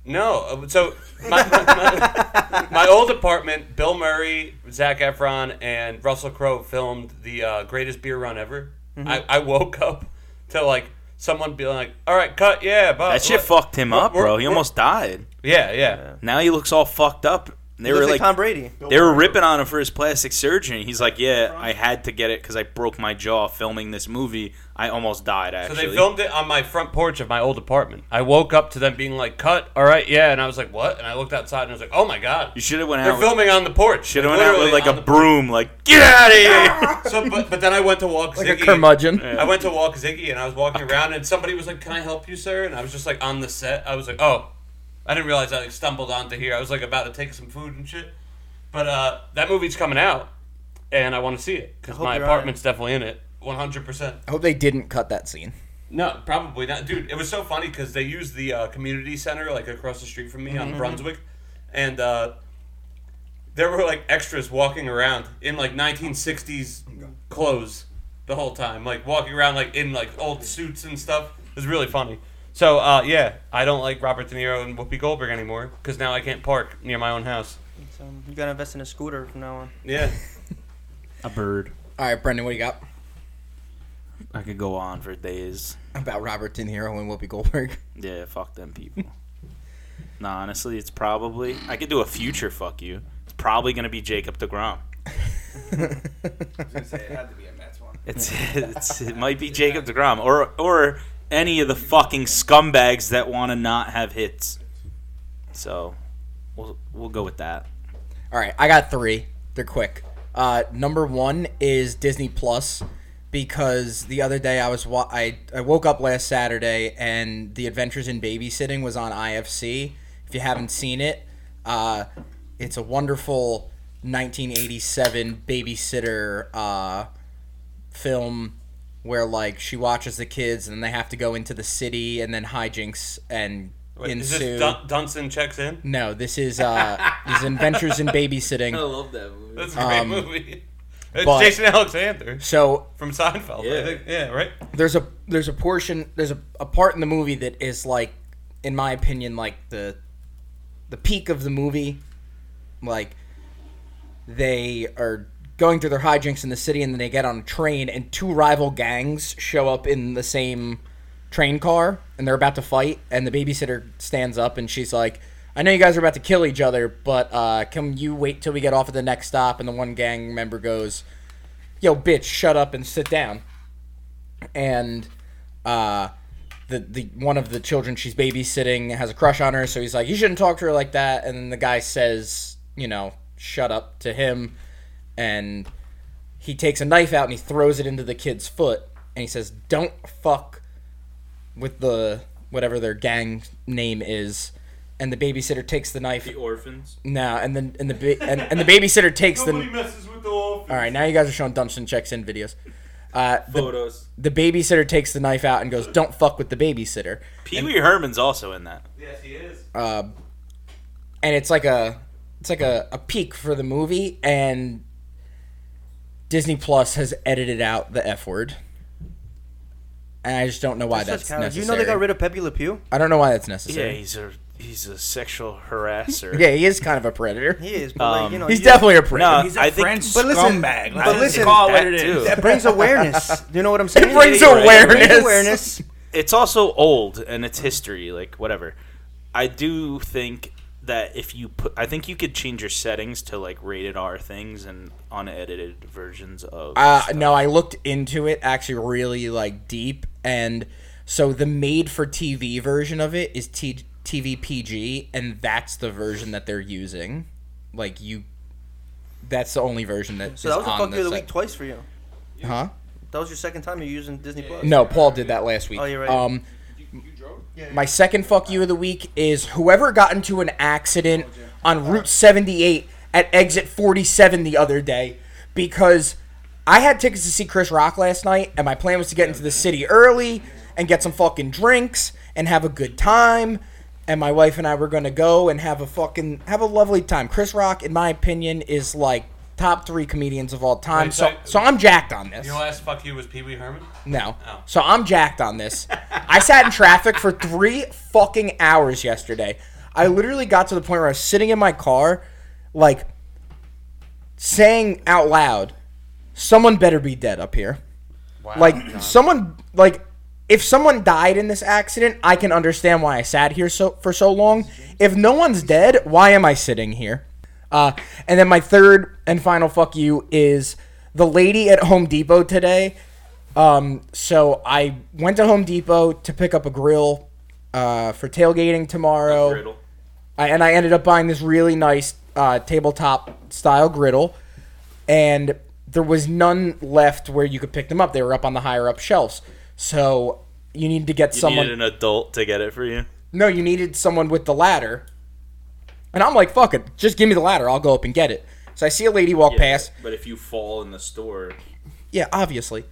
Speaker 4: No, uh, so my, my, my old apartment, Bill Murray, Zach Efron, and Russell Crowe filmed the uh, greatest beer run ever. I, I woke up to like someone being like, "All right, cut, yeah, but
Speaker 2: that shit
Speaker 4: what-
Speaker 2: fucked him
Speaker 4: we're-
Speaker 2: up, bro.
Speaker 4: we're-
Speaker 2: He
Speaker 4: we're-
Speaker 2: almost died.
Speaker 4: Yeah, yeah,
Speaker 2: Now he looks all fucked up. They
Speaker 5: He
Speaker 2: were
Speaker 5: looks like
Speaker 2: like,
Speaker 5: Tom Brady.
Speaker 2: they were ripping on him for his plastic surgery. He's like, yeah, I had to get it because I broke my jaw filming this movie. I almost died.
Speaker 4: So
Speaker 2: Actually,
Speaker 4: they filmed it on my front porch of my old apartment. I woke up to them being like, "Cut, all right, yeah," and I was like, "What?" And I looked outside and I was like, "Oh my god."
Speaker 2: you should have went
Speaker 4: They're
Speaker 2: out. With,
Speaker 4: filming on the porch.
Speaker 2: should have went out with
Speaker 4: literally
Speaker 2: like
Speaker 4: on
Speaker 2: a
Speaker 4: the-
Speaker 2: broom. Like, get out of here.
Speaker 4: So, but, but then I went to walk
Speaker 1: Like a
Speaker 4: Ziggy.
Speaker 1: curmudgeon.
Speaker 4: I went to walk Ziggy and I was walking around and somebody was like, "Can I help you, sir?" And I was just like on the set. I was like, "Oh, I didn't realize I like, stumbled onto here." I was like about to take some food and shit. But uh, that movie's coming out, and I want to see it because
Speaker 5: hope
Speaker 4: my
Speaker 5: you're
Speaker 4: apartment's definitely in it, one hundred percent.
Speaker 1: I hope they didn't cut that scene.
Speaker 4: No, probably not, dude. It was so funny because they used the uh, community center like across the street from me on Brunswick, and uh, there were like extras walking around in like 1960s clothes the whole time, like walking around like in like old suits and stuff. It was really funny. So uh, yeah, I don't like Robert De Niro and Whoopi Goldberg anymore because now I can't park near my own house.
Speaker 5: So you gotta invest in a scooter from now on.
Speaker 4: Yeah,
Speaker 2: A bird.
Speaker 1: All right, Brendan, what you got
Speaker 2: I could go on for days.
Speaker 1: about Robert De Niro and Whoopi Goldberg?
Speaker 2: Yeah, fuck them people. nah, honestly, it's probably I could do a future fuck you. It's probably gonna be Jacob Degrom.
Speaker 6: I was gonna say it had to be a Mets one.
Speaker 2: It's, it's it might be Jacob Degrom or or any of the fucking scumbags that want to not have hits. So we'll we'll go with that.
Speaker 1: All right, I got three. They're quick. Uh, number one is Disney Plus because the other day I was wa- I I woke up last Saturday and The Adventures in Babysitting was on IFC. If you haven't seen it, uh, it's a wonderful 1987 babysitter uh, film where like she watches the kids and then they have to go into the city and then hijinks and
Speaker 4: Wait, is
Speaker 1: ensue.
Speaker 4: this Dun- Dunstan checks in?
Speaker 1: no, this is uh, this is Adventures in Babysitting.
Speaker 4: Oh,
Speaker 8: I love that movie.
Speaker 4: That's a great
Speaker 1: Um,
Speaker 4: movie. It's
Speaker 1: but-
Speaker 4: Jason Alexander
Speaker 1: So
Speaker 4: from Seinfeld. Yeah,
Speaker 8: Yeah.
Speaker 4: think, yeah right.
Speaker 1: there's a there's a portion there's a, a part in the movie that is like in my opinion like the the peak of the movie like they are going through their hijinks in the city and then they get on a train and two rival gangs show up in the same train car and they're about to fight and the babysitter stands up and she's like i know you guys are about to kill each other but uh, can you wait till we get off at the next stop and the one gang member goes yo bitch shut up and sit down and uh, the the one of the children she's babysitting has a crush on her, so he's like, "You shouldn't talk to her like that." And then the guy says, "You know, shut up" to him, and he takes a knife out and he throws it into the kid's foot, and he says, "Don't fuck with the whatever their gang name is." And the babysitter takes the knife.
Speaker 2: The orphans.
Speaker 1: No, and then and the ba- and, and the babysitter takes the. All
Speaker 4: messes with the wolf.
Speaker 1: right, now you guys are showing Dunstan checks in videos. Uh, the
Speaker 8: Photos.
Speaker 1: the babysitter takes the knife out and goes, "Don't fuck with the babysitter."
Speaker 2: Pee Wee Herman's also in that.
Speaker 4: Yes, he is.
Speaker 1: And it's like a it's like a, a peak for the movie and Disney Plus has edited out the F word. And I just don't
Speaker 2: Ah,
Speaker 1: know why that's, necessary.
Speaker 5: You know they got rid of Pepe Le Pew.
Speaker 1: I don't know why that's
Speaker 2: Yeah,
Speaker 1: necessary.
Speaker 2: he's a he's a sexual harasser.
Speaker 1: Yeah, he is kind of a predator.
Speaker 5: He is, but like, you
Speaker 2: Um,
Speaker 5: know,
Speaker 1: He's
Speaker 5: you-
Speaker 1: definitely a predator.
Speaker 2: No, I think
Speaker 6: French
Speaker 5: But listen-
Speaker 6: scumbag.
Speaker 5: but
Speaker 6: Let's
Speaker 5: listen-
Speaker 6: call it what it
Speaker 2: that,
Speaker 6: is.
Speaker 2: too.
Speaker 5: that brings awareness. you know what I'm saying?
Speaker 1: It brings
Speaker 2: Right.
Speaker 1: awareness.
Speaker 5: Brings awareness.
Speaker 2: it's also old and it's history, like whatever. I do think that if you put, I think you could change your settings to like rated R things and unedited versions of.
Speaker 1: Uh,
Speaker 2: stuff.
Speaker 1: no, I looked into it actually really like deep, and so the made-for-TV version of it is T- TVPG, and that's the version that they're using. Like you, that's the only version that.
Speaker 5: So that
Speaker 1: is
Speaker 5: was a
Speaker 1: on
Speaker 5: fuck you of the
Speaker 1: site.
Speaker 5: week twice for you.
Speaker 1: huh?
Speaker 5: That was your second time you're using Disney Plus.
Speaker 1: No, Paul did that last week.
Speaker 5: Oh, you're right.
Speaker 1: Um, my second fuck you of the week is whoever got into an accident
Speaker 4: Oh,
Speaker 1: on Route 78 at exit 47 the other day because I had tickets to see Chris Rock last night, and my plan was to get into the city early and get some fucking drinks and have a good time. And my wife and I were gonna go and have a fucking have a lovely time. Chris Rock, in my opinion, is like top three comedians of all time.
Speaker 4: Wait,
Speaker 1: So,
Speaker 4: so-
Speaker 1: so I'm jacked on this.
Speaker 4: Your last fuck you was Pee Wee Herman.
Speaker 1: No.
Speaker 4: Oh.
Speaker 1: So I'm jacked on this. I sat in traffic for three fucking hours yesterday. I literally got to the point where I was sitting in my car, like, saying out loud, someone better be dead up here. Like, someone, like, if someone died in this accident, I can understand why I sat here so for so long. If no one's dead, why am I sitting here? Uh, and then my third and final fuck you is the lady at Home Depot today. Um, so I went to Home Depot to pick up a grill uh, for tailgating tomorrow.
Speaker 2: Griddle.
Speaker 1: I, and I ended up buying this really nice uh, tabletop style griddle, and there was none left where you could pick them up. They were up on the higher up shelves, so you needed to get
Speaker 2: You
Speaker 1: someone.
Speaker 2: needed an adult to get it for you.
Speaker 1: No, you needed someone with the ladder. And I'm like, fuck it, just give me the ladder. I'll go up and get it. So I see a lady walk past.
Speaker 2: But if you fall in the store,
Speaker 1: Yeah, obviously.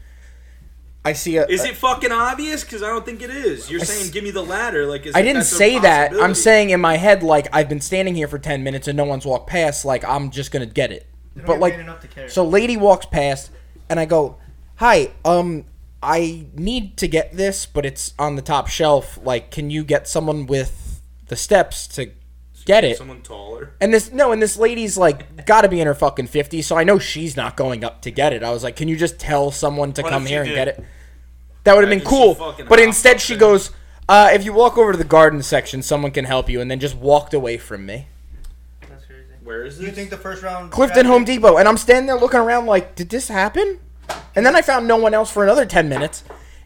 Speaker 1: I see a.
Speaker 8: Is it fucking obvious? Because I don't think it is. You're saying give me the ladder. Like is
Speaker 1: I
Speaker 8: it-
Speaker 1: didn't
Speaker 8: that's a
Speaker 1: say that. I'm
Speaker 8: possibility.
Speaker 1: saying in my head, like I've been standing here for ten minutes and no one's walked past. Like I'm just gonna get it. But
Speaker 5: get
Speaker 1: like,
Speaker 5: paid enough to care.
Speaker 1: so lady walks past, and I go, "Hi, um, I need to get this, but it's on the top shelf. Like, can you get someone with the steps to get it?"
Speaker 2: someone taller.
Speaker 1: And this no, and this lady's like got to be in her fucking 50s, so I know she's not going up to get it. I was like, "Can you just tell someone to
Speaker 4: What
Speaker 1: come
Speaker 4: if
Speaker 1: here
Speaker 4: she
Speaker 1: and
Speaker 4: did?
Speaker 1: get it?" That would have been
Speaker 2: Imagine she
Speaker 1: cool.
Speaker 2: fucking
Speaker 1: But
Speaker 2: hopped
Speaker 1: instead
Speaker 2: up
Speaker 1: she
Speaker 2: there.
Speaker 1: goes, uh, if you walk over to the garden section, someone can help you and then just walked away from me.
Speaker 5: That's crazy.
Speaker 2: Where is
Speaker 5: Do you
Speaker 2: it?
Speaker 5: think the first round?
Speaker 1: Clifton Home Depot and I'm standing there looking around like, "Did this happen?" And then I found no one else for another 10 minutes.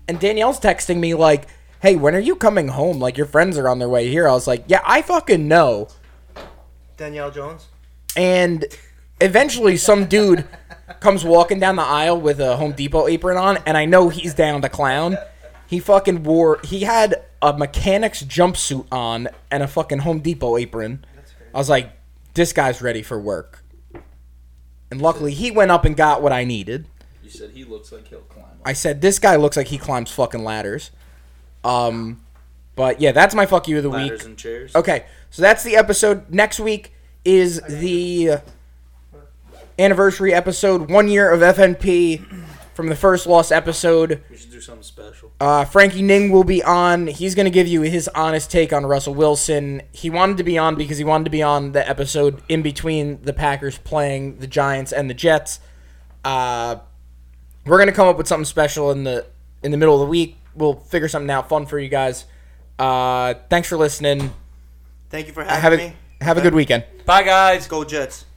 Speaker 1: And Danielle's texting me like, hey, when are you coming home? Like, your friends are on their way here. I was like, yeah, I fucking know.
Speaker 5: Danielle Jones.
Speaker 1: And eventually, some dude comes walking down the aisle with a Home Depot apron on, and I know he's down to clown. He fucking wore, he had a mechanic's jumpsuit on and a fucking Home Depot apron. I was like, this guy's ready for work. And luckily, he went up and got what I needed.
Speaker 8: You said he looks like he'll climb.
Speaker 1: I said this guy looks like he climbs fucking ladders. Um, but yeah, that's my fuck you of the
Speaker 2: Ladders
Speaker 1: week.
Speaker 2: and chairs.
Speaker 1: Okay, so that's the episode. Next week is the anniversary episode, one year of FNP from the first loss episode.
Speaker 8: We should do something special.
Speaker 1: Uh, Frankie Ning will be on. He's going to give you his honest take on Russell Wilson. He wanted to be on because he wanted to be on the episode in between the Packers playing the Giants and the Jets. Uh, we're going to come up with something special in the in the middle of the week. We'll figure something out fun for you guys. Uh, thanks for listening.
Speaker 5: Thank you for having
Speaker 1: Have
Speaker 5: me.
Speaker 1: a, have a good weekend.
Speaker 5: Bye, guys. Go Jets.